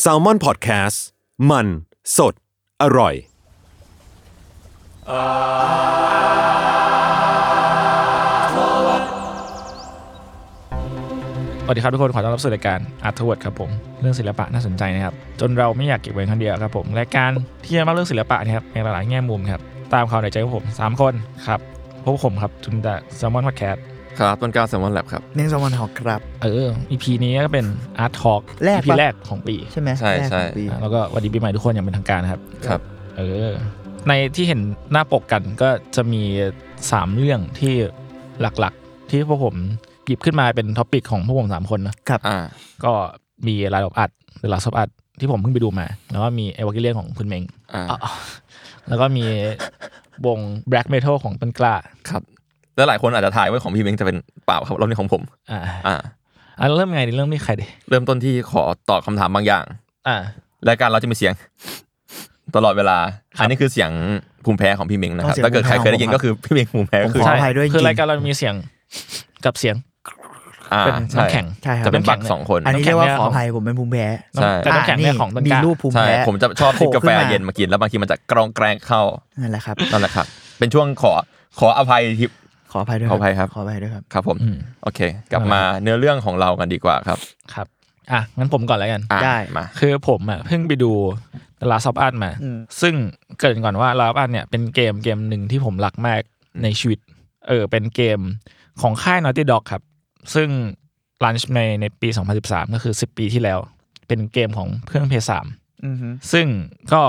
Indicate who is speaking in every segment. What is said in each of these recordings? Speaker 1: แซลมอนพอดแคสต์มันสดอร่อย
Speaker 2: สวัสดีครับทุกคนขอต้อนรับสู่รายการอาร์ทเวิร์ดครับผมเรื่องศิลปะน่าสนใจนะครับ จนเราไม่อยากเก็บไว้คนเดียวครับผมรายการที่จะมาเรื่องศิลปะเนะครับในหลายๆแง่มุมครับตามความในใจของผม 3 คนครับพบกับผมครับจุนดะแซลมอนพอดแคสต์
Speaker 3: ครับต้นกล้าแซลมอนแลบครับ
Speaker 4: เนื่องจากวันหอกครับ
Speaker 2: เออ EP นี้ก็เป็นอาร์ททอล์ก
Speaker 4: แรก
Speaker 2: EP
Speaker 4: ปะ
Speaker 2: แรกของปี
Speaker 4: ใช่ไหม
Speaker 3: ใช่ใช่
Speaker 4: แรกของปี
Speaker 2: อ่ะแล้วก็วันดีปีใหม่ทุกคนอย่างเป็นทางการนะครับ
Speaker 3: ครับ
Speaker 2: เออ ในที่เห็นหน้าปกกันก็จะมี 3 เรื่องที่หลักๆ ที่พวกผมหยิบขึ้นมาเป็นท็อปิกของพวกผมสามคนนะ
Speaker 3: อ่า
Speaker 2: ก็มีลายดอกอัดหรือลาซอบอัดที่ผมเพิ่งไปดูมา แล้วก็มีเอวากิเลียนของคุณเมง
Speaker 3: อ่า
Speaker 2: อ่ะแล้วก็มีวง Black Metal ของต้นกล้า
Speaker 3: ครับ แล้วหลายคนอาจจะถ่ายว่าของพี่เม้งจะเป็นเปล่าครับรอบนี้ของผม
Speaker 2: อ่า
Speaker 3: อ่า
Speaker 2: อ่ะเริ่มไงดีเริ่มที่ใครดี
Speaker 3: เริ่มต้นที่ขอตอบคำถามบางอย่าง
Speaker 2: อ่าร
Speaker 3: ายการเราจะมีเสียง ตลอดเวลา อันนี้คือเสียงภูมิแพ้ของพี่เม้งนะครับ ถ้าเกิดใครเคยได้ยินก็คือพี่เม้งภูมิแพ้ก็คือ
Speaker 4: ขออภัยด้วยจริง
Speaker 2: คือรายการเรามีเสียงกับเสียง
Speaker 3: อ่า
Speaker 2: เป็น
Speaker 3: ใช่
Speaker 2: น้ำแข็ง
Speaker 4: ใช่ครั
Speaker 3: จะ
Speaker 4: บ
Speaker 3: เป็นบัก
Speaker 2: น้ำแข็ง
Speaker 3: สองคน
Speaker 4: อันนี้
Speaker 2: น้ำแข็
Speaker 4: เรี
Speaker 2: ง
Speaker 4: ยกว่า
Speaker 2: เนี่ย
Speaker 4: ขอ
Speaker 2: ของ
Speaker 4: อภัยผมเป็นภูมิแพ้
Speaker 3: ใช่
Speaker 2: แต่น้ำแข็งเนี่ยของต้น
Speaker 4: มี
Speaker 2: กล้า
Speaker 4: รูปภูมิ
Speaker 3: ใช่
Speaker 4: แพ้
Speaker 3: ผมจะชอบ
Speaker 4: โผ
Speaker 3: จิบกา
Speaker 4: ล่
Speaker 3: แฟ
Speaker 4: ขึ้
Speaker 3: เย็นมากินแล้วบางทีมันจะกรองแกรงเข้า
Speaker 4: นั่นแหละครับ
Speaker 3: นั่นแหละครับ เป็นช่วงขอขออภัยทิป
Speaker 4: ขออภัยด้วย
Speaker 3: ขออภัยครับ
Speaker 4: ขออภัยด้วยครับ
Speaker 3: ครับผม
Speaker 2: อืม
Speaker 3: โอเค กลับมาเนื้อเรื่องของเรากันดีกว่าครับ
Speaker 2: ครับอ่ะงั้นผมก่อนแล้วกัน
Speaker 3: อ่ะ
Speaker 4: ได้
Speaker 3: มา
Speaker 2: คือผมอ่ะเพิ่งไปดูลาซอบอัดมา
Speaker 4: อืม
Speaker 2: ซึ่งเกริดก่อนว่าลาซอบอัดเนี่ยเป็นเกมเกมหนึ่งที่ผมรักมากในชีวิต เออเป็นเกมของค่าย Naughty Dog ครับ ซึ่งลันช์ในในปี 2013 ก็คือ 10 ปีที่แล้ว เป็นเกมของเครื่องเพย์สาม
Speaker 4: อือฮึ
Speaker 2: ซึ่งก็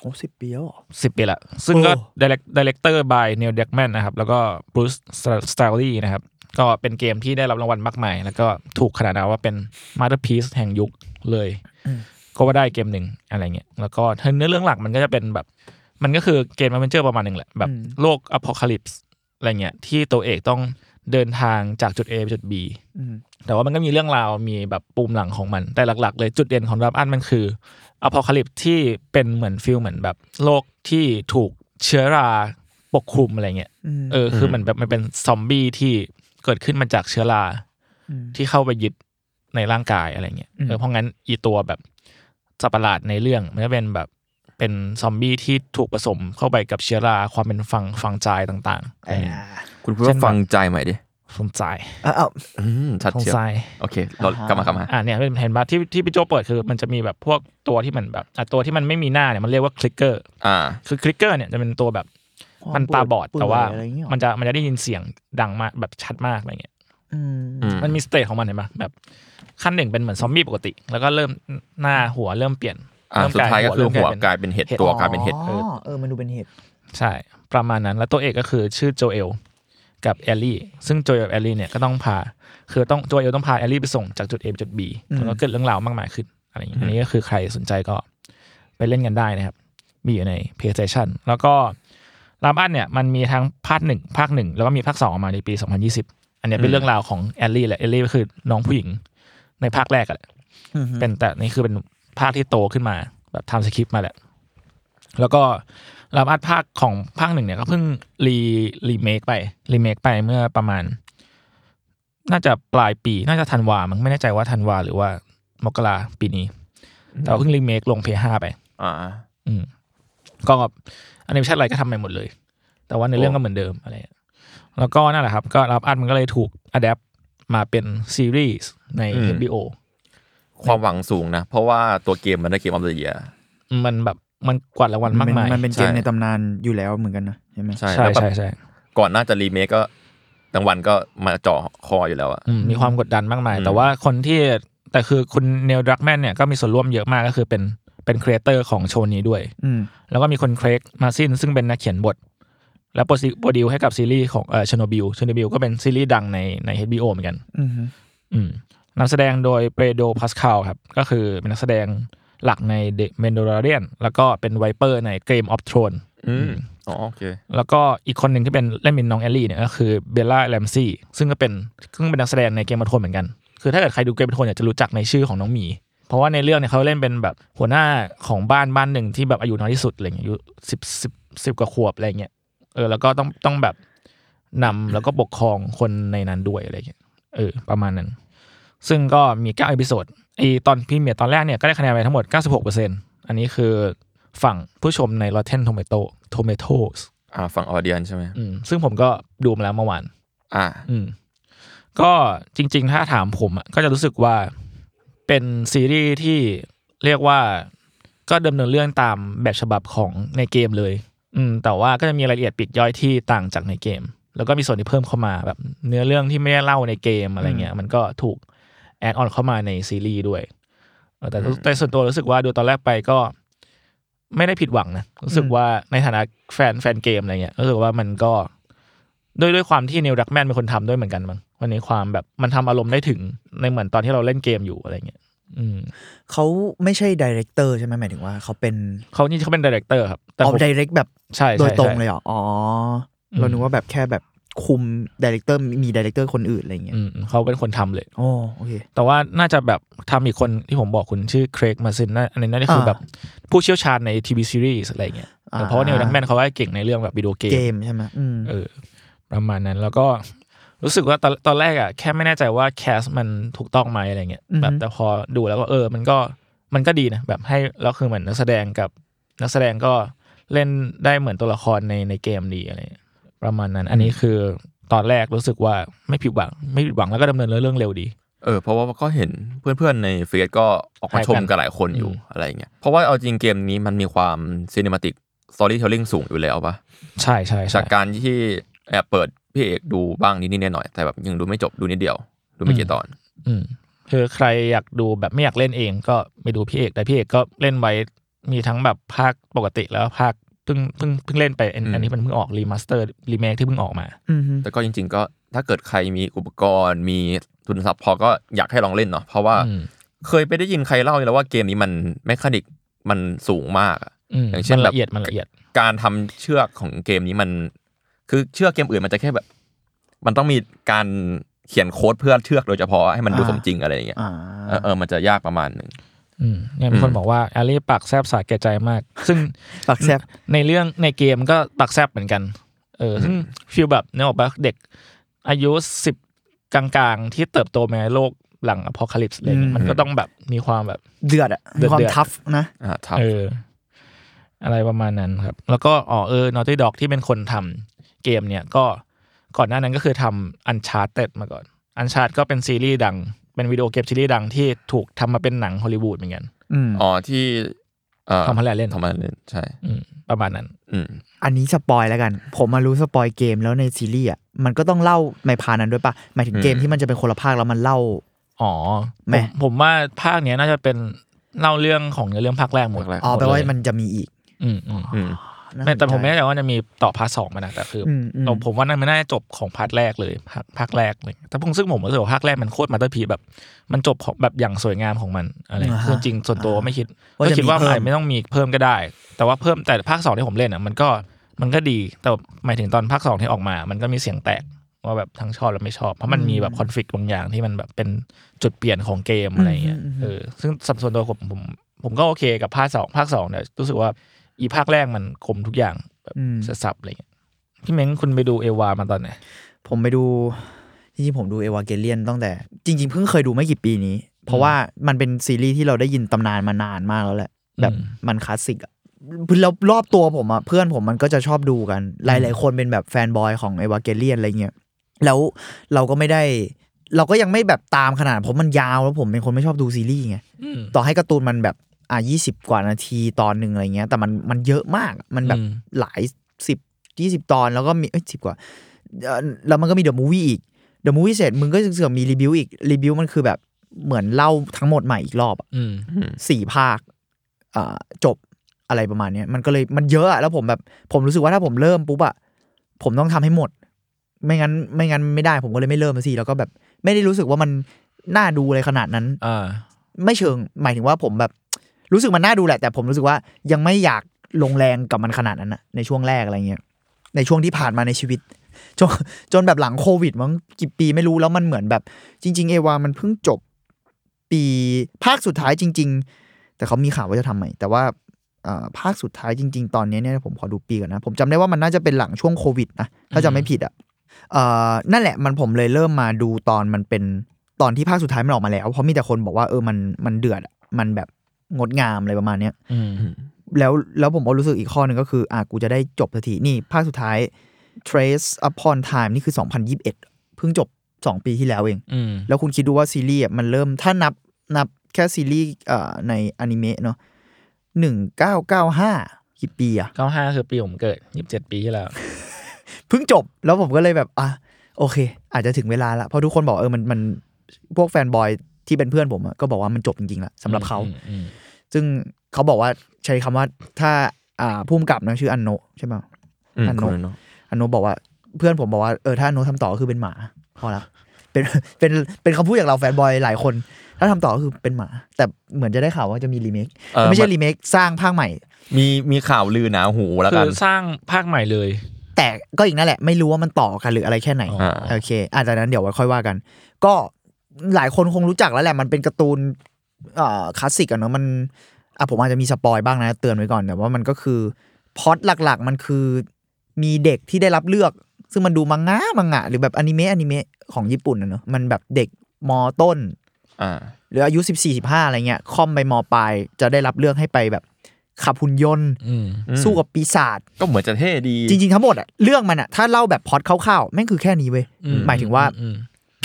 Speaker 4: โอ้สิบปีแล้วเหรอ
Speaker 2: 10 ปีละ ซึ่งก็
Speaker 4: โอ้
Speaker 2: ดีเลกเตอร์ by Neil Druckmann นะครับ แล้วก็ Bruce Sterling นะครับ ก็เป็นเกมที่ได้รับรางวัลมากมาย แล้วก็ถูกขนาดนามว่าเป็น masterpiece แห่งยุคเลย ก็ว่าได้เกมหนึ่งอะไรเงี้ย แล้วก็เนื้อเรื่องหลักมันก็จะเป็นแบบ มันก็คือเกมมันเจอร์ประมาณหนึ่งแหละ แบบโลกอพอลิ p ส์อะไรเงี้ย ที่ตัวเอกต้องเดินทางจากจุด A ไปจุด B
Speaker 4: อืม
Speaker 2: แต่ว่ามันก็มีเรื่องราวมีแบบปูมหลังของมัน แต่หลัก ๆ เลยจุดเด่นของดับอันมันคืออพอลิปที่เป็นเหมือนฟิลเหมือนแบบโลกที่ถูกเชื้อราปกคลุมอะไรเงี้ย
Speaker 4: อืม
Speaker 2: เออคือเหมือนแบบมันเป็นซอมบี้ที่เกิดขึ้นมาจากเชื้อรา
Speaker 4: อืม
Speaker 2: ที่เข้าไปยึดในร่างกายอะไรเงี้ย
Speaker 4: อืม
Speaker 2: เออเพราะงั้นอีตัวแบบสัตว์ประหลาดในเรื่องมันก็เป็นแบบเป็นซอมบี้ที่ถูกผสมเข้าไปกับเชื้อราความเป็นฟังฟังใจายต่างๆอะไรเงี้ย
Speaker 3: คุณพูด
Speaker 2: เช่น
Speaker 3: ว่า
Speaker 2: แบบ
Speaker 3: ฟังใจใหม่ดิ
Speaker 2: ฟังใจาย
Speaker 4: เอ้าเอ้า
Speaker 3: อืมชัด
Speaker 2: ฟัง
Speaker 3: เชียว
Speaker 2: ใจาย
Speaker 3: โอเคเรากลับมากลับมา
Speaker 2: อ่าเนี่ยเป็นเห็นปะที่ที่พี่โจเปิดคือมันจะมีแบบพวกตัวที่เหมือนแบบอ่ะตัวที่มันไม่มีหน้าเนี่ยมันเรียกว่าคลิกเกอร์
Speaker 3: อ่า
Speaker 2: คือคลิกเกอร์เนี่ยจะเป็นตัวแบบ
Speaker 4: ความ
Speaker 2: มันตาบอด
Speaker 4: เปื่อย
Speaker 2: แต่ว่า
Speaker 4: อะไรอย่างเงี้ยหรอ
Speaker 2: มันจะมันจะได้ยินเสียงดังมากแบบชัดมากอะไรเงี้ย
Speaker 4: อืม
Speaker 3: อืม
Speaker 2: มันมีสเตจของมันเห็นปะแบบขั้นหนึ่งเป็นเหมือนซอมบี้ปกติ แล้วก็เริ่มหน้าหัวเริ่มเปลี่ยน
Speaker 3: อ่า
Speaker 2: เริ่ม
Speaker 3: สุดท้ายก็คือ
Speaker 2: เริ่ม
Speaker 3: หัว
Speaker 2: เป็น
Speaker 3: กลายเป็นเห็ด
Speaker 2: เห็ด
Speaker 3: ตัวกลายเป็นเห็ด
Speaker 4: อ๋อเออมันดูเป็นเห็ด
Speaker 2: ใช่ประมาณนั้นแล้วตัวเอกก็คือชื่อโจเอลกับแอลลี่ซึ่งโจเอลกับแอลลี่เนี่ยก็ต้องพาคือต้องโจเอลต้องพาแอลลี่ไปส่งจากจุด A ไปจุด B แล้วก็เกิดเรื่องราวมากมายขึ้นอะไรอย่างนี้อันนี้ก็คือใครสนใจก็ไปเล่นกันได้นะครับ มีอยู่ใน PlayStation แล้วก็ลามอันเนี่ยมันมีทั้งภาคหนึ่งภาคหนึ่งแล้วก็มีภาคสองออกมาในปี 2020 อันเนี้ยเป็นเรื่องราวของแอลลี่แหละแอลลี่ก็คือน้องผู้หญิงในภาคแรกอะแหละ เป็นแต่นี่คือเป็นภาคที่โตขึ้นมาแบบทำสคริปต์มาแหละ แล้วก็ลำอัดภาคของภาคหนึ่งเนี่ยก็เพิ่งรีรีเมคไปรีเมคไปเมื่อประมาณ น่าจะปลายปีน่าจะธันวามั้งไม่แน่ใจว่าธันวาหรือว่ามกราปีนี้ แต่ว่าเพิ่งรีเมคลงเพย์ห้าไป
Speaker 3: อ่า
Speaker 2: อืมก็อนิเมชันอะไรก็ทำใหม่หมดเลย แต่ว่าในเรื่องก็เหมือนเดิมอะไรอย่างเงี้ยแล้วก็นั่นแหละครับ ก็รับอัดมันก็เลยถูกอัดแอปมาเป็นซีรีส์ใน
Speaker 3: อืม
Speaker 2: HBO
Speaker 3: ความหวังสูงนะ เพราะว่าตัวเกมมันได้เกมออฟเดอะเยีย
Speaker 2: มันแบบมันกวาดรางวัลมากมาย
Speaker 4: มันเป็นเกม
Speaker 3: ใช่
Speaker 4: ในตำนานอยู่แล้วเหมือนกันนะใช่ไหม
Speaker 3: ใช่
Speaker 2: ใช่
Speaker 3: แล้วแบบ
Speaker 2: ใช่ใช่
Speaker 3: ก่อนหน่าจะรีเมคก็รางวัลก็มาเจาะคออยู่แล้วอะ
Speaker 2: อืมมีความกดดันมากมาย
Speaker 3: อืม
Speaker 2: แต่ว่าคนที่แต่คือคุณเนลดรักแมนเนี่ยก็มีส่วนร่วมเยอะมากก็คือเป็นเป็นครีเอเตอร์ของโชว์นี้ด้วย
Speaker 4: อืม
Speaker 2: แล้วก็มีคนเครกมาซินซึ่งเป็นนักเขียนบท และโปรดิวโปรดิวให้กับซีรีส์ของเอ่อชโนบิลชโนบิลก็เป็นซีรีส์ดังในใน HBO เหมือนกัน
Speaker 4: อืม
Speaker 2: อืมนำแสดงโดยเปโดพาสคาลครับ ก็คือเป็นนักแสดงหลักในเดเมนโดราเรียนแล้วก็เป็นไวเปอร์ในเกมออฟทรอน
Speaker 3: อืมอ๋อโอเค
Speaker 2: แล้วก็อีกคนหนึ่งที่เป็นเล่นเป็นน้องแอลลี่เนี่ยก็คือเบลล่าแลมซี่ซึ่งก็เป็นซึ่งเป็นนักแสดงในเกมออฟทรอนเหมือนกัน คือถ้าเกิดใครดูเกมออฟทรอนเนี่ยจะรู้จักในชื่อของน้องหมี เพราะว่าในเรื่องเนี่ยเขาเล่นเป็นแบบหัวหน้าของบ้านบ้านหนึ่งที่แบบอายุน้อยที่สุดอะไรเงี้ยอายุสิบสิบสิบกว่าขวบอะไรเงี้ยเออแล้วก็ต้องต้องแบบนำแล้วก็ปกครองคนในนั้นด้วยอะไรเงี้ยเออประมาณนั้น ซึ่งก็มี9เอพิโซดไอตอนพรี่เมียร์ตอนแรกเนี่ยก็ได้คะแนนไปทั้งหมด 96%อันนี้คือฝั่งผู้ชมใน Rotten Tomato Tomatoes
Speaker 3: อ่าฝั่งออเดียนใช่ไหม
Speaker 2: อืมซึ่งผมก็ดูมาแล้วเมื่อวาน
Speaker 3: อ่า
Speaker 2: อืมก็จริง ๆ ถ้าถามผมอะก็จะรู้สึกว่าเป็นซีรีส์ที่เรียกว่าก็ดำเนินเรื่องตามแบบฉบับของในเกมเลย อืม แต่ว่าก็จะมีรายละเอียดปลีกย่อยที่ต่างจากในเกม แล้วก็มีส่วนที่เพิ่มเข้ามาแบบเนื้อเรื่องที่ไม่ได้เล่าในเกมอะไรเงี้ย มันก็ถูกแอดออนเข้ามาในซีรีส์ด้วยเออแต่
Speaker 3: อืม
Speaker 2: แต่ส่วนตัวรู้สึกว่าดูตอนแรกไปก็ไม่ได้ผิดหวังนะรู้สึกว่าในฐานะแฟนแฟนเกมอะไรเงี้ยรู้สึกว่ามันก็ ด้วยด้วยความที่นิวรักแมนเป็นคนทำด้วยเหมือนกันมั้งวันนี้ความแบบมันทำอารมณ์ได้ถึงในเหมือนตอนที่เราเล่นเกมอยู่อะไรเงี้ยอืม
Speaker 4: เขาไม่ใช่ดีเรคเตอร์ใช่ไหมหมายถึงว่าเขาเป็น
Speaker 2: เขานี่เขาเป็นดีเรคเตอร์ครับแต่
Speaker 4: อ
Speaker 2: ผ
Speaker 4: อ
Speaker 2: ม
Speaker 4: ฟดีเรคแบบ
Speaker 2: ใช่
Speaker 4: โด
Speaker 2: ใช่
Speaker 4: ยตรง
Speaker 2: ใช่
Speaker 4: เลยเหรออ๋ออ
Speaker 2: ม
Speaker 4: เรานึกว่าแบบแค่แบบคุมดีเรคเตอร์มีดีเรคเตอร์คนอื่นอะไรอย่างเงี้ย
Speaker 2: อืมเขาเป็นคนทำเลย
Speaker 4: โอ้โอเค
Speaker 2: แต่ว่าน่าจะแบบทำอีกคนที่ผมบอกคุณชื่อเครกมาซินนะอันนี้น่าจะคืออาแบบผู้เชี่ยวชาญในทีวีซีรีส์อะไรเงี้ย
Speaker 4: อ่า
Speaker 2: เพราะว่านิวรักแมนเขาก็เก่งในเรื่องแบบวิดีโอเกม
Speaker 4: เกมใช่ไหมอืม
Speaker 2: เออประมาณนั้นแล้วก็รู้สึกว่าตอนตอนแรกอะแค่ไม่แน่ใจว่าแคสมันถูกต้องไหมอะไรเงี้ยแบบแต่พอดูแล้วก็เออ มันก็มันก็ดีนะแบบให้แล้วคือเหมือนนักแสดงกับนักแสดงก็เล่นได้เหมือนตัวละครในในเกมดีอะไรเงี้ยประมาณนั้น อันนี้คือตอนแรกรู้สึกว่าไม่ผิดหวัง ไม่ผิดหวังแล้วก็ดำเนินเรื่องเร็วดี
Speaker 3: เออเพราะว่าก็เห็นเพื่อนๆในเฟซก็ออกมาชมกันหลายคนอยู่
Speaker 2: อืม
Speaker 3: อะไรเงี้ยเพราะว่าเอาจริงเกมนี้มันมีความซีนิมาติกสตอรี่เทลลิ่งสูงอยู่แล้วปะ
Speaker 2: ใช่ใช่ใช่
Speaker 3: จากการที่แอบเปิดพี่เอกดูบ้างนิดๆหน่อยๆแต่แบบยังดูไม่จบดูนิดเดียว ดูไม่
Speaker 2: อื
Speaker 3: กี่
Speaker 2: ม
Speaker 3: ตอน
Speaker 2: อืมคือใครอยากดูแบบไม่อยากเล่นเองก็ไปดูพี่เอกแต่พี่เอกก็เล่นไว้มีทั้งแบบภาคปกติแล้วภาคเพิ่งเพิ่งเพิ่งเล่นไปอัน
Speaker 3: อืม
Speaker 2: อันนี้มันเพิ่งออกรีมาสเตอร์รีเมคที่เพิ่งออกมา
Speaker 4: อืมฮึ
Speaker 3: แต่ก็จริง ๆ ก็ถ้าเกิดใครมีอุปกรณ์ มีทุนทรัพย์พอก็อยากให้ลองเล่นเนาะเพราะว่า
Speaker 2: อืม
Speaker 3: เคยไปได้ยินใครเล่าอยู่แล้วว่าเกมนี้มันแมคานิกมันสูงมากอะ
Speaker 2: ม
Speaker 3: อย่างเช่น
Speaker 2: มั
Speaker 3: แบบ
Speaker 2: ละเอียดมันละเอียด
Speaker 3: การทำเชือกของเกมนี้มัน คือเชือกเกมอื่นมันจะแค่แบบ มันต้องมีการเขียนโค้ดเพื่อเชือกโดยเฉพาะให้มันดูสมจริงอะไรอย่างเงี้ย
Speaker 4: อ่า
Speaker 3: เออเออมันจะยากประมาณหนึ่ง
Speaker 2: อืมเนี่ยมีคนบอกว่าแอลลี่ปากแซบสาแก่ใจมาก ซึ่ง
Speaker 4: ปากแซบ
Speaker 2: ในเรื่องในเกมก็ปากแซบเหมือนกัน เออซึ่งฟีลแบบเนี่ยบอกว่าเด็กอายุสิบกลางๆ ที่เติบโตมาในโลกหลังอพอคาลิปส์อะไรเงี้ยมันก็ต้องแบบมีความแบบ
Speaker 4: เดือดอะมีความ
Speaker 2: เดือดๆ
Speaker 4: ทัฟนะ
Speaker 3: อ่าทับ
Speaker 2: เออ อะไรประมาณนั้นครับ แล้วก็อ๋อเออนอตตี้ด็อกที่เป็นคนทำเกมเนี่ยก็ก่อนหน้านั้นก็คือทำอันชาร์เต็ดมาก่อนอันชาร์ตก็เป็นซีรีส์ดัง เป็นวิดีโอเกมซีรีส์ดังที่ถูกทำมาเป็นหนังฮอลลีวูดเหมือนกัน
Speaker 4: อืม
Speaker 3: อ๋อที่เอ่อ
Speaker 2: ทำให้เล่น
Speaker 3: ทำให้เล่นใช่
Speaker 2: อืมประมาณนั้น
Speaker 3: อืม
Speaker 4: อันนี้สปอยแล้วกัน ผมมารู้สปอยเกมแล้วในซีรีส์อ่ะมันก็ต้องเล่าในพานั้นด้วยปะหมายถึงเกม
Speaker 3: อืม
Speaker 4: ที่มันจะเป็นคนละภาคแล้วมันเล่า
Speaker 2: อ๋อผ
Speaker 4: แห
Speaker 2: ม มผมว่าภาคเนี้ยน่าจะเป็นเล่าเรื่องของเนื้อเรื่องภาคแรกหมด
Speaker 3: ภาคแรก
Speaker 4: อ๋อแปลว่ามันจะมีอีก
Speaker 2: อืมอืม
Speaker 3: อืม
Speaker 4: น่าสนใจ
Speaker 2: ไม่แต่ผมไม่แน่ใจว่าจะมีต่อพาร์ทสองไหมนะแต่คืออ
Speaker 4: มอืม
Speaker 2: ผมผมว่านั่นมันน่าจะจบของพาร์ทแรกเลยภาคภาคแรกเลยแต่ผมซึ่งผมรู้สึกว่าภาคแรกมันโคตรมาตอร์พีแบบ มันจบของแบบอย่างสวยงามของมันอะไรคือจริงๆส่วนตัวไม่คิด
Speaker 4: ว่า
Speaker 2: ก็
Speaker 4: จะ
Speaker 2: คิดว่า
Speaker 4: มีเพิ่ม
Speaker 2: อาจไม่ต้องมีเพิ่มก็ได้ แต่ว่าเพิ่มแต่ภาคสองที่ผมเล่นอ่ะมันก็มันก็ดีแต่หมายถึงตอนภาคสองที่ออกมา มันก็มีเสียงแตกว่าแบบทั้งชอบและไม่ชอบ เพราะมันมีแบบคอนฟ lict บางอย่างที่มันแบบเป็นจุดเปลี่ยนของเกมอะไรอย่างเงี้ยเออซึ่งสำหรับส่วนตัวผมผมผมก็โอเคกับภาคสองภาคสองเนี่ยรู้สึกว่าอีภาคแรกมันคมทุกอย่างแบบ
Speaker 4: อืม
Speaker 2: เสยสับอะไรเงี้ยพี่เม้งคุณไปดูเอวามาตอนไหน
Speaker 4: ผมไปดูจริงๆผมดูเอวาเกเลียนตั้งแต่ จริง ๆ เพิ่งเคยดูไม่กี่ปีนี้ เพราะว่ามันเป็นซีรีส์ที่เราได้ยินตำนานมานานมากแล้วแหละ แบบมันคลาสสิกอะแล้วรอบตัวผมอะเพื่อนผมมันก็จะชอบดูกัน หลาย ๆ คนเป็นแบบแฟนบอยของเอวาเกเลียนอะไรเงี้ยแล้วเราก็ไม่ได้ เราก็ยังไม่แบบตามขนาดผมมันยาวแล้วผมเป็นคนไม่ชอบดูซีรีส์ไง
Speaker 2: อืม
Speaker 4: ต่อให้การ์ตูนมันแบบอ่ะยี่สิบกว่านาทีตอนหนึ่งอะไรเงี้ย แต่มันมันเยอะมากมันแบบ
Speaker 2: อืม
Speaker 4: หลายสิบยี่สิบตอนแล้วก็มีเอ้ยสิบกว่าเอ่อแล้วมันก็มีเดอะมูวี่อีกเดอะมูวี่เสร็จมึงก็เสือกมีรีวิวอีกรีวิวมันคือแบบเหมือนเล่าทั้งหมดใหม่อีกรอบอะ
Speaker 2: อืม
Speaker 4: สี่ภาคอ่าจบอะไรประมาณเนี้ยมันก็เลยมันเยอะอะแล้วผมแบบผมรู้สึกว่าถ้าผมเริ่มปุ๊บอะผมต้องทำให้หมด ไม่งั้นไม่งั้นไม่ได้ผมก็เลยไม่เริ่มมาสิแล้วก็แบบไม่ได้รู้สึกว่ามันน่าดูอะไรขนาดนั้น
Speaker 2: อ่า
Speaker 4: ไม่เชิงหมายถึงว่าผมแบบ รู้สึกมันน่าดูแหละ แต่ผมรู้สึกว่ายังไม่อยากลงแรงกับมันขนาดนั้นนะในช่วงแรกอะไรเงี้ยในช่วงที่ผ่านมาในชีวิต จนจนแบบหลังโควิดมั้งกี่ปีไม่รู้แล้วมันเหมือนแบบ จริง ๆ เอวามันเพิ่งจบ ปีภาคสุดท้ายจริง ๆ แต่เขามีข่าวว่าจะทำใหม่ แต่ว่าเอ่อภาคสุดท้ายจริง ๆ ตอนนี้เนี่ยผมขอดูปีก่อนนะ ผมจำได้ว่ามันน่าจะเป็นหลังช่วงโควิดนะถ้าจำไม่ผิดอ่ะเอ่อนั่นแหละมันผมเลยเริ่มมาดูตอนมันเป็นตอนที่ภาคสุดท้ายมันออกมาแล้ว เพราะมีแต่คนบอกว่าเออมันมันเดือดอะมันแบบงดงามอะไรประมาณเนี้ย
Speaker 2: อืม
Speaker 4: แล้วแล้วผมก็รู้สึกอีกข้อหนึ่งก็คือ อ่ะกูจะได้จบสักทีนี่ภาคสุดท้าย Trace Upon Time นี่คือ 2021 เพิ่งจบ 2 ปีที่แล้วเอง
Speaker 2: อืม
Speaker 4: แล้วคุณคิดดูว่าซีรีส์อ่ะมันเริ่มถ้านับนับแค่ซีรีส์เอ่อในอนิเมะเนาะหนึ่งเก้าเก้าห้ากี่ปีอ่ะ
Speaker 2: เก้าห้าคือปีผมเกิดยี่สิบเจ็ดปีที่แล้ว
Speaker 4: เพิ่งจบแล้วผมก็เลยแบบอ่ะโอเค อาจจะถึงเวลาละเพราะทุกคนบอกเออมันมันพวกแฟนบอยที่เป็นเพื่อนผมอะก็บอกว่ามันจบจริงๆละสำหรับเขา
Speaker 2: อืมอืม
Speaker 4: ซึ่งเขาบอกว่าใช้คำว่าถ้าอ่าพุ่มกับนะชื่ออันโนะใช่ไหม
Speaker 3: อืม
Speaker 4: อันโนะ
Speaker 3: คนนั้นเนาะ
Speaker 4: อันโนะบอกว่าเพื่อนผมบอกว่าเออถ้าอันโนะทำต่อก็คือเป็นหมาพอละเป็น เป็นเป็นคำพูดอย่างเราแฟนบอยหลายคน ถ้าทำต่อก็คือเป็นหมา แต่เหมือนจะได้ข่าวว่าจะมีรีเมค
Speaker 3: เอ่อ
Speaker 4: ไม่ใช่รีเมคสร้างภาคใหม่
Speaker 3: มีมีข่าวลือหนาหูแล้ว
Speaker 2: คื
Speaker 3: กัน
Speaker 2: อสร้างภาคใหม่เลย
Speaker 4: แต่ก็อีกนั่นแหละ ไม่รู้ว่ามันต่อกันหรืออะไรแค่ไหน
Speaker 2: อ๋อ
Speaker 4: โอเค อาจจะนั้นเดี๋ยวไว้ค่อยว่ากัน ก็หลายคนคงรู้จักแล้วแหละ มันเป็นการ์ตูนเอ่อคลาสสิกอะเนาะมันอ่ะผมอาจจะมีสปอยบ้างนะ เตือนไว้ก่อน แต่ว่ามันก็คือพล็อตหลักๆ มันคือมีเด็กที่ได้รับเลือก ซึ่งมันดูมังงะมังงะหรือแบบอนิเมะอนิเมะของญี่ปุ่นนะเนาะมันแบบเด็กมต้น
Speaker 3: อ่า
Speaker 4: หรืออายุ 14 15อะไรเงี้ยคอมไปมปลายจะได้รับเลือกให้ไปแบบขับหุ่นยนต์
Speaker 2: อืม
Speaker 3: อืม
Speaker 4: สู้กับปีศาจ
Speaker 3: ก็เหมือนจะเท่ดี
Speaker 4: จริง ๆ ทั้งหมดอะเรื่องมันอะถ้าเล่าแบบพล็อดคร่าวๆแม่งคือแค่นี้เว้ย
Speaker 2: อืม
Speaker 4: หมายถึงว่า
Speaker 2: อืม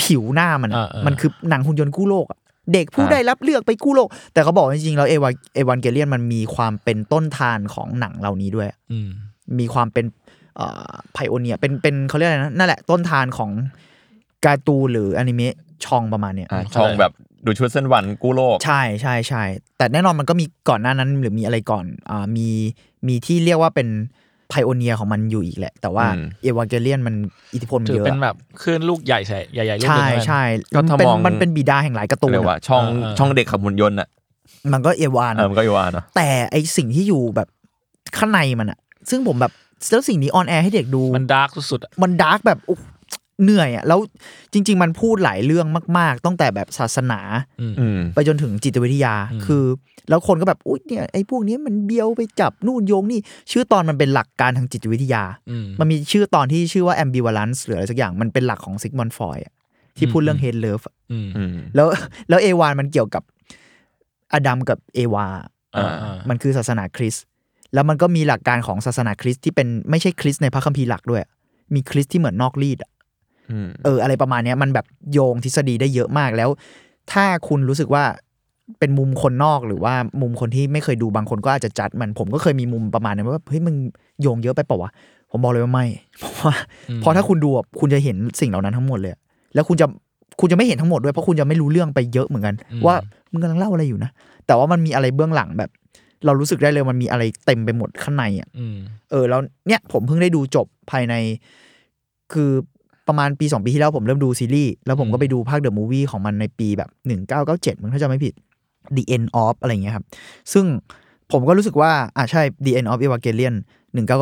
Speaker 4: ผิวหน้ามันอะ
Speaker 2: อ่าอ่ามั
Speaker 4: มันคือหนังหุ่นยนต์กู้โลกอะเด็กผู้
Speaker 3: อ่า
Speaker 4: ได้รับเลือกไปกู้โลก แต่เขาบอกว่าจริงๆแล้วเอวาเอวานเกเลียนมันมีความเป็นต้นทานของหนังเหล่านี้ด้วย
Speaker 2: อืม
Speaker 4: มีความเป็นไพโอเนียเป็นเป็นเขาเรียกอะไรนะนั่นแหละต้นทานของการ์ตูนหรืออนิเมะช่องประมาณเนี้ย
Speaker 3: อ่าช่องแบบดูชุดเส้นวันกู้โลก
Speaker 4: ใช่ใช่ใช่แต่แน่นอนมันก็มีก่อนหน้านั้นหรือมีอะไรก่อนอ่ามีมีที่เรียกว่าเป็นไพโอเนียของมันอยู่อีกแหละ แต่ว่า
Speaker 3: อืม
Speaker 4: เอวาเกเลียนมันอิทธิพลมัน
Speaker 2: ถือ
Speaker 4: เยอะ
Speaker 2: เป็นแบบคลื่นลูกใหญ่ใช่ใหญ่ๆลูกห
Speaker 4: ใช่
Speaker 2: นึ่งแล้วกัน
Speaker 4: ใช่
Speaker 3: ก็ถ้า
Speaker 4: เป็น
Speaker 3: มอง
Speaker 4: มันเป็นบิดาแห่งหลายการ์ตูน
Speaker 3: เรียกว่า
Speaker 4: อะ
Speaker 3: ช่อง
Speaker 2: อ่า
Speaker 3: ช่องเด็กขับหุ่นยนต์อ่ะ
Speaker 4: มันก็เอวานะ
Speaker 3: เออมันก็อยู่ว่าเนาะ
Speaker 4: แต่ไอสิ่งที่อยู่แบบข้างในมันอะซึ่งผมแบบแล้วสิ่งนี้ออนแอร์ให้เด็กดู
Speaker 2: มันดาร์กสุดๆอะ
Speaker 4: มันดาร์กแบบอุ๊ยเหนื่อยอะแล้วจริง ๆ มันพูดหลายเรื่องมาก ๆ ตั้งแต่แบบศาสนา
Speaker 2: อืม
Speaker 3: อืม
Speaker 4: ไปจนถึงจิตวิทยา
Speaker 2: อืม
Speaker 4: คือ แล้วคนก็แบบ อุ๊ย เนี่ยไอ้พวกนี้มันเบียวไปจับนู่นโยงนี่ ชื่อตอนมันเป็นหลักการทางจิตวิทยา
Speaker 2: อืม
Speaker 4: มันมีชื่อตอนที่ชื่อว่า ambivalence หรืออะไรสักอย่าง มันเป็นหลักของซิกมอนฟอยที่พูดเรื่อง
Speaker 2: อืม
Speaker 4: hate love อะ
Speaker 2: อืม
Speaker 3: อืม
Speaker 4: แล้วแล้วเอวานมันเกี่ยวกับอดัมกับเอวา
Speaker 2: อ่า
Speaker 4: มันคือศาสนาคริสต์แล้วมันก็มีหลักการของศาสนาคริสต์ที่เป็นไม่ใช่คริสต์ในพระคัมภีร์หลักด้วย มีคริสต์ที่เหมือนนอกรีดอะ
Speaker 3: อืม
Speaker 4: เอออะไรประมาณเนี้ยมันแบบโยงทฤษฎีได้เยอะมากแล้ว ถ้าคุณรู้สึกว่าเป็นมุมคนนอกหรือว่ามุมคนที่ไม่เคยดูบางคนก็อาจจะจัดมันผมก็เคยมีมุมประมาณนั้นว่าเฮ้ยมึงโยงเยอะไปเปล่าวะผมบอกเลยว่าไม่เพราะว่าเพราะถ้าคุณดูอะคุณจะเห็นสิ่งเหล่านั้นทั้งหมดเลยอะแล้วคุณจะคุณจะไม่เห็นทั้งหมดด้วยเพราะคุณจะไม่รู้เรื่องไปเยอะเหมือนกัน ว่ามึงกำลังเล่าอะไรอยู่นะแต่ว่ามันมีอะไรเบื้องหลังแบบ เรารู้สึกได้เลยมันมีอะไรเต็มไปหมดข้างในอ่ะ
Speaker 2: อืม
Speaker 4: เออแล้วเนี่ยผมเพิ่งได้ดูจบภายใน คือประมาณปี 2 ปีที่แล้วผมเริ่มดูซีรีส์ แล้วผมก็ไปดูภาคเดอะมูวี่ของมันในปีแบบ 1997มึงถ้าจำไม่ผิด The End of อะไรอย่างเงี้ยครับ ซึ่งผมก็รู้สึกว่า อ่ะใช่ The End of Evangelion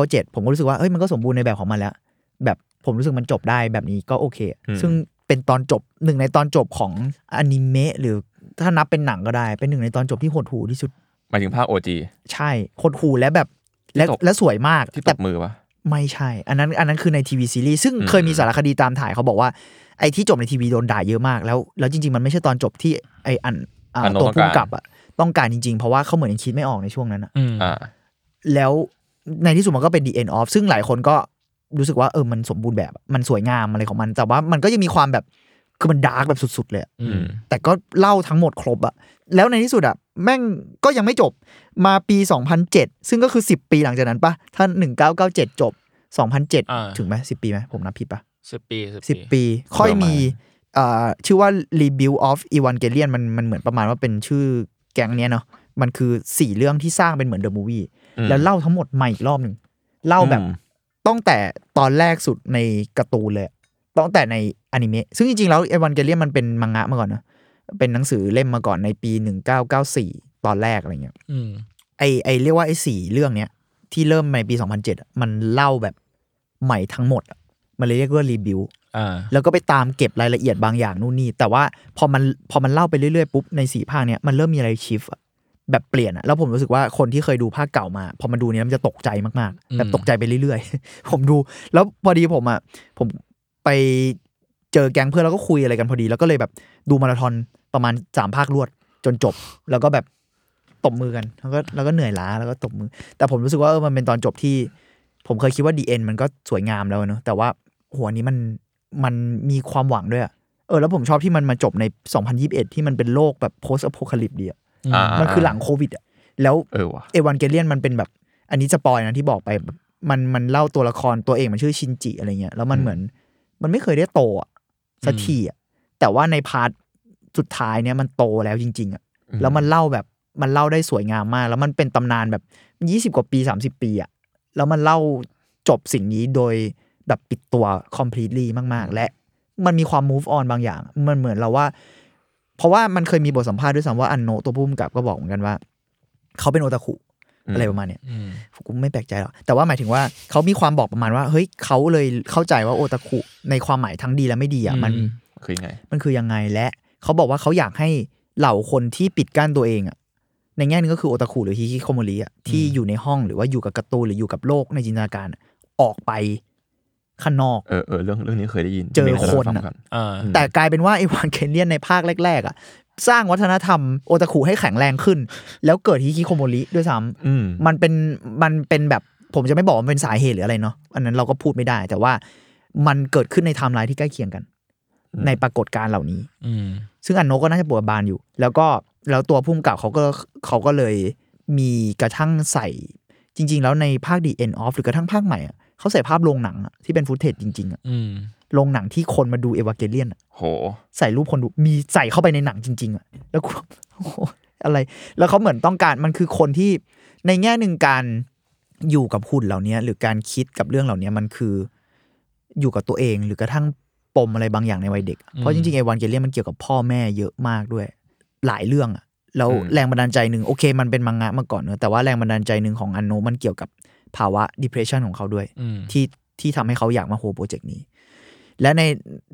Speaker 4: 1997 ผมก็รู้สึกว่าเอ้ยมันก็สมบูรณ์ในแบบของมันแล้ว แบบผมรู้สึกมันจบได้แบบนี้ก็โอเค
Speaker 3: อืม
Speaker 4: ซึ่งเป็นตอนจบหนึ่งในตอนจบของอนิเมะหรือถ้านับเป็นหนังก็ได้ เป็นหนึ่งในตอนจบที่หดหูที่สุด
Speaker 3: หมายถึงภาคโอจี
Speaker 4: ใช่หดหูและแบบและ
Speaker 3: ที่ตบ
Speaker 4: และสวยมาก
Speaker 3: ที่ต
Speaker 4: แต่
Speaker 3: บมือปะ
Speaker 4: ไม่ใช่ อันนั้นอันนั้นคือในทีวีซีรีส์ซึ่ง
Speaker 3: อืม
Speaker 4: เคยมีสารคดีตามถ่ายเขาบอกว่าไอ้ที่จบในทีวีโดนด่าเยอะมากแล้ว แล้วจริง ๆ มันไม่ใช่ตอนจบที่ไอ้อันอ่าตัวผู้กำกับอะต้องการจริง ๆ เพราะว่าเขาเหมือนยังคิดไม่ออกในช่วงนั้นอะ
Speaker 2: อืม
Speaker 3: อ่า
Speaker 4: แล้วในที่สุดมันก็เป็น the end of ซึ่งหลายคนก็รู้สึกว่าเออมันสมบูรณ์แบบอะมันสวยงามอะไรของมัน แต่ว่ามันก็ยังมีความแบบ คือมันดาร์กแบบสุด ๆ เลยอะ
Speaker 2: อืม
Speaker 4: แต่ก็เล่าทั้งหมดครบอะแล้วในที่สุดอะแม่งก็ยังไม่จบมาปี 2007 ซึ่งก็คือ 10 ปีหลังจากนั้นปะถ้า 1997 จบ
Speaker 2: อ่า
Speaker 4: 2007 ถึงไหม10 ปีไหมผมนับผิดปะ
Speaker 2: สิบปี
Speaker 4: สิบปี ค่อยมีเอ่อชื่อว่า Rebuild of Evangelion มันมันเหมือนประมาณว่าเป็นชื่อแก๊งเนี้ยเนาะมันคือสี่เรื่องที่สร้างเป็นเหมือนเดอะมูวี่
Speaker 3: อืม
Speaker 4: แล้วเล่าทั้งหมดใหม่อีกรอบหนึ่งเล่าแบบ
Speaker 3: อืม
Speaker 4: ตั้งแต่ตอนแรกสุดในการ์ตูนเลยตั้งแต่ในอนิเมะซึ่งจริงๆ แล้วเอวานเกเลียนมันเป็นมังงะมาก่อนนะเป็นหนังสือเล่มมาก่อนในปี 1994 ตอนแรกอะไรเงี้ย
Speaker 2: อืม
Speaker 4: ไอไอเรียกว่าไอสี่เรื่องเนี้ยที่เริ่มในปี 2007อะมันเล่าแบบใหม่ทั้งหมดอะมันเลยเรียกว่ารีบิว
Speaker 2: อ่า
Speaker 4: แล้วก็ไปตามเก็บรายละเอียดบางอย่างนู่นนี่ แต่ว่าพอมันพอมันเล่าไปเรื่อยๆปุ๊บในสี่ภาคเนี้ยมันเริ่มมีอะไรชิฟต์อะแบบเปลี่ยนอะแล้วผมรู้สึกว่าคนที่เคยดูภาคเก่ามา พอมาดูเนี้ยมันจะตกใจมาก
Speaker 2: อืม
Speaker 4: ๆ แบบตกใจไปเรื่อยๆ ผมดู แล้วพอดีผมอะผมไปเจอแก๊งเพื่อนแล้วก็คุยอะไรกันพอดี แล้วก็เลยแบบดูมาราธอนประมาณสามภาครวด จนจบ แล้วก็แบบตบมือกัน แล้วก็แล้วก็เหนื่อยล้าแล้วก็ตบมือ แต่ผมรู้สึกว่าเออมันเป็นตอนจบที่ ผมเคยคิดว่าดีเอ็นมันก็สวยงามแล้วเนอะแต่ว่าหัวนี้มันมันมีความหวังด้วยอะเออแล้วผมชอบที่มันมาจบใน 2021 ที่มันเป็นโลกแบบ post apocalypse ดีอะ
Speaker 2: อืม
Speaker 3: อ่า
Speaker 4: มันคือหลังโควิดอะแล้ว
Speaker 3: เออว่ะ
Speaker 4: เอวานเกเลียนมันเป็นแบบ อันนี้สปอยนะที่บอกไปแบบมันมันเล่าตัวละครตัวเองมันชื่อชินจิอะไรเงี้ยแล้วมันเหมือนมันไม่เคยได้โตอะสักทีอะแต่ว่าในพาร์ทสุดท้ายเนี่ยมันโตแล้วจริงๆอะ แล้วมันเล่าแบบมันเล่าได้สวยงามมาก แล้วมันเป็นตำนานแบบยี่สิบกว่าปีสามสิบปีอะแล้วมันเล่าจบสิ่งนี้โดยแบบปิดตัว completely มาก ๆ และมันมีความ move on บางอย่าง มันเหมือนเราว่า เพราะว่ามันเคยมีบทสัมภาษณ์ด้วยซ้ำว่าอันโนะตัวพุ่มกับก็บอกเหมือนกันว่า เขาเป็นโอตาคุอะไรประมาณเนี้ย
Speaker 2: อืม
Speaker 4: ผมก็ไม่แปลกใจหรอก แต่ว่าหมายถึงว่าเขามีความบอกประมาณว่า เฮ้ยเขาเลยเข้าใจว่าโอตาคุในความหมายทั้งดีและไม่ดีอะมัน
Speaker 2: อืม
Speaker 3: คือยังไง
Speaker 4: มันคือยังไงและเขาบอกว่าเขาอยากให้เหล่าคนที่ปิดกั้นตัวเองอะในแง่หนึงก็คือโอตาคุหรือฮิคิโคโมริอะที่อยู่ในห้องหรือว่าอยู่กับการ์ตูนหรืออยู่กับโลกในจินตนาการอะออกไปข้างนอก
Speaker 3: เออเออเรื่องเรื่องนี้เคยได้ยิน
Speaker 4: เจอ
Speaker 3: มีล่าให้ฟัง
Speaker 4: คนอะ
Speaker 3: กั
Speaker 2: อ่า
Speaker 4: แต่กลายเป็นว่าไอวานเคนเนียนในภาคแรก ๆอะสร้างวัฒนธรรมโอตาคุให้แข็งแรงขึ้น แล้วเกิดฮิคิโคโมริด้วยซ้ำ
Speaker 3: อืม
Speaker 4: มันเป็นมันเป็นแบบผมจะไม่บอกว่ามันเป็นสาเหตุหรืออะไรเนาะอันนั้นเราก็พูดไม่ได้ แต่ว่ามันเกิดขึ้นในไทม์ไลน์ที่ใกล้เคียงกัน
Speaker 3: อืม
Speaker 4: ในปรากฏการณ์เหล่านี้
Speaker 2: อืม
Speaker 4: ซึ่งอันโนก็น่าจะปวดบานอยู่ แล้วก็แล้วตัวพุ่มกับเขาก็เขาก็เลยมีกระทั่งใส่จริง ๆ แล้วในภาค The End of หรือกระทั่งภาคใหม่อะเขาใส่ภาพโรงหนังอะที่เป็นฟุตเทจจริงๆอะ
Speaker 2: อืม
Speaker 4: โรงหนังที่คนมาดูเอวาเกเลียน
Speaker 3: โห
Speaker 4: ใส่รูปคนดูมีใส่เข้าไปในหนังจริง ๆอะแล้วกู โอ้โหอะไร แล้วเขาเหมือนต้องการมันคือคนที่ในแง่หนึ่งการอยู่กับหุ่นเหล่านี้หรือการคิดกับเรื่องเหล่านี้มันคืออยู่กับตัวเองหรือกระทั่งปมอะไรบางอย่างในวัยเด็กอะเพราะจริงๆไอวันเกเลียนมันเกี่ยวกับพ่อแม่เยอะมากด้วย หลายเรื่องอะแล้ว
Speaker 3: อืม
Speaker 4: แรงบันดาลใจหนึ่งโอเค มันเป็นมังงะมาก่อนเนอะแต่ว่าแรงบันดาลใจหนึ่งของอันโนะมันเกี่ยวกับภาวะ depression ของเขาด้วย
Speaker 2: อืม
Speaker 4: ที่ที่ทำให้เขาอยากมาโฮโปรเจกต์นี้ และใน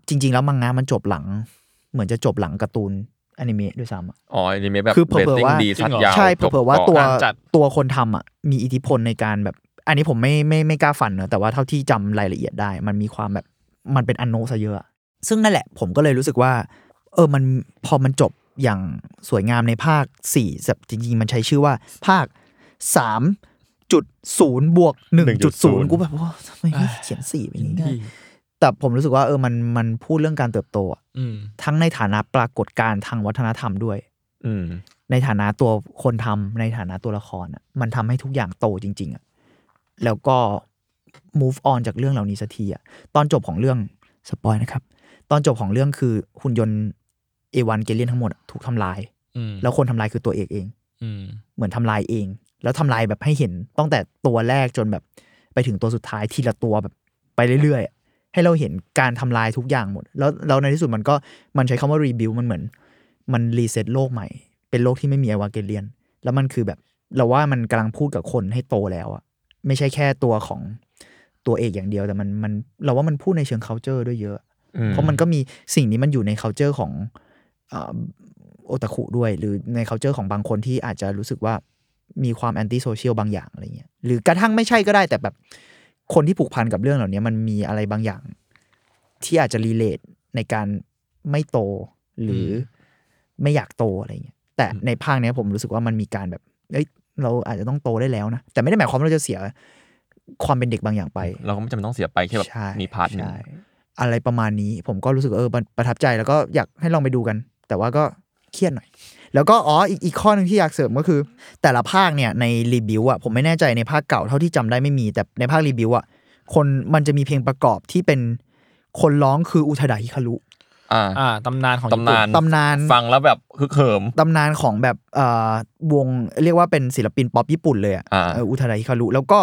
Speaker 4: จริง ๆ แล้วมังงะมันจบหลัง เหมือนจะจบหลังการ์ตูนอนิเมะด้วยซ้ำอะ
Speaker 3: อ๋ออันนี้แบบ
Speaker 4: คือเผลอๆ
Speaker 3: รตติ้ง
Speaker 4: ว่า
Speaker 3: ดี
Speaker 2: จริ
Speaker 3: สั
Speaker 2: ง
Speaker 3: ต
Speaker 2: เหรอ
Speaker 3: ว์ยาว
Speaker 4: ใช่
Speaker 3: จบ
Speaker 4: เผื่อๆว่าตัว
Speaker 3: ก่อน
Speaker 2: การจัด
Speaker 4: ตัวคนทำอ่ะมีอิทธิพลในการแบบ อันนี้ผมไม่ไม่ไม่กล้าฟันนะแต่ว่าเท่าที่จำรายละเอียดได้ มันมีความแบบมันเป็นอันโนซะเยอะอะซึ่งนั่นแหละ ผมก็เลยรู้สึกว่า เออมันพอมันจบอย่างสวยงามในภาค4แบบจริงๆ มันใช้ชื่อว่า ภาค 3 จุดศูนย์บวกหนึ่งจุดศูนย์กูแบบว่าทำไมไม่เขียนสี่แบบนี้ แต่ผมรู้สึกว่าเออมันมันพูดเรื่องการเติบโตอะ
Speaker 2: อืม
Speaker 4: ทั้งในฐานะปรากฏการณ์ทางวัฒนธรรมด้วย
Speaker 3: อืม
Speaker 4: ในฐานะตัวคนทำในฐานะตัวละครอะมันทำให้ทุกอย่างโตจริง ๆอะแล้วก็ move on จากเรื่องเหล่านี้สักทีอะตอนจบของเรื่องสปอยนะครับ ตอนจบของเรื่องคือหุ่นยนต์เอวันเกเลียนทั้งหมดอะถูกทำลาย
Speaker 2: อืม
Speaker 4: แล้วคนทำลายคือตัวเอกเอง
Speaker 2: อืม
Speaker 4: เหมือนทำลายเอง แล้วทำลายแบบให้เห็นตั้งแต่ตัวแรกจนแบบไปถึงตัวสุดท้ายทีละตัวแบบไปเรื่อยๆอะให้เราเห็นการทำลายทุกอย่างหมด แล้วแล้วในที่สุดมันก็มันใช้คำว่ารีบิวมันเหมือน มันรีเซ็ตโลกใหม่ เป็นโลกที่ไม่มีไอวาเกเลียน แล้วมันคือแบบ เราว่ามันกำลังพูดกับคนให้โตแล้วอะไม่ใช่แค่ตัวของตัวเอกอย่างเดียวแต่มันมันเราว่ามันพูดในเชิง culture ด้วยเยอะ
Speaker 3: อืม
Speaker 4: เพราะมันก็มีสิ่งนี้มันอยู่ใน culture ของเอ่อโอตาคุด้วย หรือใน culture ของบางคนที่อาจจะรู้สึกว่ามีความ anti social บางอย่างอะไรเงี้ยหรือกระทั่งไม่ใช่ก็ได้แต่แบบคนที่ผูกพันกับเรื่องเหล่านี้มันมีอะไรบางอย่าง ที่อาจจะ relate ในการไม่โตหรืออไม่อยากโตอะไรเงี้ยแต่ในภาคเนี้ยผมรู้สึกว่ามันมีการแบบเอ้ยเราอาจจะต้องโตได้แล้วนะ แต่ไม่ได้หมายความว่าเราจะเสียความเป็นเด็กบางอย่างไป
Speaker 3: เราก็ไม่จำเป็นต้องเสียไปแค่แบบ
Speaker 4: ใช่
Speaker 3: มีพาร์ทหนึ่ง
Speaker 4: ใช่ อะไรประมาณนี้ ผมก็รู้สึกว่าเออมันประทับใจแล้วก็อยากให้ลองไปดูกัน แต่ว่าก็เครียดหน่อย แล้วก็อ๋ออีกอีกข้อหนึ่งที่อยากเสริมก็คือ แต่ละภาคเนี่ยในรีวิวอะผมไม่แน่ใจในภาคเก่าเท่าที่จำได้ไม่มี แต่ในภาครีวิวอะคนมันจะมีเพลงประกอบที่เป็นคนร้องคืออุทาดาฮิคารุ
Speaker 3: อ่า
Speaker 2: อ่าตำนานของญี่
Speaker 3: ตำ
Speaker 2: ปุ่
Speaker 3: นาน
Speaker 4: ตำนาน
Speaker 3: ฟังแล้วแบบฮึกเหิม
Speaker 4: ตำนานของแบบเอ่อวงเรียกว่าเป็นศิลปินป๊อปญี่ปุ่นเลยอะ
Speaker 3: อ่า
Speaker 4: เอออุทาดาฮิคารุ แล้วก็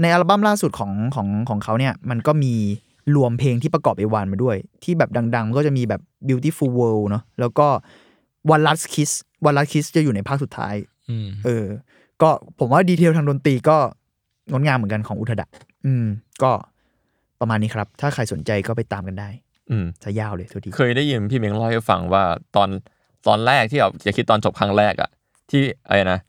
Speaker 4: ในอัลบั้มล่าสุดของของของเขาเนี่ย มันก็มีรวมเพลงที่ประกอบเอวานมาด้วย ที่แบบดังๆ ก็จะมีแบบ beautiful world เนอะแล้วก็ one last kiss one last kiss จะอยู่ในภาคสุดท้าย
Speaker 2: อืม
Speaker 4: เออ ก็ผมว่าดีเทลทางดนตรีก็งดงามเหมือนกันของอุทดะอืม ก็ประมาณนี้ครับ ถ้าใครสนใจก็ไปตามกันได้
Speaker 3: อืม
Speaker 4: จะยาวเลยโทุกที
Speaker 3: เคยได้ยินพี่เม้งเล่าให้ฟังว่าตอนตอนแรกที่แบบจะคิดตอนจบครั้งแรกอะที่อะไรนะ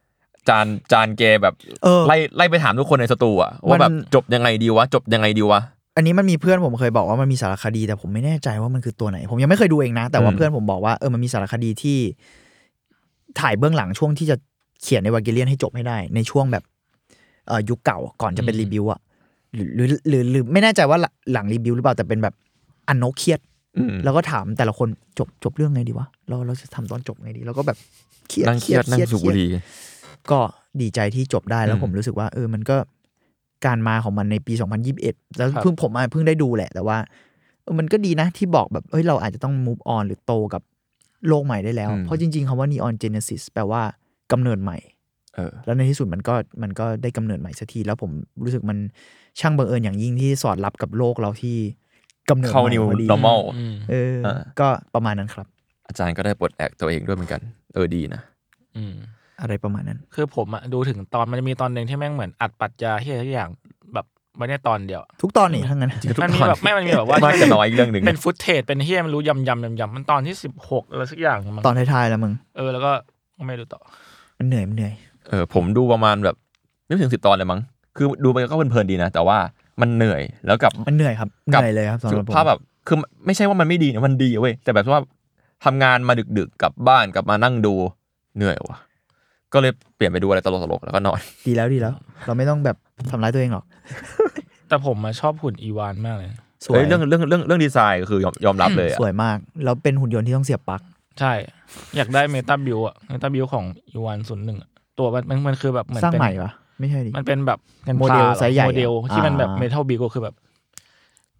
Speaker 3: จานจานเกแบบ
Speaker 4: เออ
Speaker 3: ไล่ไล่ไปถามทุกคนในสตูอะว่าแบบ
Speaker 4: มัน
Speaker 3: จบยังไงดีวะจบยังไงดีวะ
Speaker 4: อันนี้มันมีเพื่อนผมเคยบอกว่ามันมีสารคดี แต่ผมไม่แน่ใจว่ามันคือตัวไหน ผมยังไม่เคยดูเองนะ แต่ว่า
Speaker 3: อืม
Speaker 4: เพื่อนผมบอกว่าเออมันมีสารคดีที่ถ่ายเบื้องหลังช่วงที่จะเขียนในวาเกเลียนให้จบให้ได้ ในช่วงแบบเอ่อยุคเก่าก่อนจะเป็น
Speaker 2: อืม
Speaker 4: รีบิวอะหรือหรือหรือหรือไม่แน่ใจว่าหลังรีบิวหรือเปล่าแต่เป็นแบบอันโนเครียด
Speaker 3: อืม
Speaker 4: แล้วก็ถามแต่ละคนจบจบเรื่องไงดีวะ เราเราจะทำตอนจบไงดี แล้วก็แบบเครียด
Speaker 3: นั่งเครียดนั่งสูบบุห
Speaker 4: เครียด
Speaker 3: รี่
Speaker 4: ก็ดีใจที่จบได้แล้ว
Speaker 3: อืม
Speaker 4: ผมรู้สึกว่า เออมันก็การมาของมันในปี 2021 แล้ว
Speaker 2: ครับ
Speaker 4: เพิ่งผมอ่ะเพิ่งได้ดูแหละ แต่ว่าเออมันก็ดีนะที่บอกแบบเอ้ยเราอาจจะต้อง move on หรือโตกับโลกใหม่ได้แล้ว เพราะจริง ๆคำว่า neon genesis แปลว่ากำเนิดใหม่
Speaker 3: เออ
Speaker 4: แล้วในที่สุดมันก็มันก็ได้กำเนิดใหม่สักทีแล้วผมรู้สึกมันช่างบังเอิญอย่างยิ่งที่สอดรับกับโลกเราที่กำเนิดให
Speaker 3: เข้า
Speaker 4: ม่
Speaker 3: new
Speaker 4: พอดี
Speaker 3: normal
Speaker 2: อืม
Speaker 4: เออ
Speaker 3: อ่า
Speaker 4: ก็ประมาณนั้นครับ
Speaker 3: อาจารย์ก็ได้ปลดแอกตัวเองด้วยเหมือนกัน เออดีนะ
Speaker 2: อืม
Speaker 4: อะไรประมาณนั้น
Speaker 2: คือผมอะดูถึงตอนมันจะมีตอนหนึ่งที่แม่งเหมือนอัดปรัดยาที่ทุกอย่างแบบไว้ในตอนเดียว
Speaker 4: ทุกตอนนี่ทั้งนั้น
Speaker 2: มันมีแบบไม่มันมีแบบว่าม
Speaker 3: ากจะน้อยเรื่องหนึ่ง
Speaker 2: เป็นฟุตเทจเป็นเฮียไม่รู้ยำยำยำยำมันตอนที่สิบหกอะไรสักอย่างมั้ง
Speaker 4: ตอนท้ายๆแล้วมึง
Speaker 2: เออแล้วก็ไม่รู้ต่อ
Speaker 4: มันเหนื่อยมันเหนื่อย
Speaker 3: เออผมดูประมาณแบบไม่ถึงสิบตอนเลยมั้งคือดูไปก็เพลินๆดีนะ แต่ว่ามันเหนื่อยแล้วกับ
Speaker 4: มันเหนื่อยครับ เห
Speaker 3: กับ
Speaker 4: นื่อยเลยครับสำหรับผม
Speaker 3: ภาพแบบคือไม่ใช่ว่ามันไม่ดีนะมันดีเว้ยแต่แบบว่าทำงานมาดึกๆกลับบ้านกลับมานั่งดูเหนื่อยว่ะ ก็เลยเปลี่ยนไปดูอะไรตลกๆแล้วก็นอน
Speaker 4: ดีแล้วดีแล้ว เราไม่ต้องแบบทำร้ายตัวเองหรอก
Speaker 2: แต่ผมอะชอบหุ่นอีวานมากเลย
Speaker 4: สวย
Speaker 3: เอ้ยเรื่องเรื่องเรื่องเรื่องดีไซน์ก็คือยอมยอมรับเลยอะ
Speaker 4: สวยมาก แล้วเป็นหุ่นยนต์ที่ต้องเสียบปลั๊ก
Speaker 2: ใช่ อยากได้เมตาบิลอะเมตาบิลของอีวานศูนย์หนึ่งอะตัวมันมันมันคือแบบเหมือน
Speaker 4: สร้าง
Speaker 2: เป็น
Speaker 4: ใหม่ปะไม่ใช่ดิ
Speaker 2: มันเป็นแบบป็น
Speaker 4: โมเดล
Speaker 2: พาอะ
Speaker 4: ไซส์ใหญ่อะ
Speaker 2: โมเดลที่มันแบบ
Speaker 4: อ่า
Speaker 2: เมทัลบิลก็คือแบบ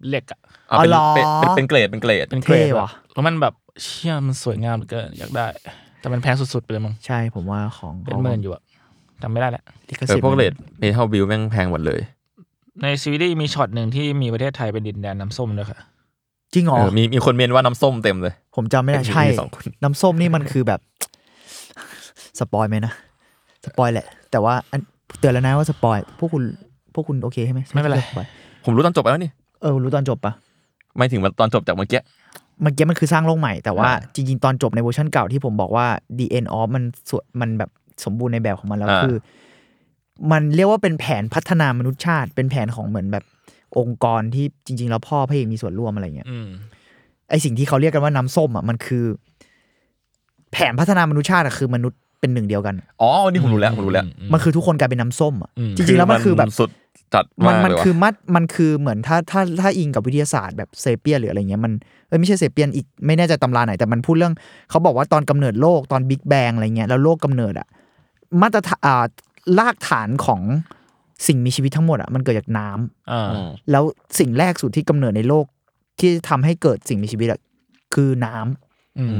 Speaker 2: เหล็กอะ
Speaker 3: อ่ะเป็น
Speaker 4: อ๋อเหรอ
Speaker 3: เป็นเป็นเป็นเกรดเป็นเกรด
Speaker 2: เป็นเกรด
Speaker 4: เท่
Speaker 2: แบ
Speaker 4: ว่ะ
Speaker 2: บแล้วมันแบบเชี่ยมันสวยงามเหลือเกินอยากได้ แต่มันแพงสุดๆไปเลยมั้ง
Speaker 4: ใช่ผมว่าของ
Speaker 2: เป็นหมื่นอยู่อะจำไม่ได้แหละ
Speaker 4: ลิข
Speaker 3: เออ
Speaker 4: สิทธิ์
Speaker 3: พวกเกรดเมทัลบิลแม่งแพงหมดเลย
Speaker 2: ในซีรีส์มีช็อตหนึ่งที่มีประเทศไทยเป็นดินแดนน้ำส้มด้วยค่ะ
Speaker 4: จริงเหรอ
Speaker 3: เออมีมีคนเมนว่าน้ำส้มเต็มเลย
Speaker 4: ผมจำไม่ได้ใช่
Speaker 3: มีสองคน
Speaker 4: น้ำส้มนี่มันคือแบบ สปอยไหมนะ สปอยแหละ แต่ว่าอันเตือนแล้วนะว่าสปอย พวกคุณพวกคุณโอเคใช่ไหม
Speaker 2: ไม่เป็นไร
Speaker 4: สปอย
Speaker 3: ผมรู้ตอนจบไปแล้วนี่
Speaker 4: เออรู้ตอนจบปะ
Speaker 3: ไม่ถึงตอนจบจากเมื่อกี้
Speaker 4: เมื่อกี้มันคือสร้างโลกใหม่แต่ว่า
Speaker 3: อ่า
Speaker 4: จริง ๆ ตอนจบในเวอร์ชันเก่าที่ผมบอกว่า the end of มันสวยมันแบบสมบูรณ์ในแบบของมันแล้ว
Speaker 3: อ่า
Speaker 4: คือ มันเรียกว่าเป็นแผนพัฒนามนุษยชาติ เป็นแผนของเหมือนแบบองค์กรที่จริง ๆ แล้วพ่อพระเอกมีส่วนร่วมอะไรเงี้ย
Speaker 2: อืม
Speaker 4: ไอสิ่งที่เขาเรียกกันว่าน้ำส้มอ่ะมันคือ แผนพัฒนามนุษยชาติอะคือมนุษย์เป็นหนึ่งเดียวกัน
Speaker 3: อ๋อนี่ผมรู้แล้วผมรู้แล้ว
Speaker 4: มันคือทุกคนกลายเป็นน้ำส้มอ่ะ
Speaker 2: อืม
Speaker 4: จริงๆแล้วมันคือแบบ
Speaker 3: สุดจัด
Speaker 4: มัน
Speaker 3: มาก
Speaker 4: มัน
Speaker 3: เลยว่ะ
Speaker 4: คือมัดมันคือเหมือนถ้าถ้าถ้าอิงกับวิทยาศาสตร์แบบเซเปียนหรืออะไรเงี้ยมันเอ้ยไม่ใช่เซเปียนอีกไม่แน่ใจตำราไหน แต่มันพูดเรื่องเขาบอกว่าตอนกำเนิดโลกตอนบิ๊กแบงอะไรเงี้ยแล้วโลกกำเนิดอะมาตรฐานอ่ารากฐานของสิ่งมีชีวิตทั้งหมดอะมันเกิดจากน้ำ
Speaker 2: อ่า
Speaker 3: อืม
Speaker 4: แล้วสิ่งแรกสุดที่กำเนิดในโลกที่ทำให้เกิดสิ่งมีชีวิตอะคือน้ำ
Speaker 2: อืม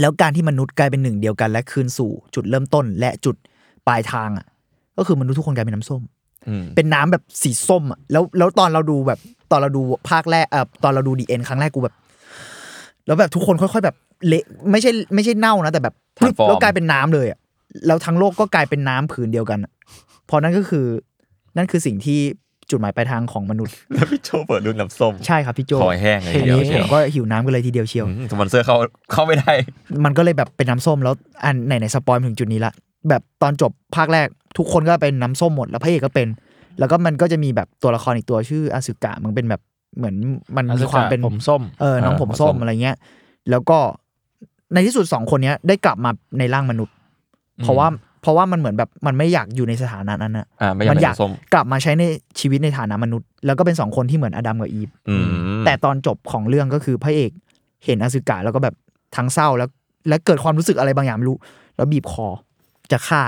Speaker 4: แล้วการที่มนุษย์กลายเป็นหนึ่งเดียวกัน และคืนสู่จุดเริ่มต้นและจุดปลายทางอะก็คือมนุษย์ทุกคนกลายเป็นน้ำส้ม
Speaker 3: อืม
Speaker 4: เป็นน้ำแบบสีส้มอ่ะแล้วแล้วตอนเราดูแบบตอนเราดูภาคแรกเอ่อตอนเราดูดีเอ็นครั้งแรกกูแบบ แล้วแบบทุกคนค่อยๆแบบเละไม่ใช่ไม่ใช่เน่านะ แต่แบบปึ๊บแล้วกลายเป็นน้ำเลยอ่ะแล้วทั้งโลกก็กลายเป็นน้ำผืนเดียวกันอะเพราะนั่นก็คือ นั่นคือสิ่งที่จุดหมายปลายทางของมนุษย์
Speaker 3: แล้วพี่โจเปิดดูน้ำส้ม
Speaker 4: ใช่ครับพี่โจ
Speaker 3: คอแห้งเลย
Speaker 4: ที
Speaker 3: เดียว
Speaker 4: นี้
Speaker 3: เชี
Speaker 4: ผ
Speaker 3: ยว
Speaker 4: มก็หิวน้ำกันเลยทีเดียวเชียว
Speaker 3: อืมสปอนเซอร์เข้าเข้าไม่ได้
Speaker 4: มันก็เลยแบบเป็นน้ำส้มแล้วอันไหนไหนสปอยล์มาถึงจุดนี้ละแบบตอนจบภาคแรก ทุกคนก็เป็นน้ำส้มหมดแล้วพระเอกก็เป็น แล้วก็มันก็จะมีแบบตัวละครอีกตัวชื่ออาสึกะมันเป็นแบบเหมือนมันมีความเป็น
Speaker 2: ผมส้ม
Speaker 4: เออน้อง
Speaker 3: เออ
Speaker 4: ผมส้ม
Speaker 3: ผมส้ม
Speaker 4: อะไรเงี้ย แล้วก็ในที่สุดสองคนเนี้ยได้กลับมาในร่างมนุษย์ เพราะว่าเพราะว่ามันเหมือนแบบมันไม่อยากอยู่ในสถานะนั้นอะ
Speaker 3: อ่าไม่อยาก
Speaker 4: มั
Speaker 3: เป็น
Speaker 4: อยาก
Speaker 3: น้ำส้ม
Speaker 4: กลับมาใช้ในชีวิตในฐานะมนุษย์ แล้วก็เป็นสองคนที่เหมือนอดัมกับอีฟ
Speaker 3: อืม ม
Speaker 4: แต่ตอนจบของเรื่องก็คือพระเอกเห็นอสุกะแล้วก็แบบทั้งเศร้าแล้ว และเกิดความรู้สึกอะไรบางอย่างไม่รู้ แล้วบีบคอจะฆ่า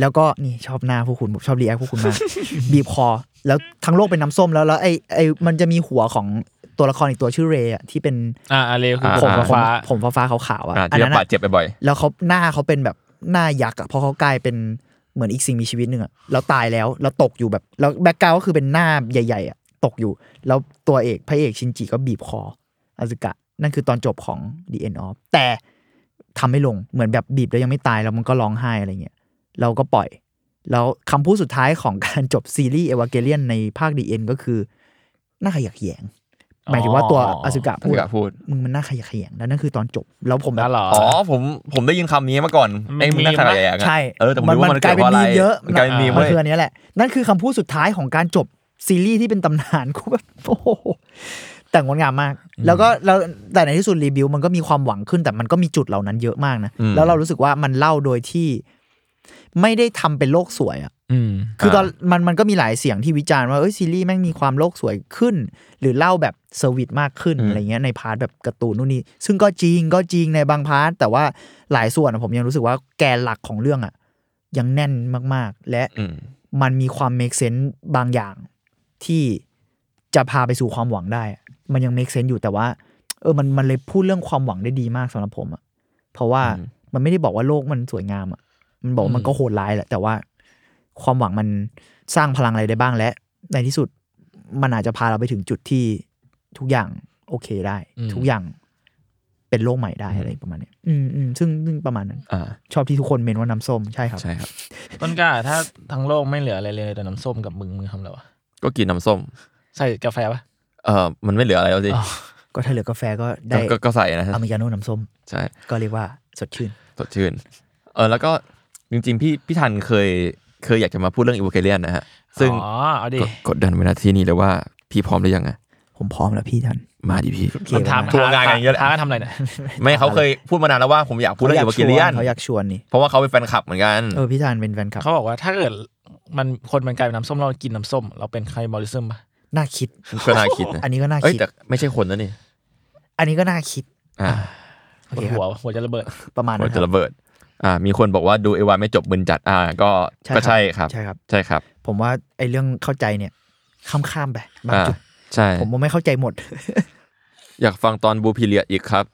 Speaker 4: แล้วก็นี่ชอบหน้าพวกคุณผมชอบรีแอคพวกคุณมาก บีบคอ แล้วทั้งโลกเป็นน้ำส้มแล้วแล้วไอ้ไอ้มันจะมีหัวของตัวละครอีกตัวชื่อเรย์อะที่เป็น
Speaker 2: อ่าอะไรคือ
Speaker 3: อ่า
Speaker 2: ผมกับฟ้า
Speaker 4: ผมฟ้าๆขาวๆอะ
Speaker 3: อ่า
Speaker 4: อัน
Speaker 3: ที่
Speaker 4: นั้น
Speaker 3: บา
Speaker 4: อะ
Speaker 3: ดเจ็บบ่อย
Speaker 4: แล้วเขาหน้าเขาเป็นแบบหน้ายักษ์อะเพราะเขากลายเป็นเหมือนอีกสิ่งมีชีวิตหนึ่งอะแล้วตายแล้วแล้วตกอยู่แบบแล้วแบ็กกราวก็คือเป็นหน้าใหญ่ๆอะตกอยู่ แล้วตัวเอกพระเอกชินจิก็บีบคออาซึกะ นั่นคือตอนจบของ The End of แต่ทำไม่ลงเหมือนแบบบีบแล้วยังไม่ตายแล้วมันก็ร้องไห้อะไรเงี้ยเราก็ปล่อย แล้วคำพูดสุดท้ายของการจบซีรีส์เอวาเกเลียนในภาคดีเอ็นก็คือหน้าขยักแขยงหมายถึงว่าตัว
Speaker 2: อ๋ออ
Speaker 4: อาซึกะ
Speaker 3: ๆ
Speaker 4: พูด
Speaker 3: พี่กะพูด
Speaker 4: มึงมันหน้าขยักแขยงแล้วนั่นคือตอนจบแล้วผมแบบ
Speaker 2: น่าหรอ
Speaker 3: อ๋อผมผมได้ยินคำนี้มาก่อน
Speaker 2: มัน
Speaker 3: ไอ้ยมึงน่า
Speaker 2: มี
Speaker 3: ข
Speaker 2: มั้ย
Speaker 3: ยายอย่างอะ
Speaker 4: ใช่
Speaker 3: เออแต่ผมรู้ว่ามัน
Speaker 4: ก
Speaker 3: เกิดเพ
Speaker 4: ลายเป็น
Speaker 3: ราะอะไร
Speaker 4: มีมเยอะ
Speaker 3: มันกลายเป็นมีม
Speaker 4: มั
Speaker 3: เว้ย
Speaker 4: คืออันนี้แหละ นั่นคือคำพูดสุดท้ายของการจบซีรีส์ที่เป็นตำน าน กูแบบโอ้โหแต่งดงามมาก แล้วก็แล้วแต่ในที่สุดรีวิวมันก็มีความหวังขึ้นแต่มันก็มีจุดเหล่านั้นเยอะมากนะ แล้วเรารู้สึกว่ามันเล่าโดยที่ไม่ได้ทำเป็นโลกสวยอะ
Speaker 2: อืม
Speaker 4: คือตอนมันมันก็มีหลายเสียงที่วิจารณ์ว่าเอ้ยซีรีส์แม่งมีความโลกสวยขึ้น หรือเล่าแบบเซอร์วิสมากขึ้นอะไรเงี้ยในพาร์ทแบบการ์ตูนนู่นนี่ซึ่งก็จริงก็จริงในบางพาร์ทแต่ว่าหลายส่วนอะผมยังรู้สึกว่าแกนหลักของเรื่องอะยังแน่นมากๆ และ
Speaker 3: อืม
Speaker 4: มันมีความเม e เซน s e บางอย่างที่จะพาไปสู่ความหวังได้อะมันยังเม e เซน s e อยู่แต่ว่า เออมันมันเลยพูดเรื่องความหวังได้ดีมากสำหรับผมอะเพราะว่ามันไม่ได้บอกว่าโลกมันสวยงามอะมันบอกว่ามันก็โหดร้ายแหละแต่ว่า ความหวังมันสร้างพลังอะไรได้บ้างและ ในที่สุดมันอาจจะพาเราไปถึงจุดที่ทุกอย่างโอเคได้
Speaker 2: อืม
Speaker 4: ทุกอย่างเป็นโลกใหม่ได้อะไรประมาณเนี้ยอืมอืมซึ่งซึ่งประมาณนั้น
Speaker 3: อ่า
Speaker 4: ชอบที่ทุกคนเมนว่าน้ำส้มใช่ครับ
Speaker 3: ใช่ครับ
Speaker 2: ต้นกล้าถ้าทั้งโลกไม่เหลืออะไรเลยแต่น้ำส้มกับมึงมึงทำอะไรวะ
Speaker 3: ก็กินน้ำส้ม
Speaker 2: ใส่กาแฟปะ
Speaker 3: เออมันไม่เหลืออะไรแล้วสิ
Speaker 2: อ๋อ
Speaker 4: ก็ถ้าเหลือกาแฟก็ได้
Speaker 3: ก็ก็ใส่นะฮะ
Speaker 4: อเมริกาโน่น้ำส้ม
Speaker 3: ใช่
Speaker 4: ก็เรียกว่าสดชื่น
Speaker 3: สดชื่นเออแล้วก็จริงๆ พี่พี่ทันเคยเคยอยากจะมาพูดเรื่องอีวเกเลียนนะฮะ ซึ่ง
Speaker 2: อ๋อเอาดิ
Speaker 3: กดกดดันไว้นะที่นี่เลยว่าพี่พร้อมหรือยังอะ
Speaker 4: ผมพร้อมแล้วพี่ทัน
Speaker 3: มาดิพี่
Speaker 4: โอเค
Speaker 2: ถาม
Speaker 4: ประมาณ
Speaker 3: ทัวร์งานกันเยอะแหละ
Speaker 2: ท้าทำอะไรเนี่ย
Speaker 3: ไม่เขาเคยพูดมานานแล้วว่าผมอยากพูดเรื่องอีวเกเลียน
Speaker 4: เขาอยากชวนนี่
Speaker 3: เพราะว่าเขาเป็นแฟนคลับเหมือนกัน
Speaker 4: เออพี่ทันเป็นแฟนคลับ
Speaker 2: เขาบอกว่าถ้าเกิดมันคนมันกลายเป็นน้ำส้มเรากินน้ำส้ม เราเป็นไคมอริซึมปะ
Speaker 4: น่าคิด
Speaker 3: ก็น่าคิดนะ
Speaker 4: อันนี้ก็น่า
Speaker 3: เอ้ย
Speaker 4: คิด
Speaker 3: แต่ไม่ใช่คนนะนี่
Speaker 4: อันนี้ก็น่าคิด
Speaker 3: อ่า
Speaker 2: ปวดหัวหัวจะระเบิด
Speaker 4: ประมาณ
Speaker 3: หั
Speaker 4: นั้
Speaker 3: วน
Speaker 4: ค
Speaker 3: จะ
Speaker 4: รับ
Speaker 3: ระเบิด อ่า มีคนบอกว่าดูเอวาไม่จบมึนจัด อ่า ก็
Speaker 4: ใช่
Speaker 3: ก็
Speaker 4: ครับ
Speaker 3: ใช่ครับ
Speaker 4: ใช่ครับ
Speaker 3: ใช่ครับ
Speaker 4: ผมว่าไอ้เรื่องเข้าใจเนี่ยข้ามข้ามๆไปบาง
Speaker 3: อ่า
Speaker 4: จุด
Speaker 3: ใช่
Speaker 4: ผมว่าไม่เข้าใจหมด
Speaker 3: อยากฟังตอนบูพิเลียอีกครับ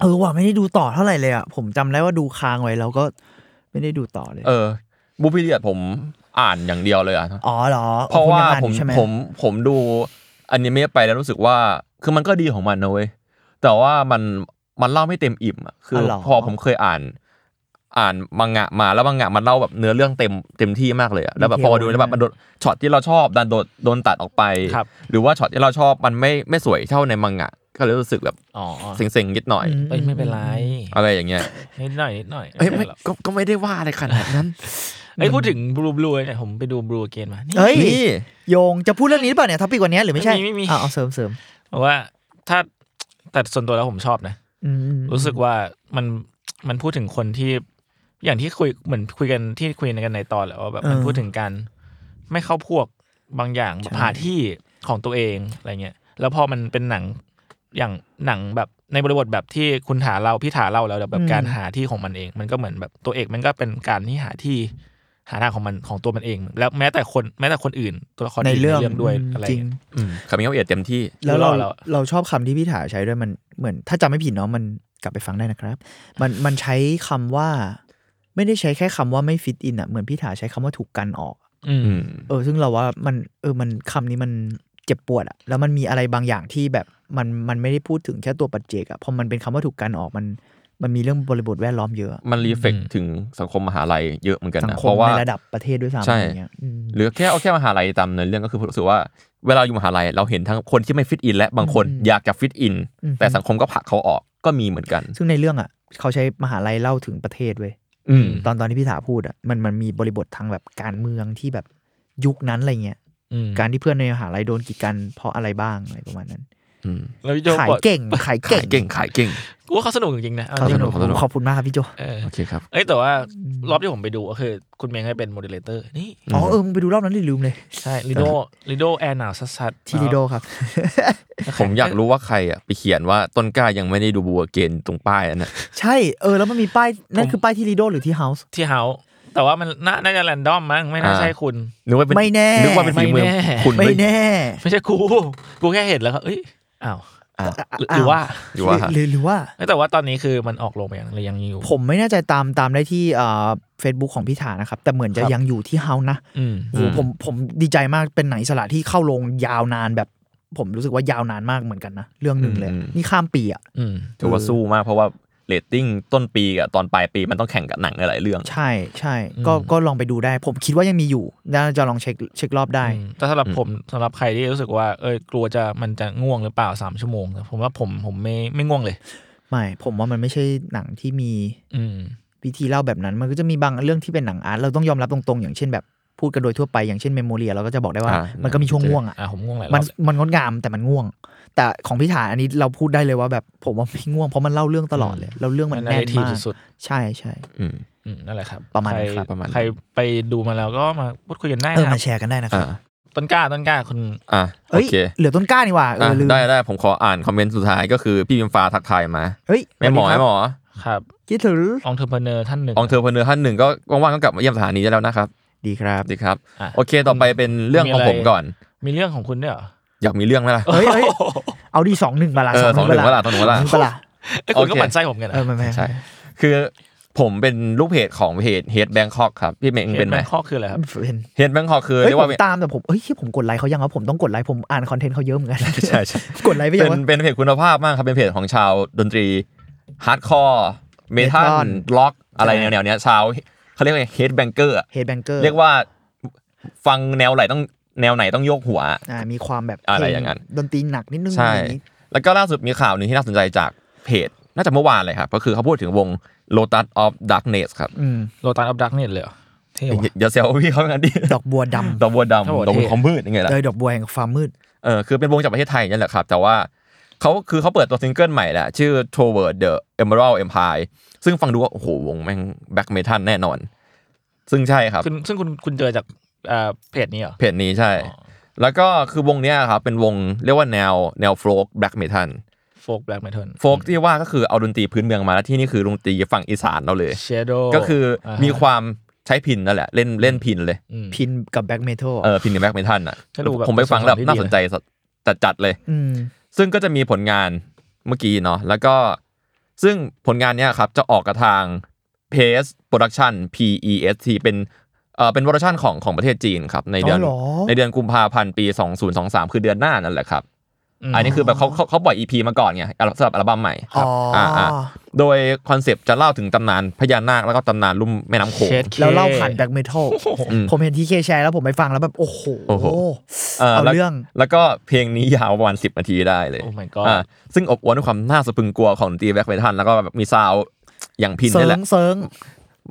Speaker 4: เออว่ะไม่ได้ดูต่อเท่าไหร่เลยอ่ะ ผมจำได้ว่าดูค้างไว้แล้วก็ไม่ได้ดูต่อเลย
Speaker 3: เออ บูพิเลียผมอ่านอย่างเดียวเลยอ่ะ
Speaker 4: อ๋อเหรอ
Speaker 3: เพราะว่าผ
Speaker 4: คุณ
Speaker 3: ม
Speaker 4: ยังอ่นอยู่ใช่ไห
Speaker 3: ผม ผมดูอนิเมะไปแล้วรู้สึกว่า คือมันก็ดีของมันนะเว้ย แต่ว่ามัน มันเล่าไม่เต็มอิ่มอ่ะ คืออพอผมเคยอ่าน อ่านมังงะมาแล้วมังงะมันเล่าแบบเนื้อเรื่องเต็มเต็มที่มากเลยอะแล้วแบบพอมาดูแล้วแบบมันโดนช็อตที่เราชอบดันโดนโดนตัดออกไป
Speaker 2: ครับ
Speaker 3: หรือว่าช็อตที่เราชอบมันไม่ไม่สวยเท่าในมังงะ ก็เลยรู้สึกแบบ
Speaker 2: อ๋อ
Speaker 3: เซ็งๆนิดหน่อย
Speaker 2: เอ้ยไม่เป็นไร
Speaker 3: อะไรอย่างเงี้ย
Speaker 2: นิดหน่อยนิดหน่อย
Speaker 3: เอ้ย
Speaker 2: ไม่
Speaker 3: ไม่
Speaker 2: เป็นไรหรอก
Speaker 3: ก็ก็ไม่ได้ว่าอะไรขนาดนั้น
Speaker 2: เอ้ยพูดถึงบลูบลูเนี่ยผมไปดูบลูเกนมานี่
Speaker 4: เฮ้ย
Speaker 3: นี่
Speaker 4: โยงจะพูดเรื่องนี้หรือเปล่าเนี่ยท็อปิกวันนี้หรือไม่ใช่
Speaker 2: ไม่มีไม่มี
Speaker 4: อ่ะเอาเสริมเสริม
Speaker 2: เพราะว่าถ้าแต่ส่วนตัวแล้วผมชอบนะ
Speaker 4: อืมอืม
Speaker 2: รู้สึกว่ามันมันพูดถึงคนที่อย่างที่คุยเหมือนคุยกันที่คุยกันในตอนแหละว่าแบบมันพูดถึงการไม่เข้าพวกบางอย่างแบบหาที่ของตัวเองอะไรเงี้ยแล้วพอมันเป็นหนังอย่างหนังแบบในบริบทแบบที่คุณถาเราพี่ถาเราแล้วแบบการหาที่ของมันเอง มันก็เหมือนแบบตัวเอกมันก็เป็นการที่หาที่หาทางของมันของตัวมันเอง แล้วแม้แต่คนแม้แต่คนอื่น ตัวละคร
Speaker 4: ใน
Speaker 2: อื่
Speaker 4: เรื่อง
Speaker 2: ด้วยอะไร
Speaker 4: จริง
Speaker 2: เงี้ย
Speaker 3: คำนี้เขาเอียดเต็มที่
Speaker 4: แล้วเรา
Speaker 2: เรื่องเรา
Speaker 4: เราชอบคำที่พี่ถาใช้ด้วยมันเหมือน ถ้าจำไม่ผิดเนาะมันกลับไปฟังได้นะครับ มันมันใช้คำว่า ไม่ได้ใช้แค่คำว่าไม่ฟิตอินอ่ะเหมือนพี่ถาใช้คำว่าถูกกันออก
Speaker 2: อืม
Speaker 3: อืม
Speaker 4: เออซึ่งเราว่ามันเออมันคำนี้มันเจ็บปวดอะแล้วมันมีอะไรบางอย่างที่แบบมันมันไม่ได้พูดถึงแค่ตัวปัจเจกอะพอมันเป็นคำว่าถูกกันออกมันมันมีเรื่องบริบทแวดล้อมเยอะ
Speaker 3: มันรีเฟก
Speaker 2: อืม
Speaker 3: ถึงสังคมมหาลัยเยอะเหมือนกัน
Speaker 4: สัง
Speaker 3: นะ
Speaker 4: ค
Speaker 3: เพ
Speaker 4: ม
Speaker 3: ราะว่า
Speaker 4: ในระดับประเทศด้วยซ้ำ
Speaker 3: ใช่
Speaker 4: อะไรเงี้ยอืม
Speaker 3: หรือแค่เอาแค่มหาลัยตามเนื้อเรื่องก็คือรู้สึกว่าเวลาอยู่มหาลัยเราเห็นทั้งคนที่ไม่ฟิตอินและบางคนอยากจะฟิตอิน แต่สังคมก็ผลักเขาออกก็มีเหมือนกัน
Speaker 4: ซึ่งในเรื่องอะเขาใช้มหาลัยเล่าถึงประเทศเว้ย
Speaker 3: อืม
Speaker 4: ตอนตอนที่พี่ถาพูดอะมันมันมีบริบททางแบบการเมืองที่แบบยุคนั้นอะไรเงี้ย
Speaker 2: อืม
Speaker 4: การที่เพื่อนในมหาลัยโดนกีดกันเพราะอะไรบ้างอะไรประมาณนั้น
Speaker 3: อืม
Speaker 2: แล้วพี่โจ
Speaker 4: ขาย
Speaker 2: บอก
Speaker 4: เก่งขาย
Speaker 3: ขายเก่
Speaker 4: เก่
Speaker 3: งขายเก่ง
Speaker 2: กูว่าเขาสนุกจริงๆนะเอา
Speaker 4: ขอบ
Speaker 2: จริง
Speaker 3: นุก
Speaker 4: คุณขอบคุณมากครับพี่โจ
Speaker 2: เออ
Speaker 3: โอเคครับ
Speaker 2: เอ้ยแต่ว่ารอบที่ผมไปดูก็คือ คุณเมงให้เป็นโมเดเลเตอร์นี่
Speaker 4: อ๋อเออมึงไปดูรอบนั้นดิลืมเลย
Speaker 2: ใช่ลิโดลิโดแอร์หนาวสัสๆ
Speaker 4: ที่ดีโดครับ
Speaker 3: ผมอยากรู้ว่าใครอ่ะไปเขียนว่าต้นกล้ายังไม่ได้ดูบัวเกณฑ์ตรงป้ายอันน่ะ
Speaker 4: ใช่เออแล้วมันมีป้ายนั่นคือป้ายที่ลีโดหรือที่เฮาส์
Speaker 2: ที่เฮาแต่ว่ามันน่าน่าจะแรนดอมมั้งไม่น่าใช่คุณ
Speaker 3: นึกว่าเป็น
Speaker 4: ไม่แน่
Speaker 3: นึกว่าเป็นฝีมือ
Speaker 2: ไม่แน่
Speaker 3: คุณ
Speaker 4: ไม่แน่
Speaker 2: ไม่ใช่กู กูแค่เห็นแล้วก็เอ้ยอ้าว
Speaker 3: อ่ะ
Speaker 2: หรือหรือว่า
Speaker 3: อยู่ว่า
Speaker 4: หรือหรือว่า
Speaker 2: เอ้ยแต่ว่าตอนนี้คือมันออกลงไปยังหรือยังอยู่
Speaker 4: ผมไม่แน่ใจตามตามได้ที่เฟซบุ๊กของพี่ถานะครับ แต่เหมือนจะ
Speaker 2: ครับ
Speaker 4: ยังอยู่ที่เฮานะ
Speaker 2: อืม
Speaker 4: โอ้โหผมผมดีใจมากเป็นหนังอิสระที่เข้าลงยาวนานแบบ ผมรู้สึกว่ายาวนานมากเหมือนกันนะ เรื่องหนึ่งเลย
Speaker 3: อืม
Speaker 4: นี่ข้ามปีอ่ะ
Speaker 2: อืม
Speaker 3: ถือว่าสู้มากเพราะว่าเรตติ้งต้นปีกับตอนปลายปีมันต้องแข่งกับหนังหลายๆเรื่อง
Speaker 4: ใช่ใช่ก็
Speaker 2: อืม
Speaker 4: ก็ลองไปดูได้ ผมคิดว่ายังมีอยู่น่าจะลองเช็คเช็ครอบได้
Speaker 2: อืมแต่สำหรับผมสำหรับใครที่รู้สึกว่าเอ้ยกลัวจะมันจะง่วงหรือเปล่าสามชั่วโมงนะผมว่าผมผมไม่ไม่ง่วงเลย
Speaker 4: ไม่ผมว่ามันไม่ใช่หนังที่มี
Speaker 2: อืม
Speaker 4: วิธีเล่าแบบนั้น มันก็จะมีบางเรื่องที่เป็นหนังอาร์ตเราต้องยอมรับตรงๆ อย่างเช่นแบบพูดกันโดยทั่วไปอย่างเช่นเมมโมเรียเราก็จะบอกได้ว่า
Speaker 3: อ่ามั
Speaker 4: มันก็มีช่วงง่วงอ่ะ
Speaker 2: อ่ะผมง่วงหลายร
Speaker 4: มั
Speaker 2: อน บเลย
Speaker 4: มันงดงามแต่มันง่วง แต่ของพี่ถาอันนี้เราพูดได้เลยว่าแบบผมว่าไม่ง่วงเพราะมันเล่าเรื่องตลอดเลยเราเรื่องมันแน่น
Speaker 2: ที
Speaker 4: มาก
Speaker 2: สุด
Speaker 4: ใช่ใช่
Speaker 3: อืม
Speaker 2: ๆอืมนั่นแหละครับ
Speaker 4: ประมาณ
Speaker 2: ใค
Speaker 4: นั้นครับ
Speaker 3: ประมาณนั้น
Speaker 2: ใครไปดูมาแล้วก็มาพูดคุยกันได้
Speaker 4: เออ
Speaker 2: นะค
Speaker 4: มา
Speaker 2: รับ
Speaker 4: แชร์กันได้นะค
Speaker 3: อ่า
Speaker 4: รับ
Speaker 2: ต้นกล้าต้นกล้าคุณ
Speaker 3: อ่ะโอ
Speaker 4: เอ้ย
Speaker 3: เค
Speaker 4: เหลือต้นกล้านี่หว่าเอ
Speaker 3: อ่ะ
Speaker 4: อลืม
Speaker 3: ได้ได้ผมขออ่านคอมเมนต์สุดท้ายก็คือพี่พิมฟ้าทักทายมา
Speaker 4: เฮ้ย
Speaker 3: แม่หมอ
Speaker 4: สวัส
Speaker 3: แม่
Speaker 4: ดี
Speaker 3: หม
Speaker 4: ครับ
Speaker 3: อ
Speaker 2: ครับ
Speaker 4: คิดถึง
Speaker 2: องเทอร์เพเนอร์ท่าน หนึ่ง
Speaker 3: องเทอร์เพเนอร์ท่านหนึ่งก็ว่างๆก็กลับมาเยี่ยมสถานีได้แล้วนะครับ
Speaker 4: ดีครั
Speaker 3: ส
Speaker 4: บ
Speaker 3: วัสดีครับ
Speaker 2: อ่ะ
Speaker 3: โอเคต่อไปเป็นเรื่องขอ
Speaker 2: มี
Speaker 3: ง
Speaker 2: อะไร
Speaker 3: ผมก่อน
Speaker 2: มีเรื่องของคุณด้วยเหรอ
Speaker 3: อยากมีเรื่องไหมล่ะ
Speaker 4: เฮ้ยเฮ้ยเอาดีสองหนึ่งบาลา
Speaker 3: เออ
Speaker 4: 21
Speaker 3: สองหนึ่งปะล่ะสองหนึ่งปะล่ะ
Speaker 4: สองหนึ่งปะล่ะ
Speaker 2: ไอ้ยคุณก็
Speaker 3: โอเค
Speaker 2: หมั่นไส้ผมกันนะ
Speaker 4: เออไม่ไม่
Speaker 3: ใช่ คือผมเป็นลูกเพจของเพจ Head Bangkok ครับพี่เมงเป็นไหม
Speaker 2: แบงคอกคืออะไรครับ
Speaker 4: เป็น
Speaker 3: Head Bangkok คือ
Speaker 4: เฮ้
Speaker 3: เรี
Speaker 4: ย
Speaker 3: ยก
Speaker 4: ผ
Speaker 3: ว่าม เป็น
Speaker 4: ตามแต่ผมเอ้ยเหี้ยผมกดไลค์เขายังครับผมต้องกดไลค์ผมอ่านคอนเทนต์เขาเยอะเหมือน กัน
Speaker 3: ใช่ใช่
Speaker 4: กดไลค์ไป
Speaker 3: เป็
Speaker 4: ยัง
Speaker 3: น
Speaker 4: วะ
Speaker 3: เป็นเพจคุณภาพมากครับ เป็นเพจของชาวดนตรีฮาร์ดคอร์เมทัล
Speaker 4: Metal
Speaker 3: ล็อกอะไร
Speaker 4: ใช่
Speaker 3: แนวๆเนี้ยชาวเขาเรียกว่าเฮดแบงเกอร์
Speaker 4: เฮดแบงเกอร์
Speaker 3: เรียกว่าฟังแนวไหนต้องแนวไหนต้องโยกหัว
Speaker 4: อ่ามีความแบบ
Speaker 3: อะไร
Speaker 4: เพล
Speaker 3: อย่างนั้น
Speaker 4: ดนตรีหนักนิดนึง
Speaker 3: ใช่
Speaker 4: อะไรอย่างนี้
Speaker 3: แล้วก็ล่าสุดมีข่าวหนึ่งที่น่าสนใจจากเพจ น่าจะเมื่อวานเลยครับ ก็คือเขาพูดถึงวง Lotus of Darkness ครับ
Speaker 4: อืม
Speaker 2: โลตัสออฟดักเน็ตเลยเหรอเท่ว่ะ
Speaker 3: อย่าเซลพี่เขาอย่างนั้นดิ
Speaker 4: ดอกบัวดำ
Speaker 3: ดอกบัวดำ
Speaker 2: เขาบอก
Speaker 3: ดอกบัว
Speaker 2: เท่
Speaker 3: คอมมืดยังไงล่ะ
Speaker 4: เลยดอกบัวแห่งความมืด
Speaker 3: เออคือเป็นวงจากประเทศไทยนั่นแหละครับ แต่ว่าเขาคือเขาเปิดตัวซิงเกิลใหม่แหละชื่อ Toward the Emerald Empire ซึ่งฟังดูว่า โอ้โห วงแม่งแบ็คเมทัลแน่นอน ซึ่งใช่ครับ
Speaker 2: คุณซึ่งคุณคุณเจอจากอ่าเพจนี้เหรอ
Speaker 3: เพจนี้ใช่
Speaker 2: อ๋อ
Speaker 3: แล้วก็คือวงเนี้ยครับ เป็นวงเรียกว่าแนวแนวโฟล์กแบ็คเมทัล
Speaker 2: โฟกแบล็กเมทัล
Speaker 3: โฟล์กที่ว่าก็คือเอาดนตรีพื้นเมืองมาแล้วที่นี่คือดนตรีฝั่งอีสานเราเลย
Speaker 2: เชโด
Speaker 3: ก็คือมีความใช้พินนั่นแหละเล่นเล่นพินเลย
Speaker 4: พินกับแบ็กเมทัล
Speaker 3: เออพินกับแบ็คเมทัลอ่ะ
Speaker 2: ก็ดูแบบ
Speaker 3: ผมไปฟังแล้ว
Speaker 2: เป็น
Speaker 3: น่า
Speaker 2: สองที่ดี
Speaker 3: สนใจจัดจัดๆเลย
Speaker 4: อืม
Speaker 3: ซึ่งก็จะมีผลงานเมื่อกี้เนาะแล้วก็ซึ่งผลงานเนี้ยครับ จะออกกับทาง p a c e Production PEST เป็นเอ่อเป็นเวอร์ชันของของประเทศจีนครับ ในเดือน
Speaker 4: หรอ
Speaker 3: ในเดือนกุมภาพันธ์ปี 2023 คือเดือนหน้านั่นแหละครับ
Speaker 2: ม
Speaker 3: อันนี้คือแบบเขาเขาเขาปล่อย EP มาก่อนไงอัลสำหรับอัลบั้มใหม่ครับ
Speaker 4: อ๋ออา
Speaker 3: อ่า โดยคอนเซปต์จะเล่าถึงตำนานพญานาคแล้วก็ตำนานลุ่มแม่น้ำโขง
Speaker 2: เช็ดค
Speaker 4: แล้วเล่าผ่านแบ็กเมทัล
Speaker 3: อืม
Speaker 4: ผมเห็นทีเคแชร์แล้วผมไปฟังแล้วแบบ โอ้โห
Speaker 3: โอ้โห
Speaker 4: เอา
Speaker 3: แล้ว
Speaker 4: เรื่อง
Speaker 3: แล้วก็เพลงนี้ยาวประมาณ 10 นาทีได้เลย
Speaker 2: โอ้ my god
Speaker 3: อ่าซึ่งอบอวลด้วยความน่าสะพรึงกลัวของดนตรีแบล็กเมทัลแล้วก็แบบมีซาวด์อย่างพิน
Speaker 4: เซิ
Speaker 3: นี่แห
Speaker 4: ง
Speaker 3: ละ
Speaker 4: เซิง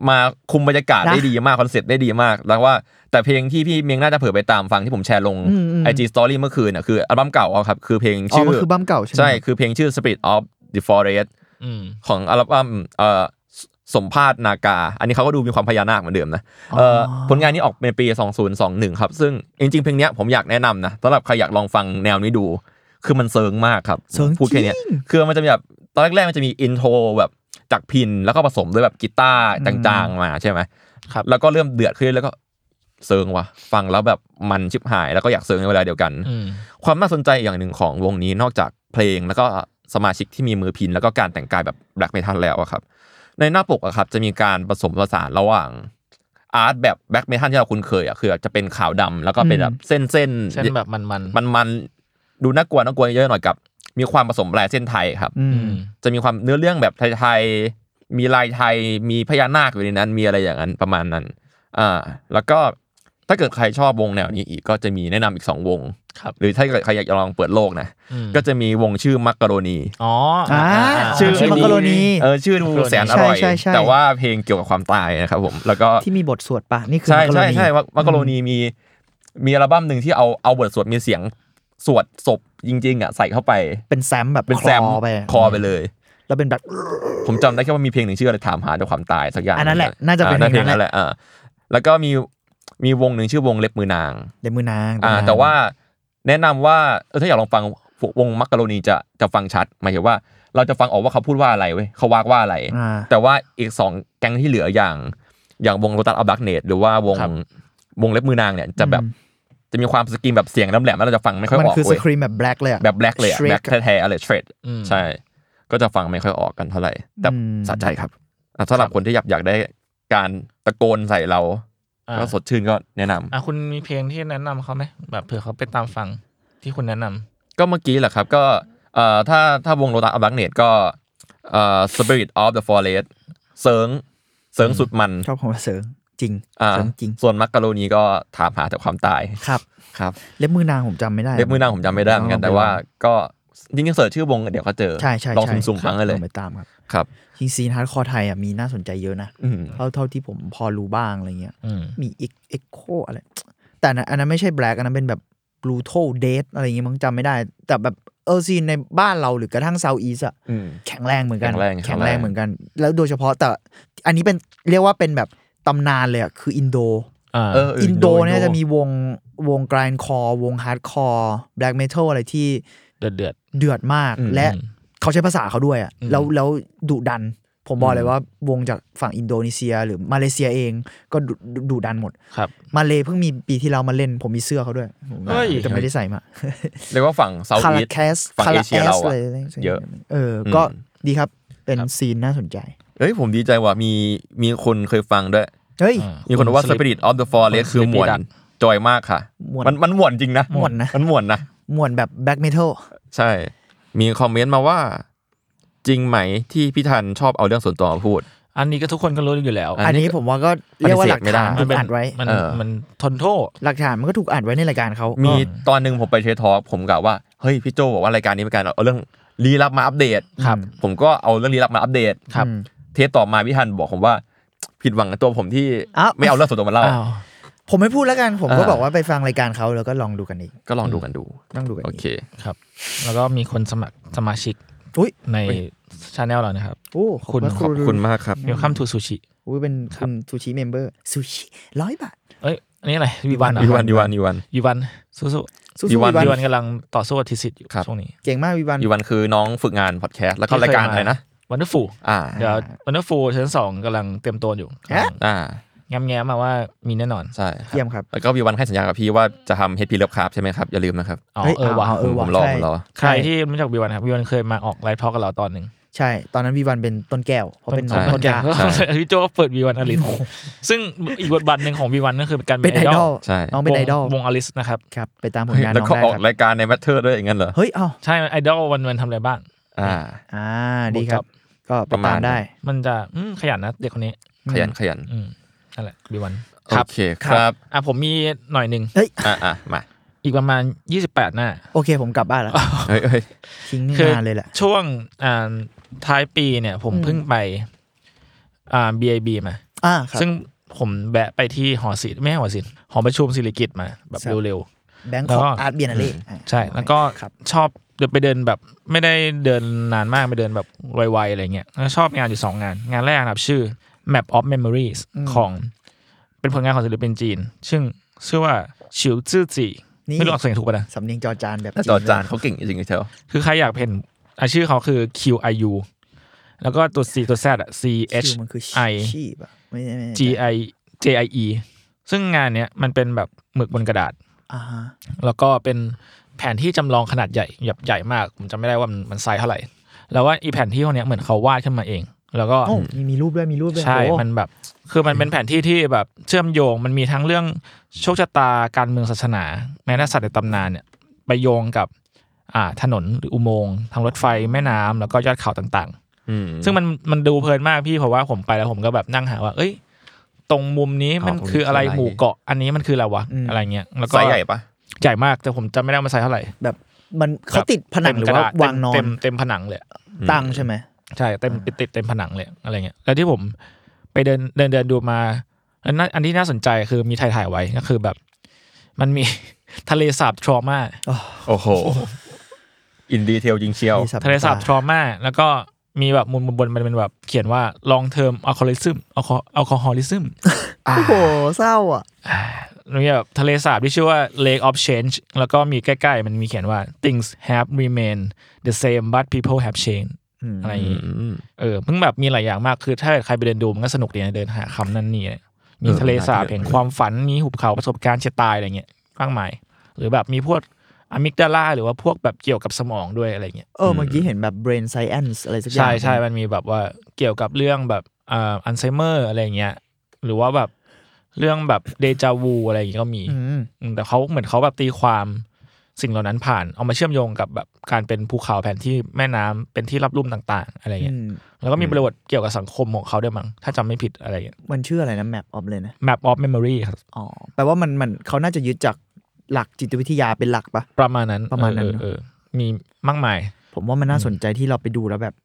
Speaker 3: มาคุมบรรยากาศ
Speaker 4: นะ
Speaker 3: ได้ดีมาก คอนเซ็ปต์ได้ดีมาก แล้วว่าแต่เพลงที่พี่เมียงน่าจะเผยไปตามฟังที่ผมแชร์ลง
Speaker 4: อืมอืม
Speaker 3: ไอจีสตอรี่เมื่อคืนน่ะคืออัลบั้มเก่าเอาครับ คือเพลง
Speaker 4: อ๋อ
Speaker 3: ชื่อ
Speaker 4: มันคือบัมเก่าใช่ไหม
Speaker 3: ใช่คือเพลงชื่อ Spirit of the Forest
Speaker 2: อืม
Speaker 3: ของอัลบั้มเอ่อสมภาษณ์นากา อันนี้เขาก็ดูมีความพญานาคเหมือนเดิมนะเอ่อผลงานนี้ออกในปี 2021 ครับ ซึ่งจริงๆ เพลงเนี้ยผมอยากแนะนำนะสำหรับใครอยากลองฟังแนวนี้ดู คือมันเซิงมากครับ
Speaker 4: เซิง
Speaker 3: พูดแค่เนี้ย
Speaker 4: จริง
Speaker 3: คือมันจะมีแบบตอนแรกๆมันจะมีอินโทรแบบจากพินแล้วก็ผสมด้วยแบบกีตาร์จางๆมาใช่ไหม
Speaker 2: ครับ
Speaker 3: แล้วก็เริ่มเดือดขึ้นแล้วก็เซิงว่ะฟังแล้วแบบมันชิบหายแล้วก็อยากเซิงในเวลาเดียวกัน
Speaker 2: อืม
Speaker 3: ความน่าสนใจอย่างหนึ่งของวงนี้นอกจากเพลงแล้วก็สมาชิกที่มีมือพินแล้วก็การแต่งกายแบบแบล็กเมทัลแล้วอะครับ ในหน้าปกอะครับจะมีการผสมผสานระหว่างอาร์ตแบบแบล็กเมทัลที่เราคุ้นเคยอะคือจะเป็นขาวดำแล้วก็เป็นแบบเส้นๆ
Speaker 2: เช่นแบบมันมัน
Speaker 3: มันมันดูน่ากลัวน่ากลัวเยอะหน่อยกับ มีความผสมลายเส้นไทยครับ
Speaker 4: อื
Speaker 2: อื
Speaker 4: ม
Speaker 2: ม
Speaker 3: จะมีความเนื้อเรื่องแบบไทยๆมีลายไทยมีพญานาคอยู่ในนั้น มีอะไรอย่างนั้นประมาณนั้นอ่าแล้วก็ถ้าเกิดใครชอบวงแนวนี้อีกก็จะมีแนะนำอีกสองวง
Speaker 2: ครับ
Speaker 3: หรือถ้าเกิดใครอยากจะลองเปิดโลกนะ
Speaker 2: อืม
Speaker 3: ก็จะมีวงชื่อมักกะโรนี
Speaker 2: อ๋ออ่า
Speaker 4: อ่า
Speaker 2: า
Speaker 3: ชื่อ
Speaker 4: มักกะโรนี
Speaker 3: เออชื่อดูแสนอร่อย
Speaker 4: ใช่ใช่ใช่
Speaker 3: แต่ว่าเพลงเกี่ยวกับความตายนะครับผมแล้วก็
Speaker 4: ที่มีบทสวดปะนี่คือ
Speaker 3: ใช่
Speaker 4: มักกะโร
Speaker 3: ใช่
Speaker 4: นี
Speaker 3: ใช่ว่ามักกะโรนีมีมีอัลบั้มหนึ่งที่เอาเอาบทสวดมีเสียงสวดศพ จริงๆอ่ะใส่เข้าไป
Speaker 4: เป็นแซมแบบ
Speaker 3: เป็นแซม
Speaker 4: คลอไป
Speaker 3: คอไปเลย
Speaker 4: แล้วเป็นแบบ
Speaker 3: ผมจำได้แค่ว่ามีเพลงหนึ่งชื่ออะไรถามหาจากความตายสักอย่าง
Speaker 4: อันนั้นแหละน่าจะเป็น
Speaker 3: อ่
Speaker 4: เพ
Speaker 3: เพ
Speaker 4: ล
Speaker 3: ล
Speaker 4: ง
Speaker 3: ง
Speaker 4: นั้
Speaker 3: นั้น น
Speaker 4: แห
Speaker 3: แห
Speaker 4: ละ
Speaker 3: ละอ่าแล้วก็มีมีวงหนึ่งชื่อวงเล็บมือนาง
Speaker 4: เดมือนาง
Speaker 3: อ่า
Speaker 4: เป็นนง
Speaker 3: แต่ว่าแนะนำว่าเออถ้าอยากลองฟังวงมักกะโรนีจะจะฟังชัดหมายถึงว่า เราจะฟังออกว่าเขาพูดว่าอะไรเว้ยเขาวากว่าอะไร
Speaker 4: อ่า
Speaker 3: แต่ว่าอีกสองแก๊งที่เหลืออย่างอย่างวงโรตัสอัลบักเนตหรือว่าวง
Speaker 2: ครับ
Speaker 3: วงเล็บมือนางเนี่ยจะแบบ
Speaker 4: อืม
Speaker 3: จะมีความสกรีนแบบเสียงน้ำแหลมแล้วเราจะฟังไม่ค่อย
Speaker 4: มัน
Speaker 3: ออก
Speaker 4: คือส
Speaker 3: เว้ย
Speaker 4: ครีมแบบแบล็กเลยอะ
Speaker 3: แบบแบล็กเลยอะ
Speaker 4: Shrek
Speaker 3: แบล็กแท้ๆอะไรเทรด
Speaker 2: อืม
Speaker 3: ใช่ ก็จะฟังไม่ค่อยออกกันเท่าไหร่แต่
Speaker 4: อืม
Speaker 3: สะใจครับอ่ะสำหรับคนที่อยากอยากได้การตะโกนใส่เรา
Speaker 2: อ่า
Speaker 3: ก็สดชื่นก็แนะนำ
Speaker 2: อ่ะคุณมีเพลงที่แนะนำเขาไหมแบบเผื่อเขาไปตามฟังที่คุณแนะนำ
Speaker 3: ก็เมื่อกี้แหละครับก็เอ่อถ้าถ้าวงโรตัสอัลบักเนตก็เอ่อ Spirit of the Forest เสิร์งเสิร์งสุดมัน
Speaker 4: ชอบของเสริงจริง
Speaker 3: อ่า
Speaker 4: เสริงจริง
Speaker 3: ส่วนมักกะโรนีก็ถามหาแต่ความตาย
Speaker 4: ครับ
Speaker 3: ครับ
Speaker 4: เล็บมือนางผมจำไม่ได้
Speaker 3: เล็บมือนางผมจำไม่ได้เหมือนกัน
Speaker 4: ลองไป
Speaker 3: แต่ว่า
Speaker 4: ลอง
Speaker 3: ก็จริงๆเสิร์ชชื่อวงเดี๋ยวก็เจอ
Speaker 4: ใช่ใช่
Speaker 3: ลอง
Speaker 4: ใช่
Speaker 3: สุ่มๆฟังกันเลย
Speaker 4: องไปตามครับ
Speaker 3: ครับ
Speaker 4: จริงซีนฮาร์ดคอร์ไทยอ่ะมีน่าสนใจเยอะนะ
Speaker 3: อืม
Speaker 4: เท่าเท่าที่ผมพอรู้บ้างอะไรเงี้ย
Speaker 2: อืม
Speaker 4: มีเอ็กเอ็กโคอะไร แต่อันนั้นอันนั้นไม่ใช่แบล็กอันนั้นเป็นแบบบลูโทเดทอะไรอย่างงี้มั้งจำไม่ได้ แต่แบบเออซีนในบ้านเราหรือกระทั่งเซาท์อีสอะ
Speaker 3: อืม
Speaker 4: แข็งแรงเหมือนกั
Speaker 3: แข็
Speaker 4: น
Speaker 3: งแรง
Speaker 4: แข็งแรง
Speaker 3: แข็งแรง
Speaker 4: เหมือนกัน แล้วโดยเฉพาะแต่อันนี้เป็นเรียกว่าเป็นแบบตำนานเลยอะคืออินโด
Speaker 2: อ่า
Speaker 3: เออ
Speaker 4: อินโดเนี่ยจะมีวงวงกรานคอวงฮาร์ดคอร์แบล็กเมทัลอะไรที่
Speaker 2: เดือดเดือด
Speaker 4: เดือดมาก
Speaker 3: อืม
Speaker 4: และเขาใช้ภาษาเขาด้วยอะ
Speaker 2: อืม
Speaker 4: แล้วแล้วดุดัน ผมบอกเลยว่าวงจากฝั่งอินโดนีเซียหรือมาเลเซียเองก็ดุดุดันหมด
Speaker 2: ครับ
Speaker 4: มาเลเพิ่งมีปีที่เรามาเล่นผมมีเสื้อเขาด้วยผม
Speaker 2: เฮ้ย
Speaker 4: แต่ไม่ได้ใส่มา
Speaker 3: เรียกว่าฝั่งเซาท์
Speaker 4: คา
Speaker 3: อี
Speaker 4: รา
Speaker 3: ส
Speaker 4: แคส
Speaker 3: ฝั่งเอเชียเราอะเยอะ
Speaker 4: เออ ก็
Speaker 3: อืม
Speaker 4: ดีครับเป็นซีนน่าสนใจ
Speaker 3: เอ้ยผมดีใจว่ามีมีคนเคยฟังด้วย
Speaker 4: เฮ้ย
Speaker 2: อ่า
Speaker 3: มีคนบอกว่า
Speaker 2: Slip
Speaker 3: Spirit of the
Speaker 2: ค
Speaker 3: Forest
Speaker 2: น
Speaker 3: คือหมวน
Speaker 2: Sleepy Duck
Speaker 3: จอยมากค่ะ
Speaker 4: ม่วน
Speaker 3: มันมันหมวนจริงนะ
Speaker 4: ม่วนนะ
Speaker 3: มันหมวนนะ
Speaker 4: หมวนแบบแบ็กเมทัล
Speaker 3: ใช่ มีคอมเมนต์มาว่า จริงไหมที่พี่ทันชอบเอาเรื่องส่วนตัวมาพูด
Speaker 2: อันนี้ก็ทุกคนก็รู้อยู่แล้ว
Speaker 3: อ่ะ
Speaker 4: อันนี้ผมว่าก็เรียกว่าหลักฐาน
Speaker 3: ปฏิเสธไม่ได้
Speaker 4: ถูกอัดไว้
Speaker 2: มัน
Speaker 3: เออ
Speaker 2: มันทนโทษ
Speaker 4: หลักฐานมันก็ถูกอัดไว้ในรายการเขา
Speaker 3: มี
Speaker 4: ก็
Speaker 3: ตอนหนึ่งผมไปเชททอล์กผมกล่าวว่า เฮ้ยพี่โจบอกว่ารายการนี้เป็นการเอาเรื่องลี้ลับมาอัปเดต
Speaker 2: ครับ
Speaker 3: ผมก็เอาเรื่องลี้ลับมาอัปเดต
Speaker 2: ครับ
Speaker 4: อืม
Speaker 3: เทปต่อมาพี่ฮันบอกผมว่า ผิดหวังในตัวผมที่
Speaker 4: อ้าว
Speaker 3: ไม่เอาเรื่องส่วนตัวมาเล่า
Speaker 2: อ้าว
Speaker 4: ผมไม่พูดแล้วกัน ผมก็
Speaker 3: อ่า
Speaker 4: บอกว่าไปฟังรายการเขาแล้วก็ลองดูกันอีก
Speaker 3: ก็ลองดูกันดู
Speaker 4: ลองดูกัน
Speaker 3: โอ
Speaker 4: อี
Speaker 3: เค
Speaker 4: ก
Speaker 2: ครับ แล้วก็มีคนสมัครสมาชิก
Speaker 4: อุ้ย
Speaker 2: ในชาแนลเรานะครับ
Speaker 4: โอ้ขอบ
Speaker 2: คุณ
Speaker 3: ขอบคุณมากครับ
Speaker 2: เวลคัมทูซูชิ
Speaker 4: อุ้ยเป็นคุณซูชิเมมเบอร์ซูชิร้อยบาท
Speaker 2: เอ้ย อันนี้อะไรวิวันเหรอ
Speaker 3: อีวันอีวันอีวัน
Speaker 2: วิวันสู้สู้
Speaker 4: สู้ๆ
Speaker 3: อีวัน
Speaker 4: อีวัน
Speaker 2: วิวันกำลังต่อสู้กับทิสิตอยู่
Speaker 3: ครับ
Speaker 2: ช่วงนี้
Speaker 4: เก่งมากวิวัน
Speaker 3: อีวันคือน้องฝึกงานพอดแคสต์แล้วก็รายการอะไรนะ
Speaker 2: วันเดอร์ฟู
Speaker 3: อ่า
Speaker 2: เดี๋ยววันเดอร์ฟูชั้นสองกำลังเตรียมตัวอยู่
Speaker 4: ฮะ
Speaker 3: อ่า
Speaker 2: แง้มแง้มๆมาว่ามีแน่นอน
Speaker 3: ใช่
Speaker 4: เยี่ยมครับ
Speaker 3: แล้วก็วีวันให้สัญญากับพี่ว่าจะทำเฮดพีเลิฟคาร์ใช่ไหมครับอย่าลืมนะครับ
Speaker 2: อ๋อ
Speaker 4: เฮ้ย
Speaker 2: เออว่ะ
Speaker 4: เอาเออว่ะ
Speaker 3: ผมรอ
Speaker 4: ใช่
Speaker 3: ผมรอ
Speaker 2: ใครที่ไม่รู้จักวิวันครับวิวันเคยมาออกไลฟ์ทอล์กกับเราตอนหนึ่ง
Speaker 4: ใช่ ตอนนั้นวิวันเป็นต้นแก้วเพราะเป็น
Speaker 3: ใช่
Speaker 4: น้องต้นกล้า
Speaker 2: ใช่ พี่โจก็เปิดวีวันอลิสซึ่งอีกบทบาทหนึ่งของวีวันก็คือการ
Speaker 4: เป็นไอดอล
Speaker 3: ใช่
Speaker 4: น้องเป็นไอดอล
Speaker 2: วงอลิสนะครับ
Speaker 4: ครับ ไปตามผลงาน
Speaker 3: แล้ว
Speaker 4: น้อง
Speaker 3: ก็
Speaker 4: ได้
Speaker 3: ออก
Speaker 4: ครับ
Speaker 3: รายการในแมทเทอร์ด้วยอย่างนั้นเหรอ
Speaker 4: เฮ้ยเอ้า
Speaker 2: ใช่ไอดอลวันวันทำอะไรบ้าง
Speaker 3: อ่า
Speaker 4: อ่าดีครับ ก็ไปตามได้
Speaker 2: มันจะอืมขยันนะเด็กคนนี้
Speaker 3: ขยันขยัน
Speaker 2: อืมนั่นแหละวีวัน
Speaker 3: โอเคครับ
Speaker 2: อ่ะผมมีหน่อยหนึ่ง
Speaker 4: เฮ้ย
Speaker 3: อ่ะอ่ะมา
Speaker 2: อีกประมาณ 28 หน้า
Speaker 4: โอเคผมกลับบ้านแล้ว
Speaker 3: เฮ้ยเฮ้ย
Speaker 4: ทิ้งนี่
Speaker 2: คือน
Speaker 4: านเลยแหละ
Speaker 2: ช่วงอ่าท้ายปีเนี่ย ผมเพิ่งไปอ่า BIB มา
Speaker 4: อ่าครับ
Speaker 2: ซึ่งผมแวะไปที่หอศิลป์ไม่ใช่หอศิลป์หอประชุมศิริกิตมา แบบ
Speaker 4: ครับ
Speaker 2: เร็ว
Speaker 4: แบงค์
Speaker 2: แล้
Speaker 4: ข
Speaker 2: ว
Speaker 4: อ
Speaker 2: ก็
Speaker 4: งอาร์ตเบียนเล่า
Speaker 2: ใช่ แล้วก็
Speaker 4: ครับ
Speaker 2: ชอบเดินไปเดินแบบไม่ได้เดินนานมากไปเดินแบบไวๆอะไรเงี้ยแล้วชอบงานอยู่ 2 งาน งานแรกนะครับชื่อ Map of Memories
Speaker 4: อืม
Speaker 2: ของเป็นผลงานของศิลปินจีน ซึ่งชื่อว่าชิวจื้อจี
Speaker 4: นี่
Speaker 2: ไม่รู้ออกเสียงถูกป่ะนะ
Speaker 4: สำเนียงจอจานแบบ
Speaker 3: แล้วจอจานเขาเก่งจริงๆเชียว
Speaker 2: คือใครอยากเห็นอาชื่อเขาคือ QIU แล้วก็ตัว C ตัว Z อะ C H
Speaker 4: ชื่อมันคือ
Speaker 2: I
Speaker 4: ชีพอะไม่ใช่ไม่ใช่
Speaker 2: G I J I E ซึ่งงานเนี้ยมันเป็นแบบหมึกบนกระดาษ
Speaker 4: อ่าฮะ
Speaker 2: แล้วก็เป็นแผนที่จำลองขนาดใหญ่แบบใหญ่มาก ผมจำไม่ได้ว่ามันมันไซส์เท่าไหร่ แล้วว่าอีแผนที่พวกเนี้ยเหมือนเขาวาดขึ้นมาเอง แล้วก็
Speaker 4: โอ้มีมีรูปด้วยมีรูปด้วย
Speaker 2: ใช่
Speaker 4: โอ้
Speaker 2: มันแบบ คือมันเป็นแผนที่ที่แบบเชื่อมโยงมันมีทั้งเรื่องโชคชะตาการเมืองศาสนา แม้แต่สัตว์ในตำนานเนี่ยไปโยงกับอ่าถนนหรืออุโมงค์ทางรถไฟแม่น้ำแล้วก็ยอดเขาต่างๆ
Speaker 3: อืม
Speaker 2: ซึ่งมันมันดูเพลินมากพี่เพราะว่าผมไปแล้วผมก็แบบนั่งหาว่า เอ้ย ตรงมุมนี้
Speaker 3: อ๋อ
Speaker 2: มันคืออะไร
Speaker 3: ตรงนี้คืออะไร
Speaker 2: หมู่เกาะอันนี้มันคืออะไรวะอะไรเงี้ยแล้วก็
Speaker 3: ไซส์ใหญ่ปะ
Speaker 2: ใหญ่มากแต่ผมจำไม่ได้ว่ามันไซส์เท่าไหร่
Speaker 4: แบบมันเขาติดผนังหรือ
Speaker 2: เต็มกะ
Speaker 4: ว่า
Speaker 2: ดษ
Speaker 4: วางนอ
Speaker 2: เต็
Speaker 4: น
Speaker 2: มเต็มผนังเลย
Speaker 4: ตั้งใช่ไหม
Speaker 2: ใช่เต็มติดเต็มผนังเลยอะไรเงี้ยแล้วที่ผมไปเดินเดินเดินดูมาอันนั้นอันที่น่าสนใจคือมีถ่ายถ่ ายไว้ก็คือแบบ มันมี ทะเลสาบทรอมา
Speaker 3: โอ้โห อินดีเทลจริงเชียว
Speaker 4: มีสับ
Speaker 2: ทะเลสาบ
Speaker 4: ตา
Speaker 2: ทรมาแล้วก็มีแบบมุมบนมันเป็นแบบเขียนว่า long term alcoholism แอลกอฮอลิซึม
Speaker 4: โอ้โหเศร้าอ่ะ
Speaker 2: มีแบบทะเลสาบที่ชื่อว่า lake of change แล้วก็มีใกล้ๆ มันมีเขียนว่า things have remained the same but people have changed
Speaker 4: อืม
Speaker 2: อะไรอย่างงี้เออเพิ่งแบบมีหลายอย่างมากคือถ้าเกิดใครไปเดินดูมันก็สนุกดีนะเดินหาคำนั่นนี่เนี่ยมี
Speaker 3: เออ
Speaker 2: ทะเลสาบ
Speaker 3: น่าเดิน
Speaker 2: แห่งความฝันมีหุบเขาประสบการณ์เฉียดตายอะไรเงี้ยมากมายหรือแบบมีพวกอะมิกดาลาหรือว่าพวกแบบเกี่ยวกับสมองด้วยอะไรเงี้ย
Speaker 4: เออเมื่อกี้เห็นแบบ brain science อะไรสักอย่าง
Speaker 2: ใช่ใช่ มันมีแบบว่าเกี่ยวกับเรื่องแบบอ่าอัลไซเมอร์อะไรอย่างเงี้ย หรือว่าแบบเรื่องแบบเดจาวูอะไรอย่างเงี้ยก็มี
Speaker 4: อืม
Speaker 2: อืมแต่เขาเหมือนเขาแบบตีความสิ่งเหล่านั้นผ่าน เอามาเชื่อมโยงกับแบบการเป็นภูเขาแผนที่แม่น้ำเป็นที่รับลุ่มต่าง ๆ อะไร
Speaker 4: อื
Speaker 2: เงี้ย
Speaker 4: ม
Speaker 2: แล้วก็มีประวัติเกี่ยวกับสังคมของเขาด้วยมั้ง ถ้าจำไม่ผิดอะไรเงี้ย
Speaker 4: มันชื่ออะไรนะ map of เลยนะ
Speaker 2: Map of Memory ครับ
Speaker 4: อ๋อแปลว่ามันมันเขาน่าจะยึดจากหลักจิตวิทยาเป็นหลักปะ
Speaker 2: ประมาณนั้น
Speaker 4: ประมาณนั้น
Speaker 2: เออเออเออมีมากมาย
Speaker 4: ผมว่ามันน่าสนใจที่เราไปดูแล้วแบบ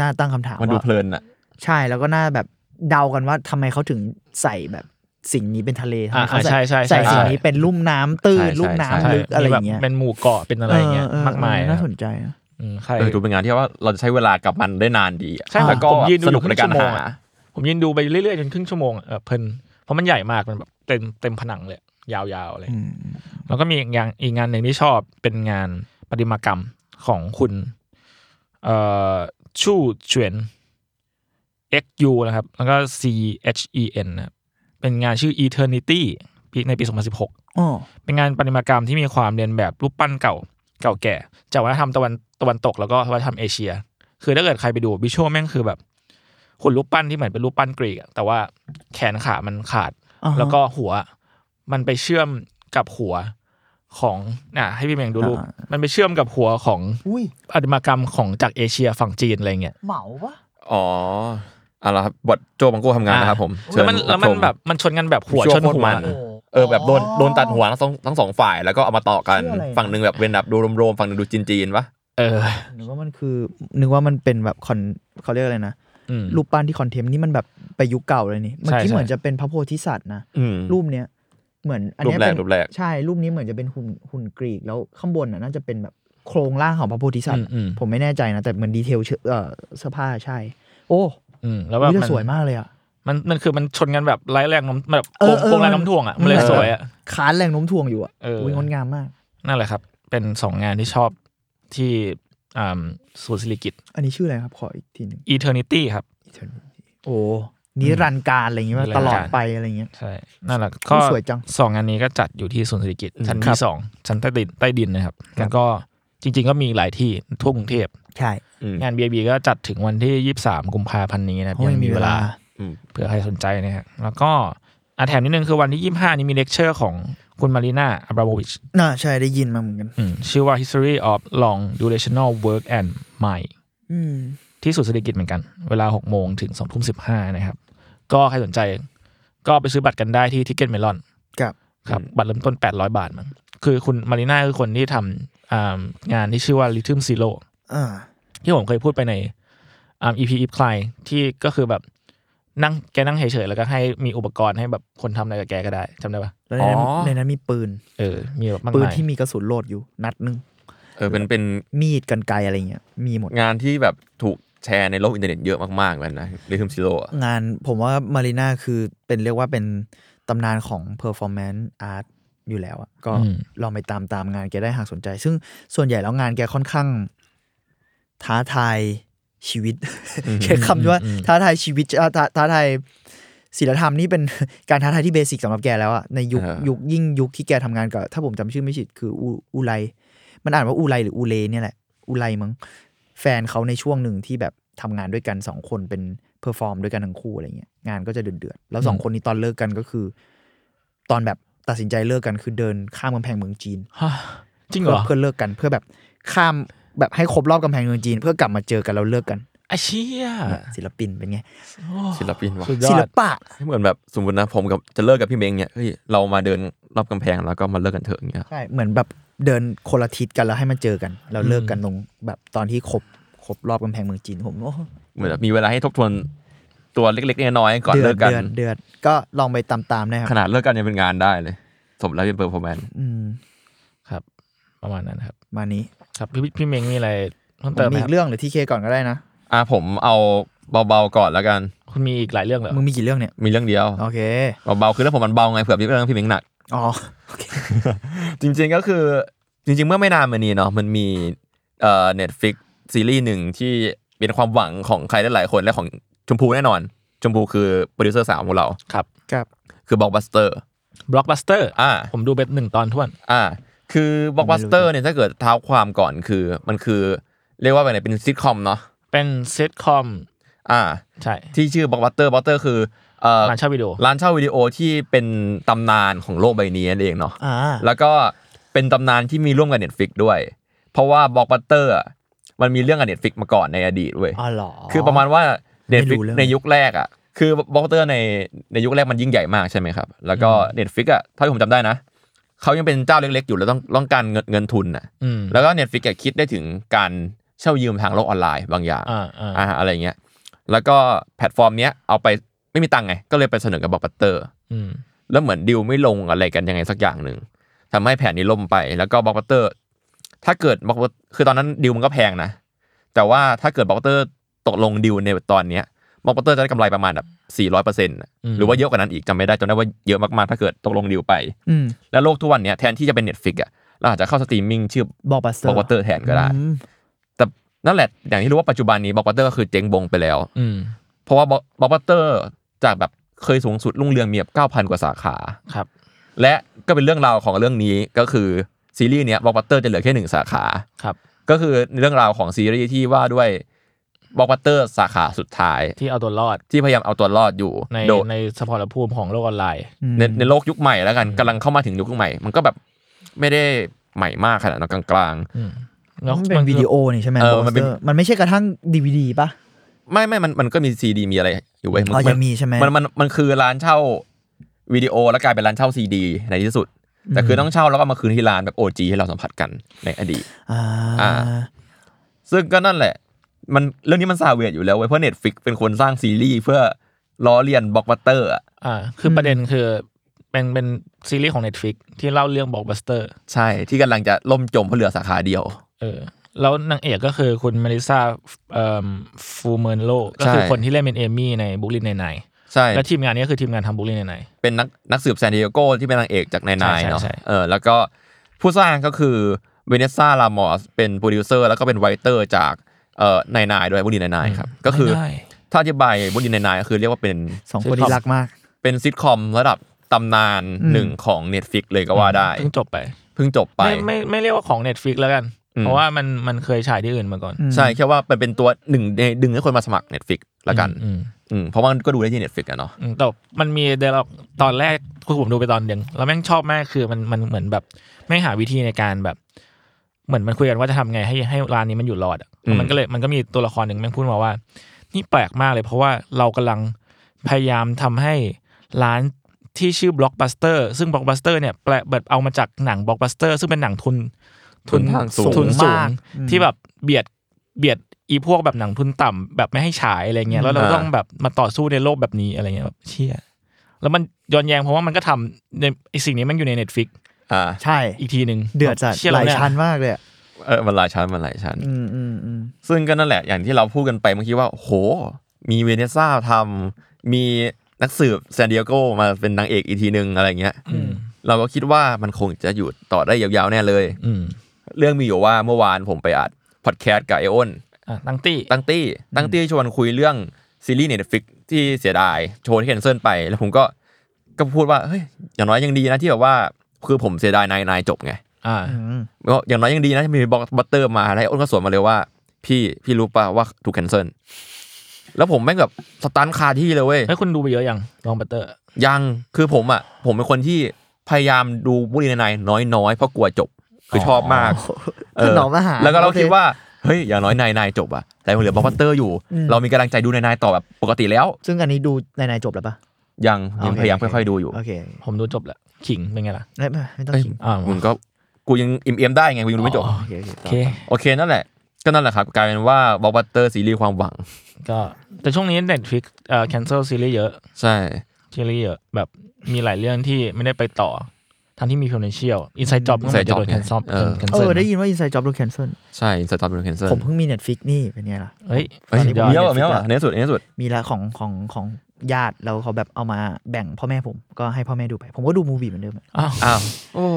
Speaker 4: น่าตั้งคำถาม
Speaker 3: มันดู
Speaker 4: ว่า
Speaker 3: เพลินอะ
Speaker 4: ใช่แล้วก็น่าแบบเดากันว่าทำไมเขาถึงใส่แบบสิ่งนี้เป็นทะเลทำไม
Speaker 2: อ่า
Speaker 4: เขา
Speaker 2: ใช่
Speaker 4: ใส่
Speaker 2: ใช่ใช่
Speaker 4: ใส่สิ่ง
Speaker 2: ใช่
Speaker 4: นี้เป็นลุ่มน้ำตื้น
Speaker 3: ใช่
Speaker 4: ลุ่มน้ำลึก
Speaker 2: ใช่
Speaker 4: อะไรอ
Speaker 2: มีแบ
Speaker 4: ย่า
Speaker 2: บ
Speaker 4: งเงี้ย
Speaker 2: เป็นหมู่เกาะเป็นอะไรอย่างเงี้ย
Speaker 4: ออ
Speaker 2: มากมาย
Speaker 4: เออน่าสนใจนะ
Speaker 2: อืมใคร
Speaker 3: เออดูเป็นงานที่ว่าเราจะใช้เวลากับมันได้นานดีอะ
Speaker 2: ใช่
Speaker 3: แต่ก็
Speaker 2: ผมยืนดู
Speaker 3: สนุกในการ
Speaker 2: อยู่ครึ่งชั่วโม
Speaker 3: หาง
Speaker 2: อะ ผมยืนดูไปเรื่อยๆจนครึ่งชั่วโมงอะเออเพลินเพราะมันใหญ่มากมันแบบเต็มเต็มผนังเลย ยาวๆเลย
Speaker 4: อืม
Speaker 2: แล้วก็มีอีกอย่างอีกงานหนึ่งที่ชอบเป็นงานประติมากรรมของคุณเอ่อชู่เฉวียน X U นะครับ แล้วก็ C H E N นะครับเป็นงานชื่อ Eternity ปีในปี 2016
Speaker 4: อ๋อ
Speaker 2: เป็นงานประติมากรรมที่มีความเรียนแบบรูปปั้นเก่าเก่าแก่ จากวัฒนธรรมตะวันตะวันตกแล้วก็วัฒนธรรมเอเชีย คือถ้าเกิดใครไปดูวิชวลแม่งคือแบบคุณรูปปั้นที่เหมือนเป็นรูปปั้นกรีกอะแต่ว่าแขนขามันขาด
Speaker 4: อ่าฮะ
Speaker 2: แล้วก็หัวมันไปเชื่อมกับหัวของน่ะให้พี่เมงดูรูป
Speaker 4: อ่า
Speaker 2: มันไปเชื่อมกับหัวของ
Speaker 4: อุ้ย
Speaker 2: ประติมากรรมของจากเอเชียฝั่งจีนอะไรเงี้ย
Speaker 4: เหมาวะ
Speaker 3: อ๋อเอาละครับบทโจบังโก้ทำงานนะครับผมเชิ
Speaker 2: แล้ว
Speaker 3: ญ
Speaker 2: มัน
Speaker 3: รั
Speaker 2: แล้วมัน
Speaker 3: ช
Speaker 2: แบบมันชนกันแบบหัว
Speaker 3: วิชวล
Speaker 2: ชน
Speaker 3: โคต
Speaker 2: หั
Speaker 3: ร
Speaker 2: ว
Speaker 3: มัน เออแบบโดนโดนตัดหัวทั้งสองทั้งสองฝ่ายแล้วก็เอามาต่อกัน ฝั่งหนึ่งแบบเป็นแบบดูรวมๆฝั่งหนึ่งดูจีนๆปะ
Speaker 2: เออ
Speaker 4: นึกว่ามันคือนึกว่ามันเป็นแบบคอนเขาเรียกอะไรนะ
Speaker 2: อืม
Speaker 4: รูปปั้นที่คอนเทมป์นี่มันแบบไปยุคเก่าเลยนี่เมื่อกี้
Speaker 2: ใช่
Speaker 4: เหมือนจะเป็นพระโพธิสัตว์นะ
Speaker 3: อืม
Speaker 4: รูปเนี้ยเหมือนอัน
Speaker 3: รู
Speaker 4: เนี้ย
Speaker 3: ปแรก
Speaker 4: เป็น
Speaker 3: รูปแรก
Speaker 4: ใช่รูปนี้เหมือนจะเป็นหุ่นหุ่นกรีกแล้วข้างบนน่ะน่าจะเป็นแบบโครงร่างของพระโพธิสัต
Speaker 2: อื
Speaker 4: ว์
Speaker 2: มอืม
Speaker 4: ผมไม่แน่ใจนะ แต่เหมือนดีเทลเชืเอ่อเสื้อผ้าใช่ โอ้
Speaker 2: อืมแล้วแบบ
Speaker 4: นี่
Speaker 2: มัน
Speaker 4: สวยมากเลยอ่ะ
Speaker 2: มันมันคือมันชนกันแบบไร้แรงโน้มแบบ
Speaker 4: เอ
Speaker 2: โก
Speaker 4: อง เออ
Speaker 2: โกงแรง
Speaker 4: มัน
Speaker 2: โน้ำถ่วงอ่ะมันเลยสวยอ่ะ
Speaker 4: คานแรงโน้มถ่วงอยู่อ่ะ
Speaker 2: เออ
Speaker 4: ยงดงามมาก
Speaker 2: นั่นแหละครับ เป็นสองงานที่ชอบที่อ่าศูนย์ศิริกิต
Speaker 4: อันนี้ชื่ออะไรครับ ขออีกทีหนึ่ง
Speaker 2: Eternity ครับ
Speaker 4: โอ้นิรันดร์การอะไรอย่างงี้ว่า
Speaker 2: นิรั
Speaker 4: ต
Speaker 2: นดร์
Speaker 4: ลอด
Speaker 2: การ
Speaker 4: ไปอะไรอย่างเงี้ย
Speaker 2: ใช่นั่นแหละก็
Speaker 4: สวยจัง
Speaker 2: สองงานนี้ก็จัดอยู่ที่ศูนย์ศิริกิตชั้นที่สองชั้นใต้ดินใต้ดินนะครับ แล้วก็จริง ๆ ก็มีหลายที่ทั่วกรุงเทพ
Speaker 4: ใช่
Speaker 2: งาน BB ก็จัดถึงวันที่ 23 กุมภาพันธ์นี้นะครับ
Speaker 4: โอ้
Speaker 2: ยั
Speaker 4: ย
Speaker 2: งมี
Speaker 4: มี
Speaker 2: เว
Speaker 4: เว
Speaker 2: ลา
Speaker 4: ลา
Speaker 2: เผื่อใครสนใจนะครับแล้วก็อ่ะแถมนิดนึงคือวันที่ 25 นี้มีเลคเชอร์ของคุณมารีนาอับราโมวิช
Speaker 4: น่าใช่ได้ยินมาเหมือนกัน
Speaker 2: อืมชื่อว่า History of Long Durational Work and Mind
Speaker 4: อืม
Speaker 2: ที่สุดเศรษฐกิจเหมือนกัน เวลา 6 โมงถึง 2 ทุ่ม 15 นะครับ ก็ใครสนใจก็ไปซื้อบัตรกันได้ที่ทิกเก็ตเมลอน
Speaker 4: ครับ
Speaker 2: ครับ บัตรเริ่มต้น 800 บาทมั้งคือคุณมารีน่าคือคนที่ทำอ่างานที่ชื่อว่า Rhythm Zero
Speaker 4: อ่า
Speaker 2: ที่ผมเคยพูดไปในอ่า EP If c l i ที่ก็คือแบบนั่งแกนั่งเฉยๆแล้วก็ให้มีอุปกรณ์ให้แบบคนทำอะไรกับแกก็ได้จำได้ปะ
Speaker 4: แล้วในนั้น
Speaker 3: อ๋อ
Speaker 4: ในนั้นมีปืน
Speaker 2: เออมีแบบมาก
Speaker 4: ปืน
Speaker 2: มาย
Speaker 4: ที่มีกระสุนโหลดอยู่ นัดหนึ่ง
Speaker 3: เออเป็นเป็น
Speaker 4: มีดกันไกรอะไรเงี้ย มีหมด
Speaker 3: งานที่แบบถูกแชร์ในโลกอินเทอร์เน็ตเยอะมากๆเหมือนกันนะเรื่องซิโร่
Speaker 4: งานผมว่ามารีนาคือเป็นเรียกว่าเป็นตำนานของ performance art อยู่แล้วอะก็ลองไปตามตามงานแกได้หากสนใจ ซึ่งส่วนใหญ่แล้วงานแกค่อนข้าง ท้าทายชีวิต ใช้คำที่ว่าท้าทายชีวิตท้าท้าท้าทายศิลธรรมนี่เป็น การท้าทายที่เบสิกสำหรับแกแล้วอะในยุคยุคยิ่งยุคที่แกทำงานกับ ถ้าผมจำชื่อไม่ผิดคืออูอูไลมันอ่านว่าอูไลหรืออูเลเนี่ยแหละ อุไรมั้งแฟนเขาในช่วงหนึ่งที่แบบทำงานด้วยกันสองคนเป็นเพอร์ฟอร์มด้วยกันทั้งคู่อะไรเงี้ยงานก็จะเดือดๆแล้วสองคนนี้ตอนเลิกกันก็คือ ตอนแบบตัดสินใจเลิกกันคือเดินข้ามกำแพงเมืองจีน
Speaker 2: ฮะจริงเหร
Speaker 4: เพื่อ
Speaker 2: อ
Speaker 4: เพื่อเลิกกันเพื่อแบบข้ามแบบให้ครบรอบกำแพงเมืองจีน เพื่อกลับมาเจอกันแล้วเลิกกัน
Speaker 2: ไอเชี่ย
Speaker 4: เนี่ยศิลปินเป็นไง
Speaker 3: ศิลปินวะ
Speaker 2: สุดยอ
Speaker 4: ศิล
Speaker 2: ด
Speaker 4: ปะ
Speaker 3: เหมือนแบบสมมตินะผมกับจะเลิกกับพี่เมงเนี่ยเฮ้ยเรามาเดินรอบกำแพงแล้วก็มาเลิกกันเถอะอย่างเงี้ย
Speaker 4: ใช่เหมือนแบบเดินคนละทิศกันแล้วให้มาเจอกันแล้วเลิกกันตรงแบบตอนที่ครบครบรอบกำแพงเมืองจีนผมโอ้
Speaker 3: เหมือนแบบมีเวลาให้ทบทวนตัวเล็กๆน้อยๆก่อน
Speaker 4: ดื
Speaker 3: เลิกกัน
Speaker 4: ดือดเดือดก็ลองไปตามๆนะครับ
Speaker 3: ขนาดเลิกกันยังเป็นงานได้เลย สมแล้วเป็นเปอร์ฟอร์แมน
Speaker 4: อืม
Speaker 2: ประมาณนั้นครับ
Speaker 4: มานี้
Speaker 2: ครับพี่พี่เมงมีอะไรเพิ่ม
Speaker 4: ผ
Speaker 2: เติม
Speaker 4: ม
Speaker 2: ไหม
Speaker 4: มี
Speaker 2: ค
Speaker 4: อี
Speaker 2: รับ
Speaker 4: กเรื่องหรือทีเคก่อนก็ได้นะ
Speaker 3: อ่ะผมเอาเบาๆก่อนแล้วกัน
Speaker 2: คุณมีอีกหลายเรื่องเหรอ
Speaker 4: มึงมีกี่เรื่องเนี่ย
Speaker 3: มีเรื่องเดียว
Speaker 4: โอเค
Speaker 3: เบาๆคือแล้วผมมันเบาไงเผื่อพี่เรื่องพี่เม้งหนัก
Speaker 4: อ๋อ
Speaker 3: จริงๆก็คือจริง ๆ เมื่อไม่นานมานี้เนาะมันมีเอ่อเน็ตฟิกซีรีส์หนึ่งที่เป็นความหวังของใครหลายๆคนและของชมพูแน่นอน ชมพูคือโปรดิวเซอร์สาวของเรา
Speaker 2: ครับ
Speaker 4: ครับ
Speaker 3: คือบล็อกบัสเตอร์
Speaker 2: บล็อกบัสเตอร์
Speaker 3: อ่า
Speaker 2: ผมดูไปหนึ่งตอนท่วน
Speaker 3: อ่า คือบล็อกบัสเตอร์เนี่ยถ้าเกิดเท้าความก่อนคือ มันคือ เรียกว่าเป็นเป็นซิทคอมเนาะ
Speaker 2: เป็นซิทคอม
Speaker 3: อ่า
Speaker 2: ใช่
Speaker 3: ที่ชื่อบล็อกบัสเตอร์บล็อกบัสเตอร์คือเอ่อ
Speaker 2: ร้านเช่าวิดีโอ
Speaker 3: ร้านเช่าวิดีโอที่เป็นตำนานของโลกใบนี้นั่นเองเนาะ
Speaker 4: อ่า
Speaker 3: แล้วก็เป็นตำนานที่มีร่วมกับ Netflix ด้วย เพราะว่าบล็อกบัตเตอร์มันมีเรื่องกับ Netflix มาก่อนในอดีตเว้ย
Speaker 4: อ๋อเหรอ
Speaker 3: คือประมาณว่า
Speaker 4: ไม่
Speaker 3: Netflix
Speaker 4: รู้เรื่อง
Speaker 3: ในยุคแรกอ่ะ คือบล็อกบัตเตอร์ในในยุคแรกมันยิ่งใหญ่มากใช่ไหมครับ แล้วก็ Netflix อ่ะเท่าที่ผมจำได้นะเขายังเป็นเจ้าเล็กๆ อยู่แล้วต้องต้องการเงินเงินทุนอ่ะ
Speaker 2: อืม
Speaker 3: แล้วก็ Netflix อะคิดได้ถึงการเช่ายืมทางโลกออนไลน์บางอย่าง
Speaker 2: อ่าอ่า
Speaker 3: อ่าอะไรเงี้ย แล้วก็แพลตฟอร์มเนี้ยเอาไปไม่มีตังค์ไง ก็เลยไปเสนอกับบล็อกบัตเตอร์
Speaker 2: อืม
Speaker 3: แล้วเหมือนดิวไม่ลงอะไรกันยังไงสักอย่างหนึ่งทำให้แผนนี้ล่มไปแล้วก็บล็อกบัตเตอร์ ถ้าเกิดบล็อกคือตอนนั้นดิวมันก็แพงนะ แต่ว่าถ้าเกิดบล็อกบัตเตอร์ตกลงดิวในตอนเนี้ยบล็อกบัตเตอร์จะได้กำไรประมาณแบบสี่ร้อยเปอร์เซ็นต์หรือว่าเยอะกว่านั้นอีกจำไม่ได้จำได้ว่าเยอะมากๆ ถ้าเกิดตกลงดิวไป
Speaker 4: อืม
Speaker 3: แล้วโลกทุกวันเนี้ยแทนที่จะเป็น Netflix อ่ะเราอาจจะเข้าสตรีมมิ่งชื่อ
Speaker 4: บอกบัสเตอร์
Speaker 3: Blockbuster แทนก็ได้ แต่นั่นแหละอย่างที่รู้ว่าปัจจุบันนี้บล็อกบัตเตอร์ก็คือเจ๊งบงไปแล้ว
Speaker 2: อืม
Speaker 3: เพราะว่าบล็อกบัตเตอร์จากแบบเคยสูงสุดรุ่งเรืองมีแบบเก้าพันกว่าสาขา
Speaker 2: ครับ
Speaker 3: และก็เป็นเรื่องราวของเรื่องนี้ก็คือซีรีส์เนี้ยบล็อกบัตเตอร์จะเหลือแค่หนึ่งสาขา
Speaker 2: ครับ
Speaker 3: ก็คือเรื่องราวของซีรีส์ที่ว่าด้วยบล็อกบัตเตอร์สาขาสุดท้าย
Speaker 2: ที่เอาตัวรอด
Speaker 3: ที่พยายามเอาตัวรอดอยู่
Speaker 2: ใน
Speaker 3: โดย
Speaker 2: ในสมรภูมิของโลกออนไลน์
Speaker 4: อืม
Speaker 3: ในในโลกยุคใหม่แล้วกันกำลังเข้ามาถึงยุคใหม่ มันก็แบบไม่ได้ใหม่มากขนาดนั้นกลาง
Speaker 2: อืม
Speaker 4: มันเป็นวิดีโอนี่ใช่ไหม
Speaker 3: เออ
Speaker 4: โปสตร์
Speaker 3: มันเป็น
Speaker 4: มันไม่ใช่กระทั่งดีวดีป่ะ
Speaker 3: ๆ ไม่ไม่มันมันก็มีซีดีมีอะไรอยู่เว้ย
Speaker 4: อ๋อยังมีใช่ไหม
Speaker 3: มันมันมันคือร้านเช่าวิดีโอแล้วกลายเป็นร้านเช่าซีดีในที่สุด แต่คือต้องเช่าแล้วก็มาคืนที่ร้านแบบโอจีให้เราสัมผัสกันในอดีต
Speaker 4: อ่า
Speaker 3: อ่า ซึ่งก็นั่นแหละ มันเรื่องนี้มันซาเวียดอยู่แล้วเว้ยเพราะเน็ตฟิกเป็นคนสร้างซีรีส์เพื่อล้อเลียนบล็อกบัตเตอร์อะ
Speaker 2: อ่าคือประเด็นคือเป็นเป็นซีรีส์ของ Netflix ที่เล่าเรื่องบล็อกบัสเตอร์
Speaker 3: ใช่ที่กำลังจะล่มจมเพราะเหลือสาขาเดียว
Speaker 2: เออแล้วนางเอกก็คือคุณเมลิซาฟูเมนโลก็คือ
Speaker 3: ใช่
Speaker 2: คนที่เล่นเป็นเอมี่ในบุ l ลินในไน
Speaker 3: ใช่
Speaker 2: และทีมงานนี้ก็คือทีมงานทำบุ l ลินในไน
Speaker 3: เป็นนักนักสืบซานดิเอโกที่เป็นนางเอกจากนายนาย
Speaker 2: ใช่ใช่
Speaker 3: เนาะ
Speaker 2: ใช่
Speaker 3: เออแล้วก็ผู้สร้างก็คือเวเนซ่าลามอสเป็นโปรดิวเซอร์แล้วก็เป็นไวเตอร์จากเอ่อนายนายด้วยบุรีนายนายครับก็คือ
Speaker 2: ได้
Speaker 3: ถ้าอธิบายบุรีนายนายก็คือเรียกว่าเป็น
Speaker 4: สองคนที่รักมาก
Speaker 3: เป็นซิทคอมระดับตำนาน
Speaker 4: อืม
Speaker 3: หนึ่งของ Netflix เลยก็ว่าได้
Speaker 2: เพิ่งจบไป
Speaker 3: เพิ่งจบไป
Speaker 2: ไม่ไม่ไม่เรียกว่าของ Netflix แล้วกัน
Speaker 3: อืม
Speaker 2: เพราะว่ามันมันเคยฉายที่อื่นมาก่อน
Speaker 4: อืม
Speaker 3: ใช่แค่ว่ามันเป็นตัวหนึ่งในดึงให้คนมาสมัคร Netflix ละกัน
Speaker 2: อืม
Speaker 3: อืมเพราะว่ามันก็ดูได้ที่ Netflix อะเนาะ
Speaker 2: อืมแต่มันมีเดลตอนแรกคือผมดูไปตอนหนึ่งแล้วแม่งชอบมากคือมันมันเหมือนแบบไม่งหาวิธีในการแบบ เหมือนมันคุยกันว่าจะทำไงให้ให้ร้านนี้มันอยู่รอดอะแล้วมันก็เลยมันก็มีตัวละครหนึ่งแม่งพูดมาว่า นี่แปลกมากเลย เพราะว่าเรากำลังพยายามทำให้ร้านที่ชื่อบล็อกบัสเตอร์ซึ่งบล็อกบัสเตอร์เนี่ยแปลแบบเอามาจากหนังบล็อกบัสเตอร์ซึ่งเป็นหนังทุน ทุนทุนสูงที่แบบเบียดเบียดอีพวกแบบหนังทุนต่ำแบบไม่ให้ฉายอะไรเงี้ยแล้วเราต้องแบบมาต่อสู้ในโลกแบบนี้อะไรเงี้ยแบบเชี่ยแล้วมันย้อนแยงเพราะว่ามันก็ทำในไอสิ่งนี้มันอยู่ในเน็ตฟิก
Speaker 3: อ่า
Speaker 4: ใช่
Speaker 2: อีกทีหนึ่ง
Speaker 4: เดือดจัด
Speaker 2: เชี่ย
Speaker 4: ห
Speaker 2: เรา
Speaker 4: ลาย
Speaker 2: เนี่ย
Speaker 4: ชั้นมากเลยอะ
Speaker 3: เออมันหลายชั้นมันหลายชั้น
Speaker 4: อืมอืมอืม
Speaker 3: ซึ่งก็นั่นแหละอย่างที่เราพูดกันไปเมื่อกี้ว่าโห มีเวเนซ่าทำมีนักสืบซานดิเอโกมาเป็นนางเอกอีกทีหนึ่งอะไรเงี้ยเราก็คิดว่ามันคงจะอยู่ต่อได้ยาวๆแน่เลย
Speaker 2: อืม
Speaker 3: เรื่องมีอยู่ว่าเมื่อวานผมไปอัดพอดแคสต์กับไอออน
Speaker 2: อ่ะตั้งตี้
Speaker 3: ตั้งตี้ตั้งตี้ชวนคุยเรื่องซีรีส์เน็ตฟิกที่เสียดายโชว์ที่แคนเซิลไป แล้วผมก็ก็พูดว่าเฮ้ยอย่างน้อยยังดีนะที่แบบว่าคือผมเสียดายนายนายจบไง
Speaker 2: อ่า
Speaker 4: อืม
Speaker 3: ก็อย่างน้อยยังดีนะที่มีบล็อกบัตเตอร์มาแล้วไอ้อ้นก็สวนมาเลยว่า พี่พี่รู้ป่ะว่าถูกแคนเซิลแล้วผมแม่งแบบสตันคาที่เลยเว้ย
Speaker 2: เฮ้ยคุณดูไปเยอะยังลองบัตเตอร์
Speaker 3: ยังคือผมอ่ะผมเป็นคนที่พยายามดูบุรีนายน้อยน้อยๆเพราะกลัวจบคือชอบมาก เออ
Speaker 4: ขนอมอาหาร
Speaker 3: แล้วก็เรา
Speaker 4: โอ
Speaker 3: คิดว่าเฮ้ยอย่างน้อยนายนายจบอะแต่ยังเหลือบล็อกบัตเตอร์อยู่ เรามีกำลังใจดูนายนายต่อแบบปกติแล้ว
Speaker 4: ซึ่งอันนี้ดูนายนายจบแล้วปะ
Speaker 3: ยังยัง
Speaker 4: โอ
Speaker 3: พยายามค่อยๆดูอยู่
Speaker 4: โอเค
Speaker 2: ผมดูจบแล้วขิงเป็นไงล่ะ
Speaker 4: ไม่ไม่ไม่ต้อง
Speaker 3: เอ้ย
Speaker 4: ขิง
Speaker 2: อ่า
Speaker 3: มึงก็กูยังอิ่มเอียมได้ไงกูยังดูไม่จบ
Speaker 4: โอเคโอเค
Speaker 2: โอเค
Speaker 4: ต่อ
Speaker 3: โอเคนั่นแหละ ก็นั่นแหละครับกลายเป็นว่าบล็อกบัตเตอร์ซีรีส์ความหวัง
Speaker 2: ก็แต่ช่วงนี้ Netflix เอ่อ cancel ซีรีส์เยอะ
Speaker 3: ใช่
Speaker 2: ซีรีส์เยอะแบบมีหลายเรื่องที่ไม่ได้ไปต่อ ทั้งที่มี potential inside job ก็เหมือนจะโดน
Speaker 3: Inside Job
Speaker 2: cancel
Speaker 3: ไงเออ
Speaker 4: เอ
Speaker 2: cancel
Speaker 4: อได้ยินว่า Inside Job โดน cancel
Speaker 3: ใช่สตาร์ทเป็นแคนเซิล
Speaker 4: ผมเพิ่งมี Netflix นี่เป็นไงล่ะ
Speaker 2: เฮ้ย
Speaker 3: เฮ้ย
Speaker 2: สุดยอด
Speaker 3: เมียวอะเมียว
Speaker 4: Netflix
Speaker 3: อะ
Speaker 4: อะ
Speaker 3: ในที่สุดในที่สุด
Speaker 4: มีละของของของญาติแล้วเขาแบบเอามาแบ่งพ่อแม่ผมก็ให้พ่อแม่ดูไป ผมก็ดูมูวี่เหมือนเดิมอะ
Speaker 2: อ้าว
Speaker 3: อ้าว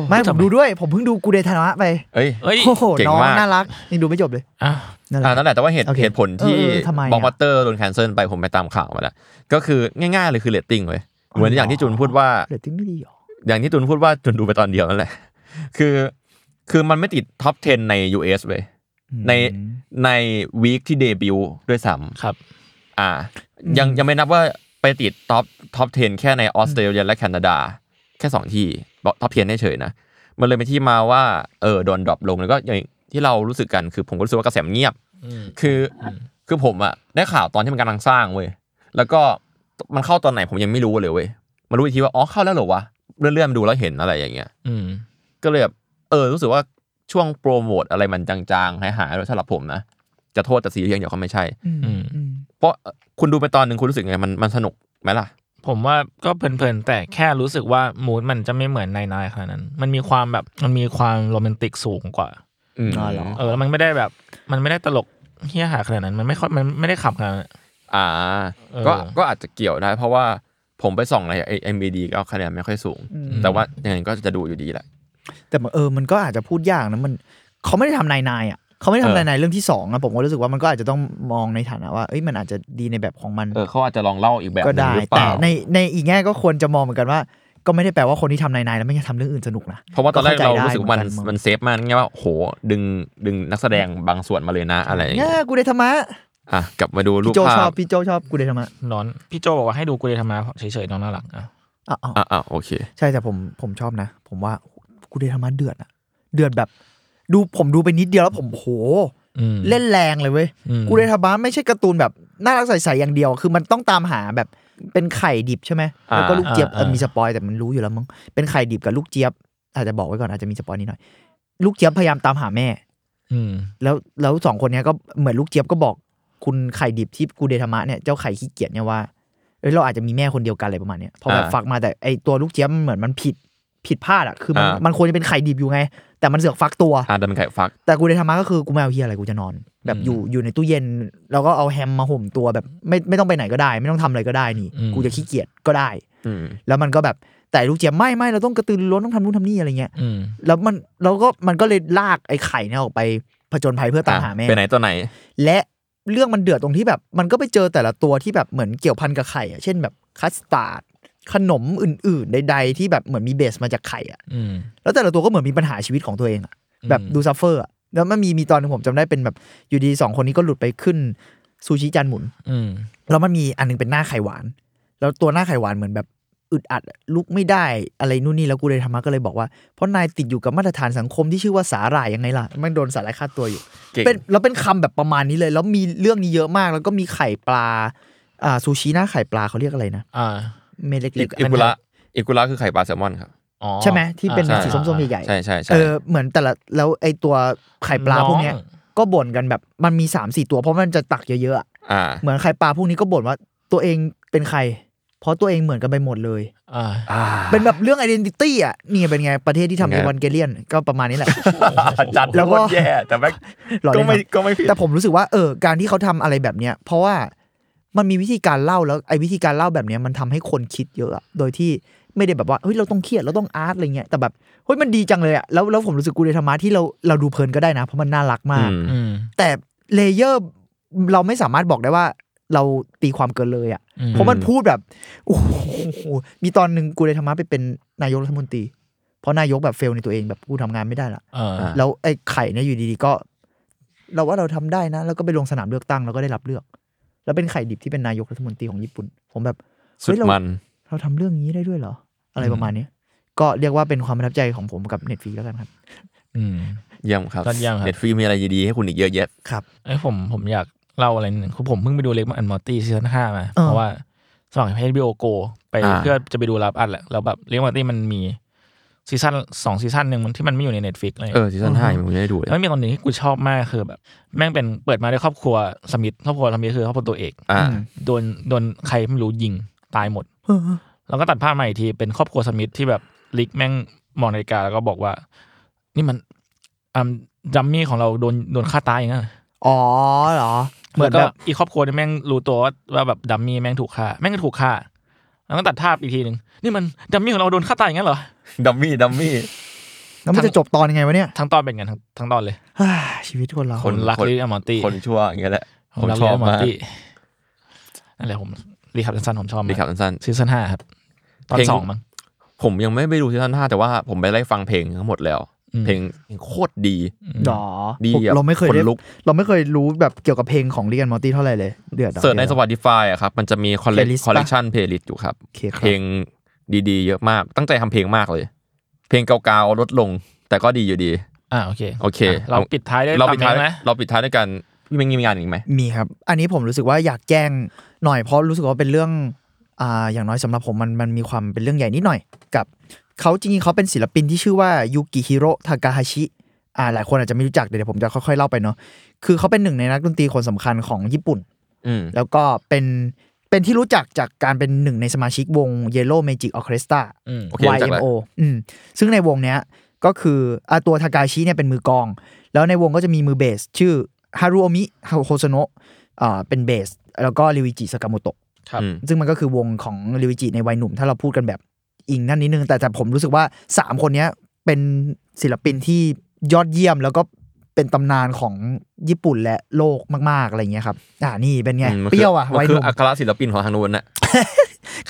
Speaker 4: ไม่ผมดูด้วย ผมเพิ่งดูกูเดทานะไป
Speaker 3: เอ้ย
Speaker 2: เฮ้ย
Speaker 4: โอ้โห
Speaker 3: เก่ง
Speaker 4: น้อง
Speaker 3: มาก
Speaker 4: น่ารักนี่ดูไม่จบเลย
Speaker 2: อ่ะ
Speaker 4: นั่นแห
Speaker 3: อ่า
Speaker 4: ละ
Speaker 3: นั่นแหละแต่ว่าเหตุ
Speaker 4: โอเค
Speaker 3: เหตุผลที่
Speaker 4: เออเออทำไมอะ
Speaker 3: บล็อกบัตเตอร์โดนแคนเซิลไปผมไปตามข่าวมาแล้ว ก็คือง่ายๆเลยคือเลตติ้งเว้ยเหมือน
Speaker 4: อ๋อ
Speaker 3: อ
Speaker 4: อ
Speaker 3: ย่างที่จุนพูดว่า
Speaker 4: เรตติ้งไม่ดีหรอ
Speaker 3: อย่างที่จุนพูดว่าจุนดูไปตอนเดียวนั่นแหละ คือคือมันไม่ติดท็อป 10 ใน US เว้ย ใน
Speaker 4: อืม
Speaker 3: ในวีคที่เดบิวต์ด้วยซ้
Speaker 2: ครับ
Speaker 3: ำอ่า ยังยังไม่นับว่าไปติดท็อปท็อป 10 แค่ในออสเตรเลียและแคนาดา แค่ 2 ที่ท็อป 10 ได้เฉยๆนะ มันเลยเป็นที่มาว่าเออโดนดรอปลงแล้วก็อย่างที่เรารู้สึกกันคือผมก็รู้สึกว่ากระแสมันเงียบ คืออคือผมอะได้ข่าวตอนที่มันกำลังสร้างเว้ยแล้วก็มันเข้าตอนไหนผมยังไม่รู้เลยเว้ยมารู้อีกทีว่าอ๋อเข้าแล้วเหรอวะเลื่อนๆมาดูแล้วเห็นอะไรอย่างเงี้ย
Speaker 2: อืม
Speaker 3: ก็เลยแบบเออรู้สึกว่าช่วงโปรโมทอะไรมันจางๆหายๆด้วยสำหรับผมนะ จะโทษแต่ซีรีส์อย่างเดียวก็ไม่ใช่
Speaker 2: อืม
Speaker 4: อืม
Speaker 3: เพราะเอ่อคุณดูไปตอนหนึ่งคุณรู้สึกไงมันมันสนุกไหมล่ะ
Speaker 2: ผมว่าก็เพลินๆ แต่แค่รู้สึกว่ามูดมันจะไม่เหมือนนายนายขนาดนั้น มันมีความแบบมันมีความโรแมนติกสูงกว่า
Speaker 3: อืม
Speaker 4: อ๋อเหรอ
Speaker 2: เออแล้วมันไม่ได้แบบมันไม่ได้ตลกเฮี้ยหาขนาดนั้น มันไม่ค่อยมันไม่ได้ขำขนาดนั้น
Speaker 3: อ่า
Speaker 2: เออ
Speaker 3: ก็ก็อาจจะเกี่ยวได้ เพราะว่าผมไปส่องในเอ็มบีดีก็คะแนนไม่ค่อยสูง แต่ว่ายังไงก็จะดูอยู่ดีแหละ
Speaker 4: แต่มันเออมันก็อาจจะพูดยากนะมันเขาไม่ได้ทำนายนายอ่ะเขาไม่ได้
Speaker 3: เออ
Speaker 4: ทำนายนายเรื่องที่สองอะผมก็รู้สึกว่ามันก็อาจจะต้องมองในฐานะว่าเอ้ยมันอาจจะดีในแบบของมัน
Speaker 3: เออเขาอาจจะลองเล่าอีกแบบห
Speaker 4: ก็
Speaker 3: นึ่
Speaker 4: ได้
Speaker 3: งหรือเป
Speaker 4: แต่
Speaker 3: ล่า
Speaker 4: ในในอีกแง่ก็ควรจะมองเหมือนกันว่า ก็ไม่ได้แปลว่าคนที่ทำนายนายแล้วไม่จะทำเรื่องอื่นสนุกนะ
Speaker 3: เพราะว่าตอนแรกเรารู้สึกว่ามัน
Speaker 4: เข้าใจได้เหอ
Speaker 3: มันเซฟมากไงว่าโหดึงดึงนักแสดงบางส่วนมาเลยนะอะไรอย่าง
Speaker 4: เนี่
Speaker 3: เงี้
Speaker 4: ย
Speaker 3: ย
Speaker 4: กูได้ธรรมะ
Speaker 3: อ่ะกลับมาดูรู
Speaker 4: พี่
Speaker 3: ป
Speaker 4: โจช
Speaker 3: ภา
Speaker 4: อบ
Speaker 3: พ
Speaker 4: พี่โจชอบกูได้ธรรมะ
Speaker 2: นอนพี่โจบอกว่าให้ดูกูเลยทำมาเฉยๆน้องน่ารักอ่ะ
Speaker 4: อ๋อ
Speaker 3: อ่ะอ่ะโอเค
Speaker 4: ใช่แต่ผมผมชอบนะ ผมว่ากูได้ธรรมะเดือดอะเดือดแบบ ดูผมดูไปนิดเดียวแล้วผมโห
Speaker 2: อืม
Speaker 4: เล่นแรงเลยเว้ย
Speaker 2: อืม
Speaker 4: กูเรทาบาไม่ใช่การ์ตูนแบบน่ารักใสๆอย่างเดียว คือมันต้องตามหาแบบเป็นไข่ดิบใช่ไหม
Speaker 3: อ่า
Speaker 4: แล้วก็ลูกเจี๊ยบเอออา มีสปอยแต่มันรู้อยู่แล้วมั้ง เป็นไข่ดิบกับลูกเจี๊ยบ อาจจะบอกไว้ก่อนอาจจะมีสปอยนิดหน่อย ลูกเจี๊ยบพยายามตามหาแม่
Speaker 2: อืม
Speaker 4: แล้วแล้วสองคนเนี้ยก็เหมือนลูกเจี๊ยบก็บอกคุณไข่ดิบที่กูเดธามะเนี่ยเจ้าไข่ขี้เกียจเนี่ยว่าเอ้ยเราอาจจะมีแม่คนเดียวกันอะไรประมาณเนี้ยพอแบบ
Speaker 3: อ่า
Speaker 4: ฟักมาแต่ไอตัวลูกเจี๊ยบมันเหมือนมันผิดผิดพลาดอะคือมัน
Speaker 3: อ่ามั
Speaker 4: มันควรจะเป็นไข่ดิบอยู่ไง แต่มันเสือกฟักตัว
Speaker 3: อ่ะดันไก่ฟัก
Speaker 4: แต่กูได้ธรรมะก็คือกูไม่เอาเฮียอะไรกูจะนอน แบบ
Speaker 2: อืม
Speaker 4: อยู่อยู่ในตู้เย็น แล้วก็เอาแฮมมาห่มตัวแบบไม่ไม่ต้องไปไหนก็ได้ ไม่ต้องทำอะไรก็ได้นี่
Speaker 2: อืม
Speaker 4: กูจะขี้เกียจก็ได้
Speaker 3: อืม
Speaker 4: แล้วมันก็แบบแต่ลูกเจี๊ยบไม่ไม่เราต้องกระตือรือร้นต้องทำนู่นทำนี่อะไรเงี้ย
Speaker 2: อืม
Speaker 4: แล้วมันเราก็มันก็เลยลากไอ้ไข่เนี่ยออกไปผจญภัยเพื่อตามหาแม่
Speaker 3: ไปไหนตัวไหน
Speaker 4: และเรื่องมันเดือดตรงที่แบบ มันก็ไปเจอแต่ละตัวที่แบบเหมือนเกี่ยวพันกับไข่อะเช่นแบบคัสตาร์ดขนมอื่น ๆ ใด ๆ ที่แบบเหมือนมีเบสมาจากไข่อะ
Speaker 2: อืม
Speaker 4: แล้วแต่ละตัวก็เหมือนมีปัญหาชีวิตของตัวเองอะ
Speaker 2: อืม
Speaker 4: แบบดูซัฟเฟอร์อะแล้วมันมีมีตอนหนึงผมจำได้เป็นแบบอยู่ดีสองคนนี้ก็หลุดไปขึ้นซูชิจานหมุน
Speaker 2: อืม
Speaker 4: แล้วมันมีอันหนึงเป็นหน้าไข่หวาน แล้วตัวหน้าไข่หวานเหมือนแบบอึดอัดอะลุกไม่ได้อะไรนู่นนี่แล้วกูเลยธรรมะก็เลยบอกว่าเพราะนายติดอยู่กับมาตรฐานสังคมที่ชื่อว่าสาหร่ายยังไงล่ะมันโดนสาหร่ายฆ่าตัวอยู่
Speaker 3: เก่ง
Speaker 4: เป็นแล้วเป็นคำแบบประมาณนี้เลย แล้วมีเรื่องนี้เยอะมาก แล้วก็มีไข่ปลาอ่าซูชิหน้าไข่ปลาเขาเรียกอะไรนะ
Speaker 2: อ่า
Speaker 4: เม็ดเล็กๆ
Speaker 3: อิกุระอิกุระคือไข่ปลาแซลมอนครับ
Speaker 2: อ๋อ
Speaker 4: ใช่ไหมที่เป็น
Speaker 3: อ่า
Speaker 4: สีส้มๆใหญ่ๆ
Speaker 3: ใช่ใช่ใช่
Speaker 4: เออเหมือนแต่ละแล้วไอตัวไข่ปลาพวกเนี้ย
Speaker 2: น้อง
Speaker 4: ก็บ่นกันแบบมันมี3ามสี่ตัวเพราะมันจะตักเยอะๆอะ
Speaker 3: อ่า
Speaker 4: เหมือนไข่ปลาพวกนี้ก็บ่นว่าตัวเองเป็นใคร เพราะตัวเองเหมือนกันไปหมดเลย
Speaker 2: อ่า
Speaker 3: อ่า
Speaker 4: เป็นแบบเรื่องไอดีนิตี้อ่ะนี่เป็นไงประเทศที่ทำ
Speaker 3: ไง
Speaker 4: เอวันเกเลียนก็ประมาณนี้ แหละ
Speaker 3: จัด
Speaker 4: แล้
Speaker 3: แล้ว ว
Speaker 4: ก็
Speaker 3: ก็แย่แต่แม่ง
Speaker 4: หล่อ
Speaker 3: ก็
Speaker 4: เล่นค
Speaker 3: ไม่
Speaker 4: รับ
Speaker 3: ก็ไม่ผิด
Speaker 4: แต่ผมรู้สึกว่าเออการที่เขาทำอะไรแบบเนี้ยเพราะว่ามันมีวิธีการเล่าแล้วไอวิธีการเล่าแบบเนี้ยมันทำให้คนคิดเยอะอะโดยที่ไม่ได้แบบว่าเฮ้ยเราต้องเครียดเราต้องอาร์ตอะไรเงี้ยแต่แบบเฮ้ยมันดีจังเลยอะแล้วแล้วผมรู้สึกกูในธรรมะที่เราเราดูเพลินก็ได้นะเพราะมันน่ารัก
Speaker 3: อื
Speaker 4: มาก
Speaker 3: ม
Speaker 2: อืม
Speaker 4: แต่เลเยอร์เราไม่สามารถบอกได้ว่าเราตีความเกินเลยอะ่ะ
Speaker 2: อืม
Speaker 4: เพราะมันพูดแบบโอ้โหมีตอนหนึ่งกูเลยธรรมะไปเป็นนายกรัฐมนตรี เพราะนายกแบบเฟลในตัวเองแบบกูทำงานไม่ได้ละ
Speaker 2: เออ
Speaker 3: า
Speaker 4: แล้วไอ้ไข่เนี่ยอยู่ดีๆก็ เราว่าเราทำได้นะ แล้วก็ไปลงสนามเลือกตั้งแล้วก็ได้รับเลือก แล้วเป็นไข่ดิบที่เป็นนายกรัฐมนตรีของญี่ปุ่น ผมแบบ
Speaker 3: สุ
Speaker 4: เฮ้
Speaker 3: ด
Speaker 4: ยเรา
Speaker 3: มัน
Speaker 4: เราทำเรื่องนี้ได้ด้วยเหรอ อะไรประมาณเนี้ยก็เรียกว่าเป็นความประทับใจของผมกับเน็ตฟีแล้วกันครับ
Speaker 2: อืม
Speaker 3: เยี่ยมครับ
Speaker 2: ยอดเยี่ยมครับ
Speaker 3: เน็ตฟรีมีอะไรดีๆให้คุณอีกเยอะแยะ
Speaker 4: ครับ
Speaker 2: ไอ้ยผมผมอยากเล่าอะไรนิดหนึงคือผมเพิ่งไปดูเล็กมันมอร์ตี้ซีซั่นห้ามา
Speaker 4: เออ
Speaker 2: เพราะว่าสมัครให้บีโอโกไป
Speaker 3: อ่า
Speaker 2: เพื่อจะไปดูรับอัดแหละแล้วแบบเล็กมอร์ตี้มันมีซีซั่นสองซีซั่นหนึ่งมันที่มันไม่อยู่ในเน็ตฟิกเลย
Speaker 3: เออซีซั่นห้ายังไม่ได้ดูเลย
Speaker 2: แล้วมีตอนหนึ่งที่กูชอบมากคือแบบ แม่งเป็นเปิดมาด้วยครอบครัวสมิธครอบครัวสมิธคือครอบครัวตัวเอก
Speaker 3: อ่า
Speaker 2: โดนโดนใครไม่รู้ยิงตายหมด แล้วก็ตัดภาพใหม่ทีเป็นครอบครัวสมิธที่แบบลิกแม่ง มองนาฬิกาแล้วก็บอกว่า นี่มันอัมดัมมี่ของเราโดนโดนฆ่าตายอย่างนั้นเหรอ
Speaker 4: อ๋อเหรอ เหมือน
Speaker 2: แล้วก็
Speaker 4: แบบ
Speaker 2: อีกครอบครัวเนี่ยแม่งรู้ตัวว่าว่าแบบดัมมี่แม่งถูกฆ่า แม่งก็ถูกฆ่าแล้วก็ตัดภาพอีกทีหนึ่งนี่มันดัมมี่ของเราโดนฆ่าตายอย่างนั้นเหรอ
Speaker 3: ดัมมี่ดัมมี่
Speaker 4: แล้วมันจะจบตอนยังไงวะเนี่ย
Speaker 2: ทั้งตอนเป็นไงทั้งทั้งตอนเลย
Speaker 4: ฮ่า ชีวิตคนเรา
Speaker 2: คนรัก
Speaker 3: คน
Speaker 2: ลิลลี่อมอนตี้
Speaker 3: คนชั่วอย่างเงี้ยแหละ
Speaker 2: ผม
Speaker 3: ผม
Speaker 2: รัก
Speaker 3: ช
Speaker 2: ลิล
Speaker 3: อ
Speaker 2: ลี่อมอ
Speaker 3: บมาน ก
Speaker 2: ตี้นั่นแหละผมรีคับสั้นๆผมชอบ
Speaker 3: ดีครับสั้น
Speaker 2: ซีซั่นห้าครับ ตอน
Speaker 3: เพลง
Speaker 2: สองมั้ง
Speaker 3: ๆผมยังไม่ไปดูซีซั่นห้าแต่ว่าผมไปไล่ฟังเพลงทั้งหมดแล้ว
Speaker 2: อืม
Speaker 3: เพลงเพลงโคตรดี
Speaker 4: หรอ
Speaker 3: ดี
Speaker 4: ผม
Speaker 3: อะ
Speaker 4: เราไม่เคย
Speaker 3: ข
Speaker 4: ได้
Speaker 3: นลุก
Speaker 4: เราไม่เคยรู้แบบเกี่ยวกับเพลงของลิกันมอตี้เท่าไหร่เลย เดือดอะ
Speaker 3: เสิร์ชใน
Speaker 4: ดือดอะ
Speaker 3: Spotify อะครับ มันจะมีคอลเล
Speaker 4: Playlist ปะ
Speaker 3: คอลเลกชันเพลย์ลิสต์อยู่ครับ
Speaker 4: โอเคครับ
Speaker 3: เพลงดีๆ เยอะมาก ตั้งใจทำเพลงมากเลย เพลงเก่าๆลดลง แต่ก็ดีอยู่ดี
Speaker 2: อ่าโอเค
Speaker 3: โอเค
Speaker 2: ะเราปิดท้ายด้วย
Speaker 3: เรา
Speaker 2: ต
Speaker 3: ปิด
Speaker 2: ม
Speaker 3: ท้าย
Speaker 2: ไหม
Speaker 3: เราปิดท้ายด้วยกันพี่เม้งมีงานอีกไหม
Speaker 4: มีครับ อันนี้ผมรู้สึกว่าอยากแจ้งหน่อยเพราะรู้สึกว่าเป็นเรื่องอ่าอย่างน้อยสำหรับผมมันมันมีความเป็นเรื่องใหญ่นิดหน่อย กับเขาจริงๆเขาเป็นศิลปินที่ชื่อว่ายูกิฮิโร่ทากาฮาชิอ่าหลายคนอาจจะไม่รู้จักเดี๋ยวผมจะค่อยๆเล่าไปเนาะคือเขาเป็นหนึ่งในนักดนตรีคนสำคัญของญี่ปุ่น
Speaker 3: อืม
Speaker 4: แล้วก็เป็นเป็นที่รู้จักจากการเป็นหนึ่งในสมาชิกวง Yellow Magic Orchestra
Speaker 2: อืม
Speaker 3: โอเครู้จักแล้ว
Speaker 4: YMO อืมซึ่งในวงเนี้ยก็คืออาตัวทากาชิเนี่ยเป็นมือกลอง แล้วในวงก็จะมีมือเบส ชื่อฮารุโอมิโฮโซโนะอ่าเป็นเบส แล้วก็ริวิจิสากาโมโตะ
Speaker 2: ครับ
Speaker 3: อืม
Speaker 4: ซึ่งมันก็คือวงของริวิจิในวัยหนุ่ม ถ้าเราพูดกันแบบอิงนั่นนิดนึง แต่แต่ผมรู้สึกว่า 3 คนเนี้ยเป็นศิลปินที่ยอดเยี่ยมแล้วก็เป็นตำนานของญี่ปุ่นและโลกมากๆอะไรเงี้ยครับอ่านี่เป็นไง
Speaker 3: อืมมัน
Speaker 4: เป
Speaker 3: คื
Speaker 4: รี้ยวอ่ะ
Speaker 3: มั
Speaker 4: วัย
Speaker 3: คื
Speaker 4: ห
Speaker 3: อ
Speaker 4: นุ่ม
Speaker 3: อัครศิลปินของทางนู้นน่ะ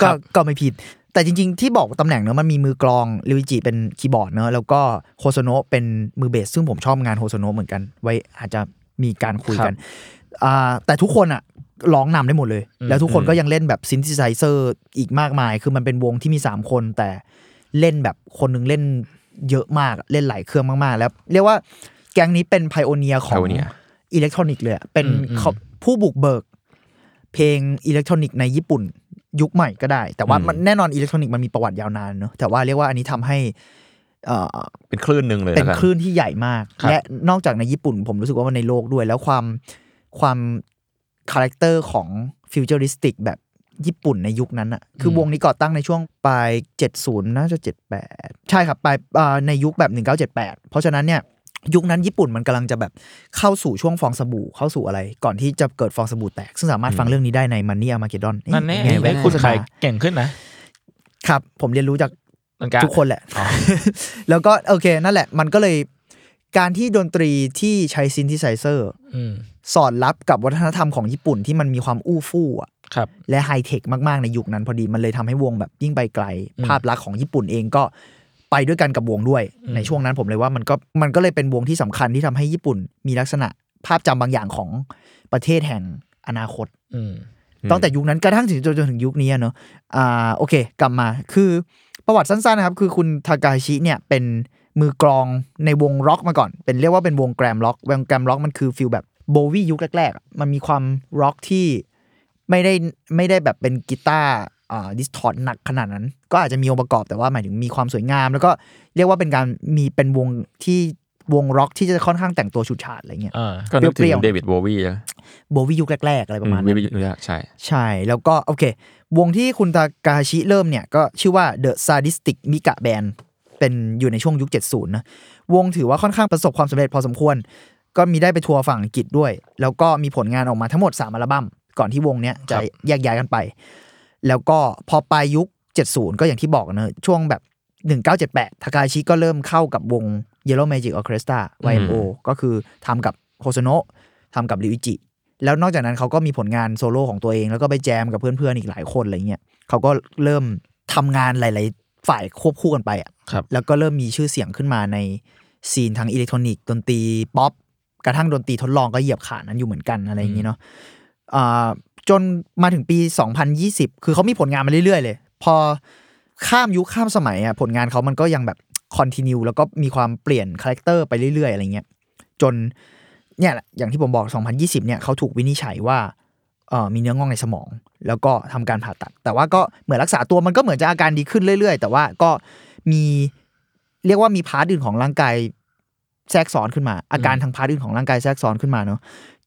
Speaker 3: ค
Speaker 4: ก็
Speaker 3: รับ
Speaker 4: ก็ไม่ผิด แต่จริง ๆ ที่บอกตำแหน่งเนอะมันมีมือกลองลิวิจิเป็นคีย์บอร์ดเนอะแล้วก็โฮโซโนะเป็นมือเบส ซึ่งผมชอบงานโฮโซโนะเหมือนกัน ไว้อาจจะมีการคุยกันอ่าแต่ทุกคนอะร้องนำได้หมดเลย แล้วทุกคนก็ยังเล่นแบบซิน t h ไซเซอร์อีกมากมาย คือมันเป็นวงที่มี 3 คนแต่เล่นแบบคนหนึงเล่นเยอะมากเล่นหลายเครื่องมากๆ แล้ว เรียกว่าแก๊งนี้เป็นไพโอเนียของ
Speaker 3: Pioneer
Speaker 4: อิเล็กทรอนิกส์เลยอะเป็น
Speaker 2: อืมอืม
Speaker 4: เขาผู้บุกเบิก เพลงอิเล็กทรอนิกส์ในญี่ปุ่นยุคใหม่ก็ได้ แต่ว่า
Speaker 3: อืม
Speaker 4: มันแน่นอนอิเล็กทรอนิกส์มันมีประวัติยาวนานเนอะแต่ว่าเรียกว่าอันนี้ทำให้เอ่อ
Speaker 3: เป็นคลื่นหนึ่งเลย
Speaker 4: เป็น
Speaker 3: แล้วกั
Speaker 4: คลื่นที่ใหญ่มาก
Speaker 2: ครับ
Speaker 4: และนอกจากในญี่ปุ่น ผมรู้สึกว่ามันในโลกด้วย แล้วความความคาแรคเตอร์ของฟิวเจอริสติกแบบญี่ปุ่นในยุคนั้นอะคือวงนี้ก่อตั้งในช่วงปลาย 70 น่าจะ 78 ใช่ครับปลายเอ่อในยุคแบบ 1978 เพราะฉะนั้นเนี่ยยุคนั้นญี่ปุ่นมันกำลังจะแบบเข้าสู่ช่วงฟองสบู่เข้าสู่อะไร ก่อนที่จะเกิดฟองสบู่แตก ซึ่งสามารถฟังเรื่องนี้ได้ในมันนี่อามาเกดอน
Speaker 2: นั่นแน่
Speaker 4: ไง
Speaker 2: ได้
Speaker 4: เว้ย
Speaker 2: คุณ
Speaker 4: โฆษณ
Speaker 2: ขายเก่งขึ้นนะครับ
Speaker 4: ผมเรียนรู้จาก
Speaker 2: เหมือนกัน
Speaker 4: ทุกคนแหละ
Speaker 2: อ๋อ
Speaker 4: แล้วก็โอเคนั่นแหละ มันก็เลยการที่ดนตรีที่ใช้ซิน t h ไซเซอร์
Speaker 2: อืม
Speaker 4: สอดรับกับวัฒนธรรมของญี่ปุ่นที่มันมีความอู้ฟู่อะ
Speaker 2: ครับ
Speaker 4: และไฮเทคมากๆ ในยุคนั้นพอดีมันเลยทำให้วงแบบยิ่งไปไกล
Speaker 2: อืม
Speaker 4: ภาพลักษณ์ของญี่ปุ่นเองก็ไปด้วยกันกับวงด้วย
Speaker 2: อืม
Speaker 4: ในช่วงนั้นผมเลยว่ามันก็มันก็เลยเป็นวงที่สำคัญที่ทำให้ญี่ปุ่นมีลักษณะภาพจำบางอย่างของประเทศแห่งอนาคต
Speaker 2: อืม
Speaker 4: ตั้งแต่ยุคนั้นกระทั่งถึงจนจนถึงยุคนี้อะเนอะอ่าโอเค กลับมาคือประวัติสั้นๆนะครับ คือคุณทากาชิเนี่ยเป็นมือกลองในวงร็อกมาก่อน เป็นเรียกว่าเป็นวงแกรมร็อกวงแกรมร็อกมันคือฟิลแบบโบวี่ยุคแรกๆอะมันมีความร็อกที่ไม่ได้ไม่ได้แบบเป็นกีตาร์อ่าดิสทอร์หนักขนาดนั้น ก็อาจจะมีองค์ประกอบแต่ว่าหมายถึงมีความสวยงาม แล้วก็เรียกว่าเป็นการมีเป็นวงที่วงร็อกที่จะค่อนข้างแต่งตัวฉูดฉาดอะไรเงี้ย
Speaker 2: อ่า
Speaker 3: ก็นึก
Speaker 4: เป
Speaker 3: ถึง
Speaker 4: รี้ยวๆ
Speaker 3: เดวิดโบวีนะ
Speaker 4: โบวี่ยุคแรกๆอะไรประมาณ
Speaker 3: เด
Speaker 4: นั้น
Speaker 3: วิดโบวีใช่
Speaker 4: ใช่ แล้วก็โอเค วงที่คุณทากาฮาชิเริ่มเนี่ย ก็ชื่อว่า The Sadistic Mika Band เป็นอยู่ในช่วงยุค 70 นะ วงถือว่าค่อนข้างประสบความสำเร็จพอสมควร ก็มีได้ไปทัวร์ฝั่งอังกฤษด้วย แล้วก็มีผลงานออกมาทั้งหมด 3 อัลบั้มก่อนที่วงเนี้ยจะ
Speaker 2: ครับ
Speaker 4: แยกย้ายกันไป แล้วก็พอปลายยุค 70 ก็อย่างที่บอกเนอะช่วงแบบ 1978 ทากาฮาชิก็เริ่มเข้ากับวง Yellow Magic Orchestra YMO ก็คือทำกับโฮโซโนะทำกับริวิจิ แล้วนอกจากนั้นเขาก็มีผลงานโซโล่ของตัวเอง แล้วก็ไปแจมกับเพื่อนๆอีกหลายคนอะไรเงี้ยเขาก็เริ่มทำงานหลาย ๆ ฝ่ายควบคู่กันไปอ่ะ
Speaker 2: ครับ
Speaker 4: แล้วก็เริ่มมีชื่อเสียงขึ้นมาในซีนทางอิเล็กทรอนิกส์ดนตรีป๊อปกระทั่งดนตรีทดลองก็เหยียบขานั้นอยู่เหมือนกันอะไรอย่างงี้เนาะอ่าจนมาถึงปี 2020 คือเขามีผลงานมาเรื่อย ๆ เลย พอข้ามยุคข้ามสมัยอ่ะผลงานเขามันก็ยังแบบคอนติเนียแล้วก็มีความเปลี่ยนคาแรคเตอร์ไปเรื่อย ๆ อะไรเงี้ย จนเนี่ยแหละอย่างที่ผมบอก 2020 เนี่ยเขาถูกวินิจฉัยว่าเอ่อมีเนื้องอกในสมอง แล้วก็ทำการผ่าตัด แต่ว่าก็เหมือนรักษาตัวมันก็เหมือนจะอาการดีขึ้นเรื่อยๆ แต่ว่าก็มีเรียกว่ามีพาร์ทอื่นของร่างกายแทรกซ้อนขึ้นมา อาการทางพาร์ทอื่นของร่างกายแทรกซ้อนขึ้นมาเนาะ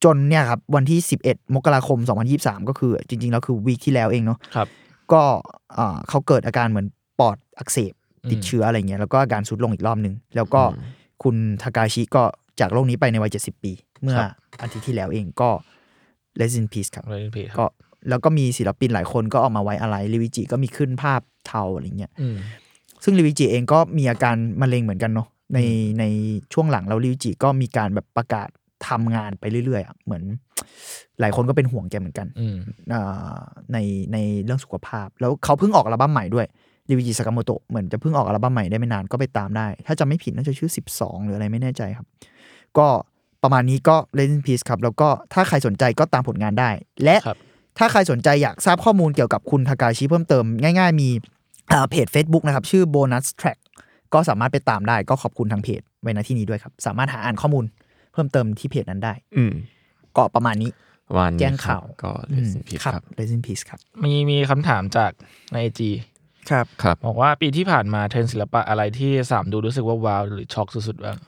Speaker 4: จนเนี่ยครับวันที่ 11 มกราคม 2023 ก็คือจริงๆแล้วคือวีคที่แล้วเองเนาะ
Speaker 2: ครับ
Speaker 4: ก็เอ่อเขาเกิดอาการเหมือนปอดอักเสบ ติดเชื้ออะไรเงี้ยแล้วก็อาการสุดลงอีกรอบหนึ่งแล้วก็คุณทากาชิก็จากโลกนี้ไปในวัย 70 ปี เมื่ออาทิตย์ที่แล้วเองก็ Rest in Peace ครับ
Speaker 2: อะไรนี่พี่
Speaker 4: ก็แล้วก็มีศิลปินหลายคนก็ออกมาไว้อะไรลิวิจิก็มีขึ้นภาพเทาอะไรเงี้ย
Speaker 2: อืม
Speaker 4: ซึ่งลิวิจิเองก็มีอาการมะเร็งเหมือนกันเนาะในในช่วงหลังแล้วลิวิจิก็มีการแบบประกาศทำงานไปเรื่อยๆอะเหมือน หลายคนก็เป็นห่วงแกเหมือนกัน
Speaker 2: อืม
Speaker 4: อ่าในในเรื่องสุขภาพ แล้วเขาเพิ่งออกอัลบั้มใหม่ด้วยลิวิจิสากาโมโตะเหมือนจะเพิ่งออกอัลบั้มใหม่ได้ไม่นานก็ไปตามได้ ถ้าจำไม่ผิดน่าจะชื่อ 12 หรืออะไรไม่แน่ใจครับ ก็ประมาณนี้ก็ Rest in Peace ครับแล้วก็ถ้าใครสนใจก็ตามผลงานได้ และ
Speaker 2: ครับ
Speaker 4: ถ้าใครสนใจอยากทราบข้อมูลเกี่ยวกับคุณทากาชิเพิ่มเติมง่ายๆ มีเอ่อเพจ Facebook นะครับ ชื่อ Bonus Track ก็สามารถไปตามได้ก็ขอบคุณทางเพจไว้นที่นี้ด้วยครับ สามารถหาอ่านข้อมูลเพิ่มเติมที่เพจนั้นได้
Speaker 3: อืม
Speaker 4: ก็ประมาณนี้
Speaker 3: ประมาณนี้
Speaker 4: แจ้งข่าว
Speaker 3: ครับก็เลส
Speaker 4: อืม
Speaker 3: พิษ
Speaker 4: ครั
Speaker 3: ครับ
Speaker 4: บ Rest in Peace ครับ
Speaker 2: มีมีคำถามจากในไอจี
Speaker 4: ครับ
Speaker 3: ครับ
Speaker 2: บอกว่าปีที่ผ่านมาเทรนด์ศิลปะอะไรที่สามดูรู้สึกว่าว้าวหรือช็อกสุดๆบ้าง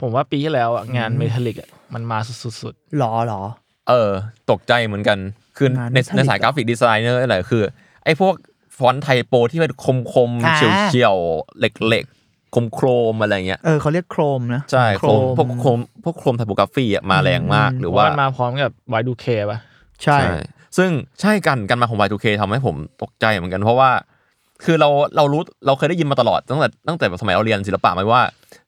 Speaker 2: ผมว่าปีที่แล้วอะงานเมทัลลิกอะมันมาสุดๆ
Speaker 4: หรอหรอ
Speaker 3: เออ ตกใจเหมือนกัน คือง
Speaker 4: าน
Speaker 3: ใน
Speaker 4: Metallic
Speaker 3: ในสายกราฟิกดีไซเนอร์อะไรคือ ไอ้พวกฟอนต์ไทโปที่เป็นคมคมๆ
Speaker 4: อ่า
Speaker 3: เฉียวเฉียวๆเหล็กๆคมโครมๆอะไรเงี้ย
Speaker 4: เออเขาเรียกโครมนะ
Speaker 3: ใช่โครม
Speaker 4: Chrome
Speaker 3: พวกโครมพวกโครมไทโปกราฟีอ่ะมาแรงมากหรือ
Speaker 2: เพ
Speaker 3: ว่า
Speaker 2: ราะมันมาพร้อมกับ Y2K ป่ะ
Speaker 4: ใช่
Speaker 3: ใช่ ซึ่งใช่กันการมาของ Y2K ทำให้ผมตกใจเหมือนกัน เพราะว่า คือเราเรารู้เราเคยได้ยินมาตลอดตั้งแต่ตั้งแต่สมัยเราเรียนศิลปะไหมว่า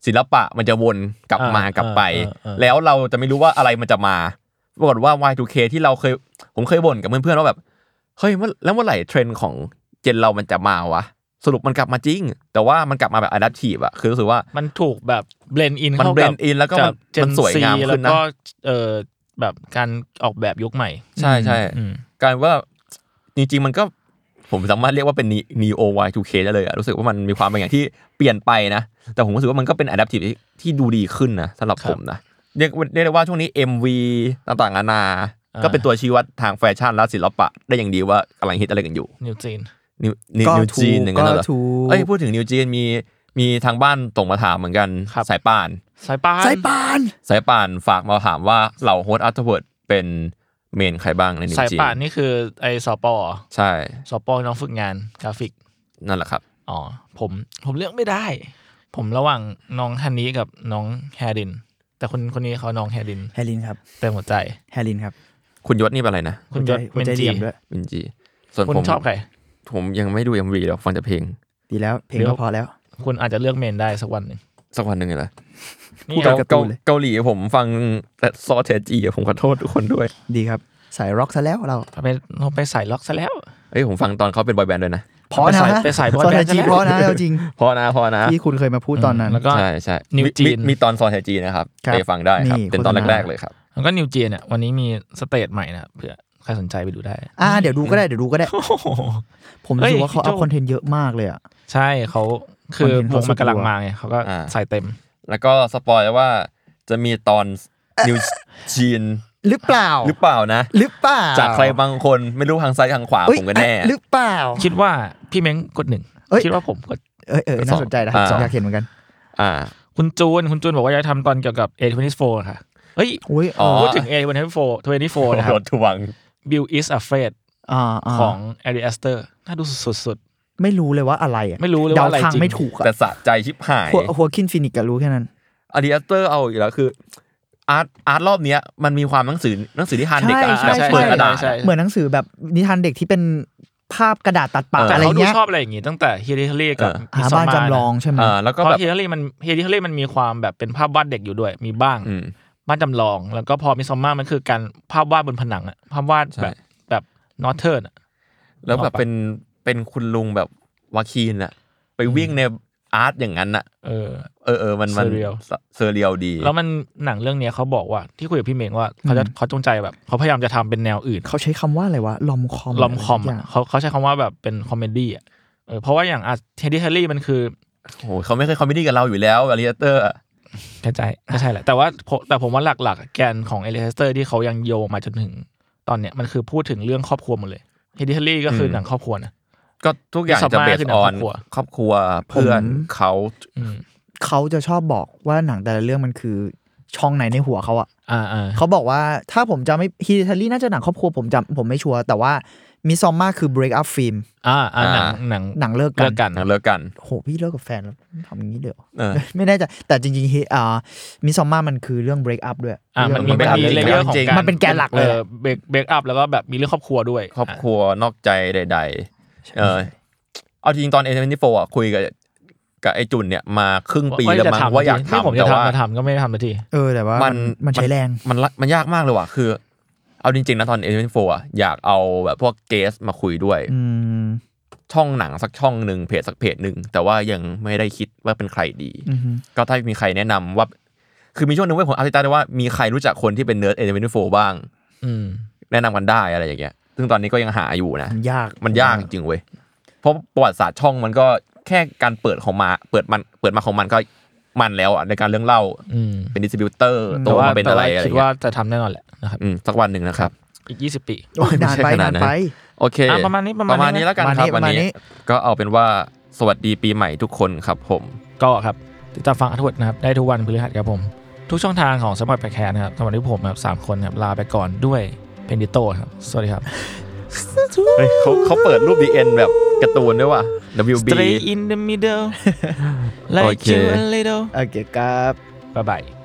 Speaker 3: ศิลปะมันจะวนกลับ
Speaker 2: อ่าม
Speaker 3: ากลับไป
Speaker 2: อ่าอ่า
Speaker 3: แล้วเราจะไม่รู้ว่าอะไรมันจะมาปรากฏว่า Y2K ที่เราเคยผมเคยบ่นกับเพื่อนๆว่าแบบเฮ้ยเมื่อแล้วเมื่อไหร่เทรนด์ของเจนเรามันจะมาวะสรุปมันกลับมาจริง แต่ว่ามันกลับมาแบบอะดัพทีฟอะคือรู้สึกว่า
Speaker 2: มันถูกแบบเบลนอิน
Speaker 3: มัน
Speaker 2: เข้ากับ
Speaker 3: blend in แล้วก็มัน
Speaker 2: กับ Gen
Speaker 3: มันสวยงาม
Speaker 2: Z
Speaker 3: ขึ้นนะ
Speaker 2: แล้วก็เออแบบการออกแบบยุคใหม่
Speaker 3: ใช่ใช่
Speaker 2: อืม
Speaker 3: กลารว่าจริงๆมันก็ผมสามารถเรียกว่าเป็น neo y2k ได้เลยอะรู้สึกว่ามันมีความเป็นอย่างที่เปลี่ยนไปนะ แต่ผมรู้สึกว่ามันก็เป็น adaptive ที่ที่ดูดีขึ้นนะสำหรับ
Speaker 2: ครับ
Speaker 3: ผมนะเรียกเรียกได้ว่าช่วงนี้ MV ต่างๆนานา
Speaker 2: อ่า
Speaker 3: ก็เป็นตัวชี้วัดทางแฟชั่นและศิลปะ ได้อย่างดีว่ากำลังฮิตอะไรกันอยู่
Speaker 2: นิวจีน
Speaker 3: นิวนิว
Speaker 4: ก็
Speaker 3: นิว
Speaker 4: ถูก
Speaker 3: จีนอย่างนั้นเหร
Speaker 4: ก็
Speaker 3: อ
Speaker 4: ถูก
Speaker 3: เอ้ยพูดถึงนิวจีนมีมีทางบ้านตรงมาถามเหมือนกัน
Speaker 2: ครับ
Speaker 3: สายป่าน
Speaker 2: สายป้าน
Speaker 4: สายปาน
Speaker 3: สายป่านฝากมาถามว่าเหล่าโฮสต์อัตเวิร์ดเป็นเมนใครบ้างในนิว
Speaker 2: สาย
Speaker 3: จีน
Speaker 2: ป่านนี่คือไอ้สปอ
Speaker 3: ใช่
Speaker 2: สปอน้องฝึกงานกราฟิก
Speaker 3: นั่นแหละครับ
Speaker 2: อ๋อ ผมผมเลือกไม่ได้ ผมระหว่างน้องฮันนี้กับน้องแฮดิน แต่คนคนนี้เขาน้องแฮดิน
Speaker 4: แฮลินครับ
Speaker 2: เต็มหัวใจ
Speaker 4: แฮลินครับ
Speaker 3: คุณยศนี่เป็นอะไรนะ
Speaker 2: คุณยศ
Speaker 4: หัวใจ
Speaker 2: เมน
Speaker 4: เห
Speaker 2: จี
Speaker 4: ลี่ยมด้วย
Speaker 3: วินจี ส่วน
Speaker 2: คุณ
Speaker 3: ผม
Speaker 2: ชอบใคร
Speaker 3: ผมยังไม่ดู MV หรอกฟังแต่เพลง
Speaker 4: ดีแล้วเพลง
Speaker 2: เดี๋ยว
Speaker 4: ก็พอแล้ว
Speaker 2: คุณอาจจะเลือกเมนได้สักวันหนึ่ง
Speaker 3: สักวันหนึ่งเหรอ
Speaker 2: นี่
Speaker 4: พูด
Speaker 2: ค
Speaker 4: กั
Speaker 2: รั
Speaker 4: บบ การ์ตู
Speaker 3: เกาน
Speaker 4: เลย
Speaker 3: เกาหลีผมฟังแต่ซอเทจีอะผมขอโทษทุกคนด้วย
Speaker 4: ดีครับสายร็อกซะแล้วเรา
Speaker 2: ไปเราไปสายล็อกซะแล้ว
Speaker 3: เอ้ยผมฟังตอนเขาเป็นบอยแบนด์ด้วยนะ
Speaker 4: พอ
Speaker 2: ไป
Speaker 4: นะ
Speaker 2: สายไปสาย boy
Speaker 4: ตอน
Speaker 2: band
Speaker 4: จี
Speaker 2: ซะแล้ว
Speaker 4: พอนะเอาจริง
Speaker 3: พอนะพอนะ
Speaker 4: ที่คุณเคยมาพูดตอนนั้น
Speaker 2: แล้วก็
Speaker 3: ใช่ใช่
Speaker 2: นิว
Speaker 3: มี
Speaker 2: จีน
Speaker 3: มีมีตอนซอเทจีนะครับ
Speaker 4: ครับ
Speaker 3: ไปฟังได้ครับ
Speaker 4: นี่
Speaker 3: เป็นตอน
Speaker 4: โฆษณา
Speaker 3: แรก ๆ เลยครับ
Speaker 2: แล้วก็นิวเจียเนี่ยวันนี้มีสเตจใหม่นะครับเผื่อใครสนใจไปดูได้
Speaker 4: อ่าเดี๋ยวดูก็ได้เดี๋ยวดูก็ได้ ผม
Speaker 2: เฮ้
Speaker 4: รู้
Speaker 2: ย
Speaker 4: สึกว่าเขา
Speaker 2: พี่
Speaker 4: เอา
Speaker 2: โจ้
Speaker 4: คอนเทนต์เยอะมากเลยอ่ะ
Speaker 2: ใช่เขาคือวงมันกำลังมาไงเขาก็
Speaker 3: อ่า
Speaker 2: ใส่เต็ม
Speaker 3: แล้วก็สปอยว่าจะมีตอนนิวจีน
Speaker 4: หรือเปล่า
Speaker 3: หรือเปล่านะ
Speaker 4: หรือเปล่า
Speaker 3: จากใครบางคนไม่รู้ทางซ้ายทางขวา
Speaker 4: เอ้ย
Speaker 3: ผมก็แน่
Speaker 4: หรือเปล่า
Speaker 2: คิดว่าพี่เม้งกดหนึ่ง
Speaker 4: เอ้ย
Speaker 2: คิดว่าผมกด
Speaker 4: เอ้ยเอ้ยน่าสนใจนะ
Speaker 3: อ่า
Speaker 4: อยากเห็นเหมือนกัน
Speaker 3: อ่า
Speaker 2: คุณจูนคุณจูนบอกว่าจะทำตอนเกี่ยวกับ A24 ค่ะเฮ้ย
Speaker 4: โอ้ย
Speaker 3: อ๋อ
Speaker 2: พูดถึง A24 24นะครั
Speaker 3: ร
Speaker 2: บ
Speaker 3: ถทวง
Speaker 2: Bill is afraid
Speaker 4: อ่าา
Speaker 2: ของ a r i a s t e r น่าดูสุด
Speaker 4: ไม่รู้เลยว่าอะไรอะ
Speaker 2: ไม่รู้เลยว่าอะไร
Speaker 4: ดทาง
Speaker 2: จริง
Speaker 4: ไม่ถูกอะ
Speaker 3: แต่สะใจชิบหาย
Speaker 4: หัวหัวคินฟินิกก็รู้แค่นั้น
Speaker 3: อาริอัสเตอร์เอาอีกแล้วคืออาร์ตอาร์ตรอบเนี้ยมันมีความหนังสือหนังสือที่ฮานเด็กอะ
Speaker 2: ๆ
Speaker 4: ใช่
Speaker 3: แบบเปิดกระดาษ
Speaker 2: ใช่
Speaker 4: เหมือนหนังสือแบบนิทานเด็กที่เป็นภาพกระดาษตัดปาก
Speaker 3: เอออ
Speaker 2: แต่
Speaker 4: อะไร
Speaker 2: เขาดู
Speaker 4: เงี้ย
Speaker 2: ชอบอะไรอย่างงี้ตั้งแต่ Hereditary กับ
Speaker 3: เออ
Speaker 4: หาบ้าน
Speaker 2: Midsommar
Speaker 4: จำลองใช่ไหม
Speaker 3: อ่าแล้ว
Speaker 2: เพ
Speaker 3: ก็
Speaker 2: ราะ
Speaker 3: แบบ
Speaker 2: Hereditary มัน Hereditary มันมีความแบบเป็นภาพวาดเด็กอยู่ด้วยมีบ้าง
Speaker 3: อืม
Speaker 2: บ้านจำลอง แล้วก็พอมิซอมมามันคือการภาพวาดบนผนังอะภาพวาดแบบ
Speaker 3: ใช่
Speaker 2: แบบนอเทิร์นอะ
Speaker 3: แล้วแบ
Speaker 2: ออบ กปะ
Speaker 3: เป็นเป็นคุณลุงแบบวาคีนอะไปวิ่งในอาร์ตอย่างนั้นอะ
Speaker 2: เออ
Speaker 3: เออเออมันมัน
Speaker 2: Surreal
Speaker 3: เซอร์เรียลดี
Speaker 2: แล้วมันหนังเรื่องเนี้ยเขาบอกว่าที่คุยกับพี่เมงว่าเขาจะเขาจงใจแบบเขาพยายามจะทำเป็นแนวอื่น
Speaker 4: เขาใช้คำว่าอะไรวะลอมคอม
Speaker 2: ลอมคอม
Speaker 4: ะไรสักย่าง
Speaker 2: เขาเขาใช้คำว่าแบบเป็นคอมเมดี้อ่ะเออเพราะว่าอย่างอ่ะเทดดี้เฮลี่มันคือ
Speaker 3: โอ้โหเขาไม่เคยคอมมิดี้กับเราอยู่แล้วอาริอัสเตอร์
Speaker 2: กระจายก็ใช่แหละ แต่ว่าแต่ผมว่าหลักๆ แกนของเอลิเทสเตอร์ที่เขายังโยงมาจนถึงตอนเนี้ยมันคือพูดถึงเรื่องครอบครัวหมดเลยเทดดี้เฮลี่ก็คือหนังครอบครัวนะ
Speaker 3: ก็ทุกอย่าง
Speaker 2: ที่สัม
Speaker 3: จะ
Speaker 2: ภาษณ์
Speaker 3: เบส
Speaker 2: คือหนั
Speaker 3: องอ
Speaker 2: ครอน บครัว
Speaker 3: ครอบครัวเพื่อน
Speaker 4: ผม
Speaker 3: เขา
Speaker 2: อืม
Speaker 4: เขาจะชอบบอกว่าหนังแต่ละเรื่องมันคือช่องไหนในหัวเขาอะ
Speaker 2: อ่าอ่า
Speaker 4: เขาบอกว่าถ้าผมจำไม่ฮิตาลีน่าจะหนังครอบครัวผมจำผมไม่ชัวร์แต่ว่า มิซอมมาคือ break up film
Speaker 2: อ่าอ่าหนังหนัง
Speaker 4: หนังเลิกกั
Speaker 2: เลิ
Speaker 4: น
Speaker 2: กกัน
Speaker 3: งั้นเลิกกัน
Speaker 4: โหพี่เลิกกับแฟนแล้วทำอย่างนี้เดี๋ยว
Speaker 3: เออ
Speaker 4: ไม่แน่ใจแต่จริงๆฮิอ่ามิซอมมามันคือเรื่อง break up ด้วย
Speaker 2: อ่ามันมี
Speaker 4: เรื่
Speaker 2: มั
Speaker 4: อนง
Speaker 2: มีเล
Speaker 3: break
Speaker 2: เยอ
Speaker 3: up
Speaker 2: ร์ของ
Speaker 3: จริง
Speaker 2: การ
Speaker 4: มันเป็นแกนหลักเลย
Speaker 2: เบรกเบรกอัพแล้วก็แบบมีเรื่องครอบครัวด้วย
Speaker 3: ครอบครัวนอกใจใด ๆ เออ เอาจริงๆตอนเอ็นนี่โฟอ่ะคุยกับกับไอจุนเนี่ยมาครึ่งปีแล้วมั้งว่าอยาก
Speaker 2: จริงๆนี่
Speaker 3: ทำแต่
Speaker 2: ผมจะ
Speaker 3: ว่า
Speaker 2: ทำมาทำก็ไม่ได้ทำสักที
Speaker 4: เออแต่ว่ามันมันใช้แรง
Speaker 3: มันละมันยากมากเลยว่ะ คือ เอาจริง ๆ นะตอนเอเวนโฟอ่ะอยากเอาแบบพวกเกสมาคุยด้วย
Speaker 4: อืม
Speaker 3: ช่องหนังสักช่องหนึ่งเพจสักเพจหนึ่งแต่ว่ายังไม่ได้คิดว่าเป็นใครดี
Speaker 4: อือฮึ
Speaker 3: ก็ถ้ามีใครแนะนำว่า คือมีช่วงหนึ่งเว้ยผมอาร์ติตาได้ว่ามีใครรู้จักคนที่เป็นเนิร์ดเอเวนโฟบ้าง
Speaker 2: อืม
Speaker 3: แนะนำกันได้อะไรอย่างเงี้ย ซึ่งตอนนี้ก็ยังหาอยู่นะ
Speaker 4: มันยาก
Speaker 3: มันยากจริงๆเว้ย เพราะประวัติศาสตร์ช่องมันก็แค่การเปิดของมา เปิดมันเปิดมาของมันก็มันแล้วอ่ะในการเรื่องเล่า
Speaker 2: อืม
Speaker 3: เป็นดิสติบิวเตอร์โต
Speaker 2: แต่ว่า
Speaker 3: มาเป็นอะไร
Speaker 2: แต่
Speaker 3: อะ
Speaker 2: ว่า
Speaker 3: ไร
Speaker 2: คิด
Speaker 3: เงี้
Speaker 2: ว่าย จะทำแน่นอนแหละนะครับ
Speaker 3: อืมสักวันหนึ่งนะครับ
Speaker 2: อีกยี่สิบปี
Speaker 4: โอ้ยนานไป
Speaker 3: ไม่ใช่ขนาด
Speaker 4: นาน
Speaker 3: นั้น
Speaker 4: ไป
Speaker 3: โอเค
Speaker 2: อ่ะประมาณนี้ประมาณนี้
Speaker 3: นี้แล้วกันครับ
Speaker 4: ป
Speaker 3: วั
Speaker 4: ระ
Speaker 3: น
Speaker 4: มาณนี้
Speaker 3: นี้ก็เอาเป็นว่าสวัสดีปีใหม่ทุกคนครับผม
Speaker 2: ก็ครับ ติดตามฟังอัธวัตนะครับ ได้ทุกวันพฤหัสครับผม ทุกช่องทางของสมัครแพคแคร์นะครับสำหรับที่ผมนะครับสามคนนะครับลาไปก่อนด้วยเพนดิโตครับ ส วัสดีครับ
Speaker 3: เฮ้ยเขาเขาเปิดรูปดีเอ็นแบบการ์ตูนด้วยว่ะ WB
Speaker 2: Stay in the middle
Speaker 3: โอ
Speaker 2: like
Speaker 3: เค
Speaker 2: you a little
Speaker 4: โอเคครับ
Speaker 2: bye bye